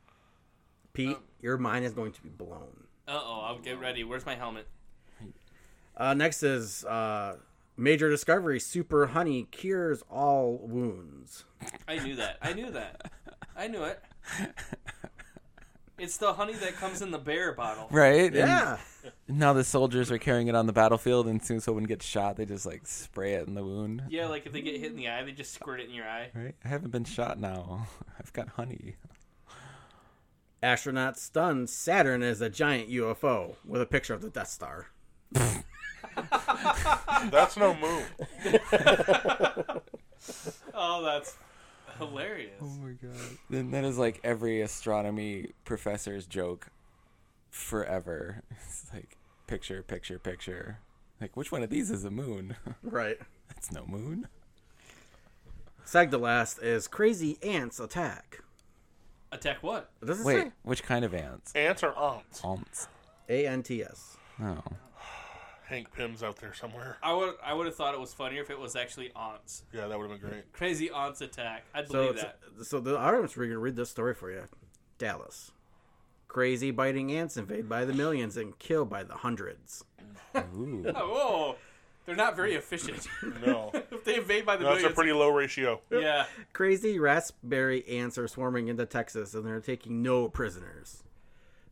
Pete,
Um,
your mind is going to be blown.
Uh oh, I'll get ready. Where's my helmet?
Uh, next is uh, major discovery super honey cures all wounds.
I knew that. I knew that. I knew it. It's the honey that comes in the bear bottle.
Right? And
Yeah.
now the soldiers are carrying it on the battlefield, and soon someone gets shot, they just like spray it in the wound.
Yeah, like if they get hit in the eye, they just squirt it in your eye.
Right? I haven't been shot now. I've got honey.
Astronauts stunned Saturn is a giant UFO with a picture of the Death Star.
That's no move.
Oh, that's hilarious.
my god. Then that is like every astronomy professor's joke forever. It's like picture, picture, picture. Like which one of these is a moon?
Right.
That's no moon.
Sagdalast is crazy ants attack.
Attack what?
Does it
Wait, which kind of ants?
Ants are aunts.
Ants.
say? A N T S.
Oh.
Hank Pym's out there somewhere.
I would I would have thought it was funnier if it was actually aunts.
Yeah, that would have been great.
Crazy aunts attack. I'd
So,
believe
it's,
that.
so the audience, we're gonna read this story for you. Dallas, crazy biting ants invade by the millions and kill by the hundreds.
Ooh.
Oh, whoa. They're not very efficient.
No,
if they invade by the
that's a
millions.
pretty low ratio.
yeah.
Crazy raspberry ants are swarming into Texas and they're taking no prisoners.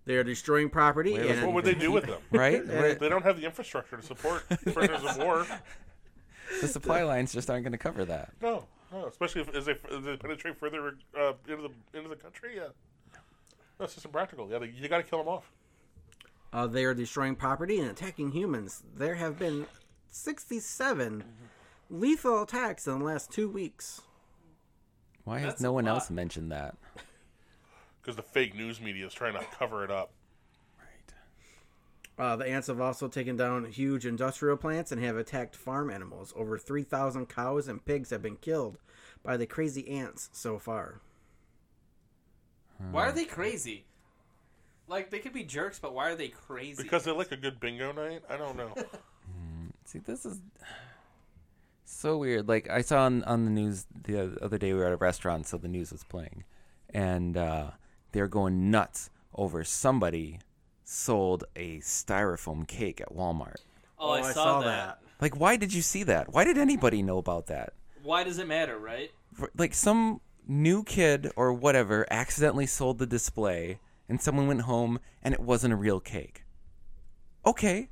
They are destroying property
Wait,
and
What would they do with them?
Right? Where
They don't have the infrastructure to support prisoners of war.
the supply lines just aren't gonna cover that.
No, no, especially if, as they, if they penetrate further uh, into the into the country. Yeah, that's just impractical. Yeah, they, you got to kill them off.
Uh, they are destroying property and attacking humans. There have been 67 lethal attacks in the last two weeks.
Why has
That's
no
a
one
lot.
else mentioned that?
because the fake news media is trying to cover it up.
Right.
Uh, the ants have also taken down huge industrial plants and have attacked farm animals. Over 3,000 cows and pigs have been killed by the crazy ants so far.
Why are they crazy? Like they could be jerks, but why are they crazy?
Because they like a good bingo night. I don't know.
See, this is so weird. Like I saw on, on the news the other day, we were at a restaurant, so the news was playing, and uh, they're going nuts over somebody sold a styrofoam cake at Walmart.
oh, I, saw, that.
Like, why did you see that? Why did anybody know about that?
Why does it matter, right?
For- Like some new kid or whatever accidentally sold the display, and someone went home, and it wasn't a real cake. Okay,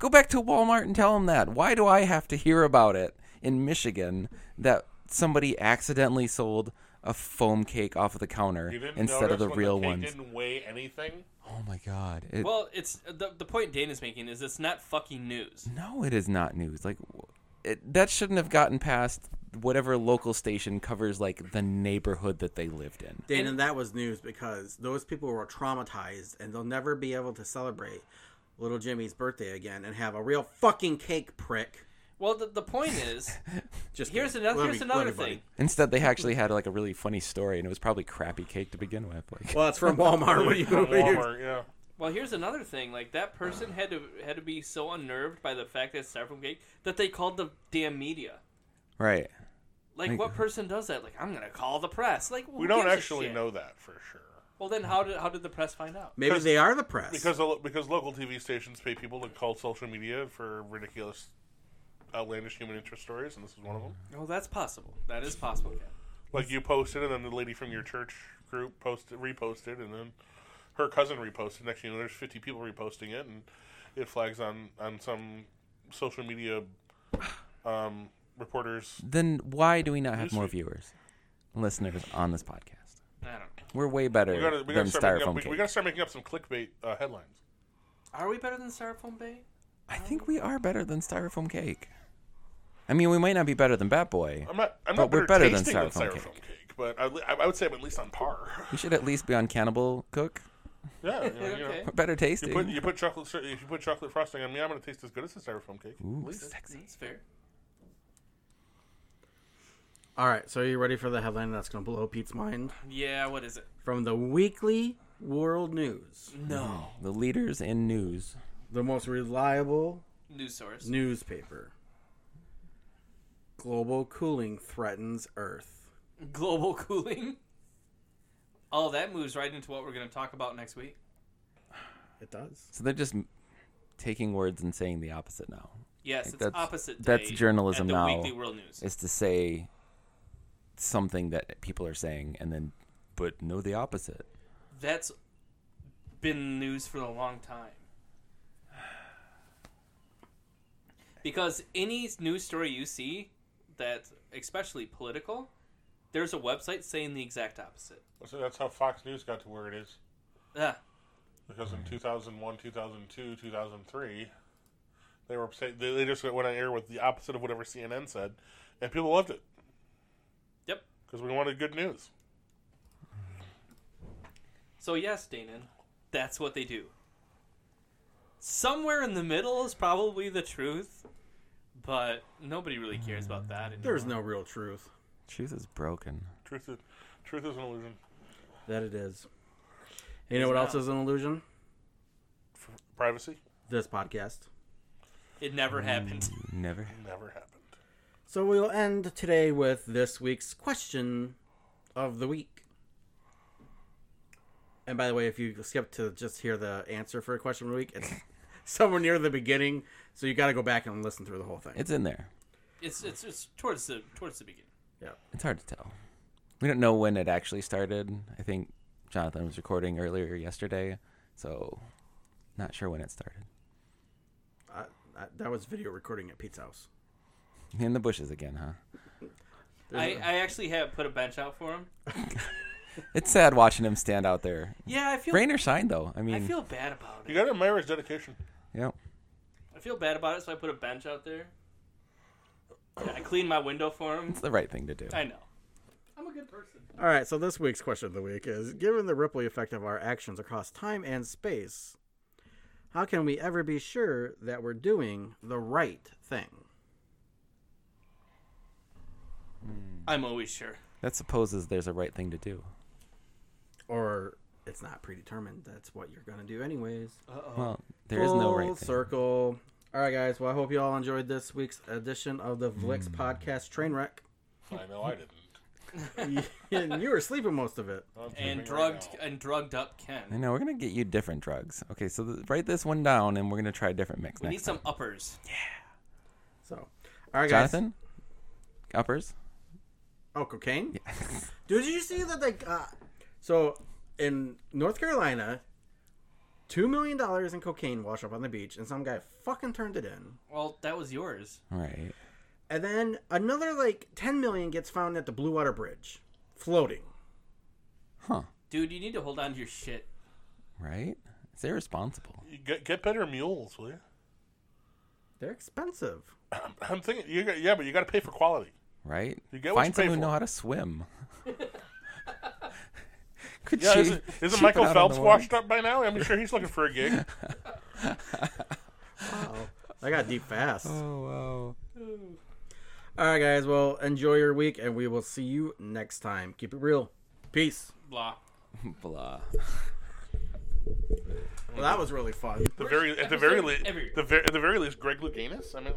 go back to Walmart and tell them that. Why do I have to hear about it in Michigan that somebody accidentally sold a foam cake off of the counter
You didn't
instead of
notice
the
when
real
the cake
ones?
Didn't weigh anything.
Oh my god! It,
Well, it's the, the point Dana's making is it's not fucking news.
No, it is not news. Like w- it, that shouldn't have gotten past whatever local station covers like the neighborhood that they lived in.
Dan, and that was news because those people were traumatized and they'll never be able to celebrate little Jimmy's birthday again and have a real fucking cake prick.
Well, the, the point is
Just
here's
kidding.
another
Love
here's
you-
another
love you, buddy.
thing.
Instead, they actually had like a really funny story, and it was probably crappy cake to begin with. Like,
Well, it's from Walmart. what do you,
From
what do you-
Walmart, yeah.
Well, here's another thing. Like that person had to had to be so unnerved by the fact that it's styrofoam cake that they called the damn media.
right?
Like,
Like-
what person does that? Like I'm gonna call the press. Like
We don't actually know that for sure
Well, then how did how did the press find out?
Maybe they are the press.
because the lo- because local TV stations pay people to call social media for ridiculous, outlandish human interest stories, and this is one of them.
Oh, that's possible. That is possible. Ken.
Like you posted, and then the lady from your church group posted, reposted, and then her cousin reposted. Next thing you know, there's 50 people reposting it, and it flags on on some social media um, reporters.
Then why do we not have more
Newsfeed.
viewers, listeners on this podcast?
I don't know.
We're way better
We gotta, we
than
gotta, start, making
styrofoam
up, we,
cake.
we gotta start making up some clickbait uh, headlines.
Are we better than styrofoam bay?
I think we are better than styrofoam cake. I mean, we might not be better than Bat Boy.
I'm not. I'm
But
not
we're
better,
better than
tasting than
styrofoam
styrofoam,
cake.
cake. but I, li- I would say I'm at least on par.
We should at least be on Cannibal Cook.
yeah, you know, you know.
Okay.
We're better
You
tasting.
put you put chocolate sir- if you put chocolate frosting on me, I'm gonna taste as good as a styrofoam cake.
Ooh,
Please.
sexy.
That's fair.
All right, so are you ready for the headline that's going to blow Pete's mind?
Yeah. What is it?
From the Weekly World News,
No
The leaders in news.
the most reliable
news source.
newspaper. Global cooling threatens Earth.
Global cooling. Oh, that moves right into what we're gonna talk about next week.
It does.
So they're just m- taking words and saying the opposite now.
Yes,
Like,
it's
that's-
opposite. Day
that's journalism
at the
now.
Weekly World News.
Is to say something that people are saying and then, but know the opposite.
That's been news for a long time. Because any news story you see that, especially political, there's a website saying the exact opposite.
So that's how Fox News got to where it is.
Ah,
Because in 2001, 2002, 2003, they were say- they they just went on air with the opposite of whatever CNN said, and people loved it
yep.
because we wanted good news.
So yes, Danon, that's what they do. Somewhere in the middle is probably the truth, but nobody really cares about that anymore.
There's no real truth.
Truth is broken.
Truth is, truth is an illusion.
That it is. You know what else
not.
is an illusion?
Privacy
This podcast.
It never happened.
Never.
never happened.
So we'll end today with this week's question of the week. And by the way, if you skip to just hear the answer for a question of the week, it's somewhere near the beginning, so you got to go back and listen through the whole thing.
It's in there.
It's it's it's towards the towards the beginning.
yeah.
It's hard to tell. We don't know when it actually started. I think Jonathan was recording earlier yesterday, so not sure when it started.
I, I, that was video recording at Pete's house.
In the bushes again, huh?
I, I actually have put a bench out for him.
it's sad watching him stand out there.
Yeah, I feel
Rain or shine, though. I
I
mean,
feel bad about
You
it.
gotta admire his dedication.
yeah.
I feel bad about it, so I put a bench out there. Yeah, I cleaned my window for him.
It's the right thing to do.
I know. I'm a good person.
All right, so this week's question of the week is Given the Ripley effect of our actions across time and space, how can we ever be sure that we're doing the right thing?
I'm always sure.
That supposes there's a right thing to do.
Or it's not predetermined. That's what you're going to do, anyways.
Oh,
Well, there is no right
Full
thing.
circle. All right, guys. Well, I hope you all enjoyed this week's edition of the Vlix
Mm.
podcast Trainwreck.
I know I didn't.
and you were sleeping most of it.
I'm sleeping
And
right
drugged
now.
and drugged up
I
Ken.
know we're gonna get you different drugs. Okay, so th- write this one down, and we're gonna try a different mix
We need
next.
some uppers.
So, all right, guys.
Jonathan, uppers.
Oh, cocaine. Dude, did you see that they got? So in North Carolina, two million dollars in cocaine washed up on the beach, and some guy fucking turned it in.
Well, that was yours.
All right.
And then another like ten million gets found at the Blue Water Bridge, floating.
Huh.
Dude, you need to hold on to your shit.
Right. It's irresponsible.
You get, get better mules, will you?
They're expensive.
I'm thinking, you got, yeah, but you got to pay for quality.
Right.
You get what
Find
you pay
someone who
for.
know how to swim. Could
Yeah,
she?
isn't,
cheap
isn't
it
Michael
out on
Phelps
the water?
washed up by now? I'm sure he's looking for a gig.
Wow, I got deep fast. All
Oh wow.
right, guys. Well, enjoy your week, and we will see you next time. Keep it real. Peace.
Blah.
Blah.
Well, that was really fun.
The very, at the very
Episode
least,
everywhere.
the very, at the very least, Greg Louganis. I mean.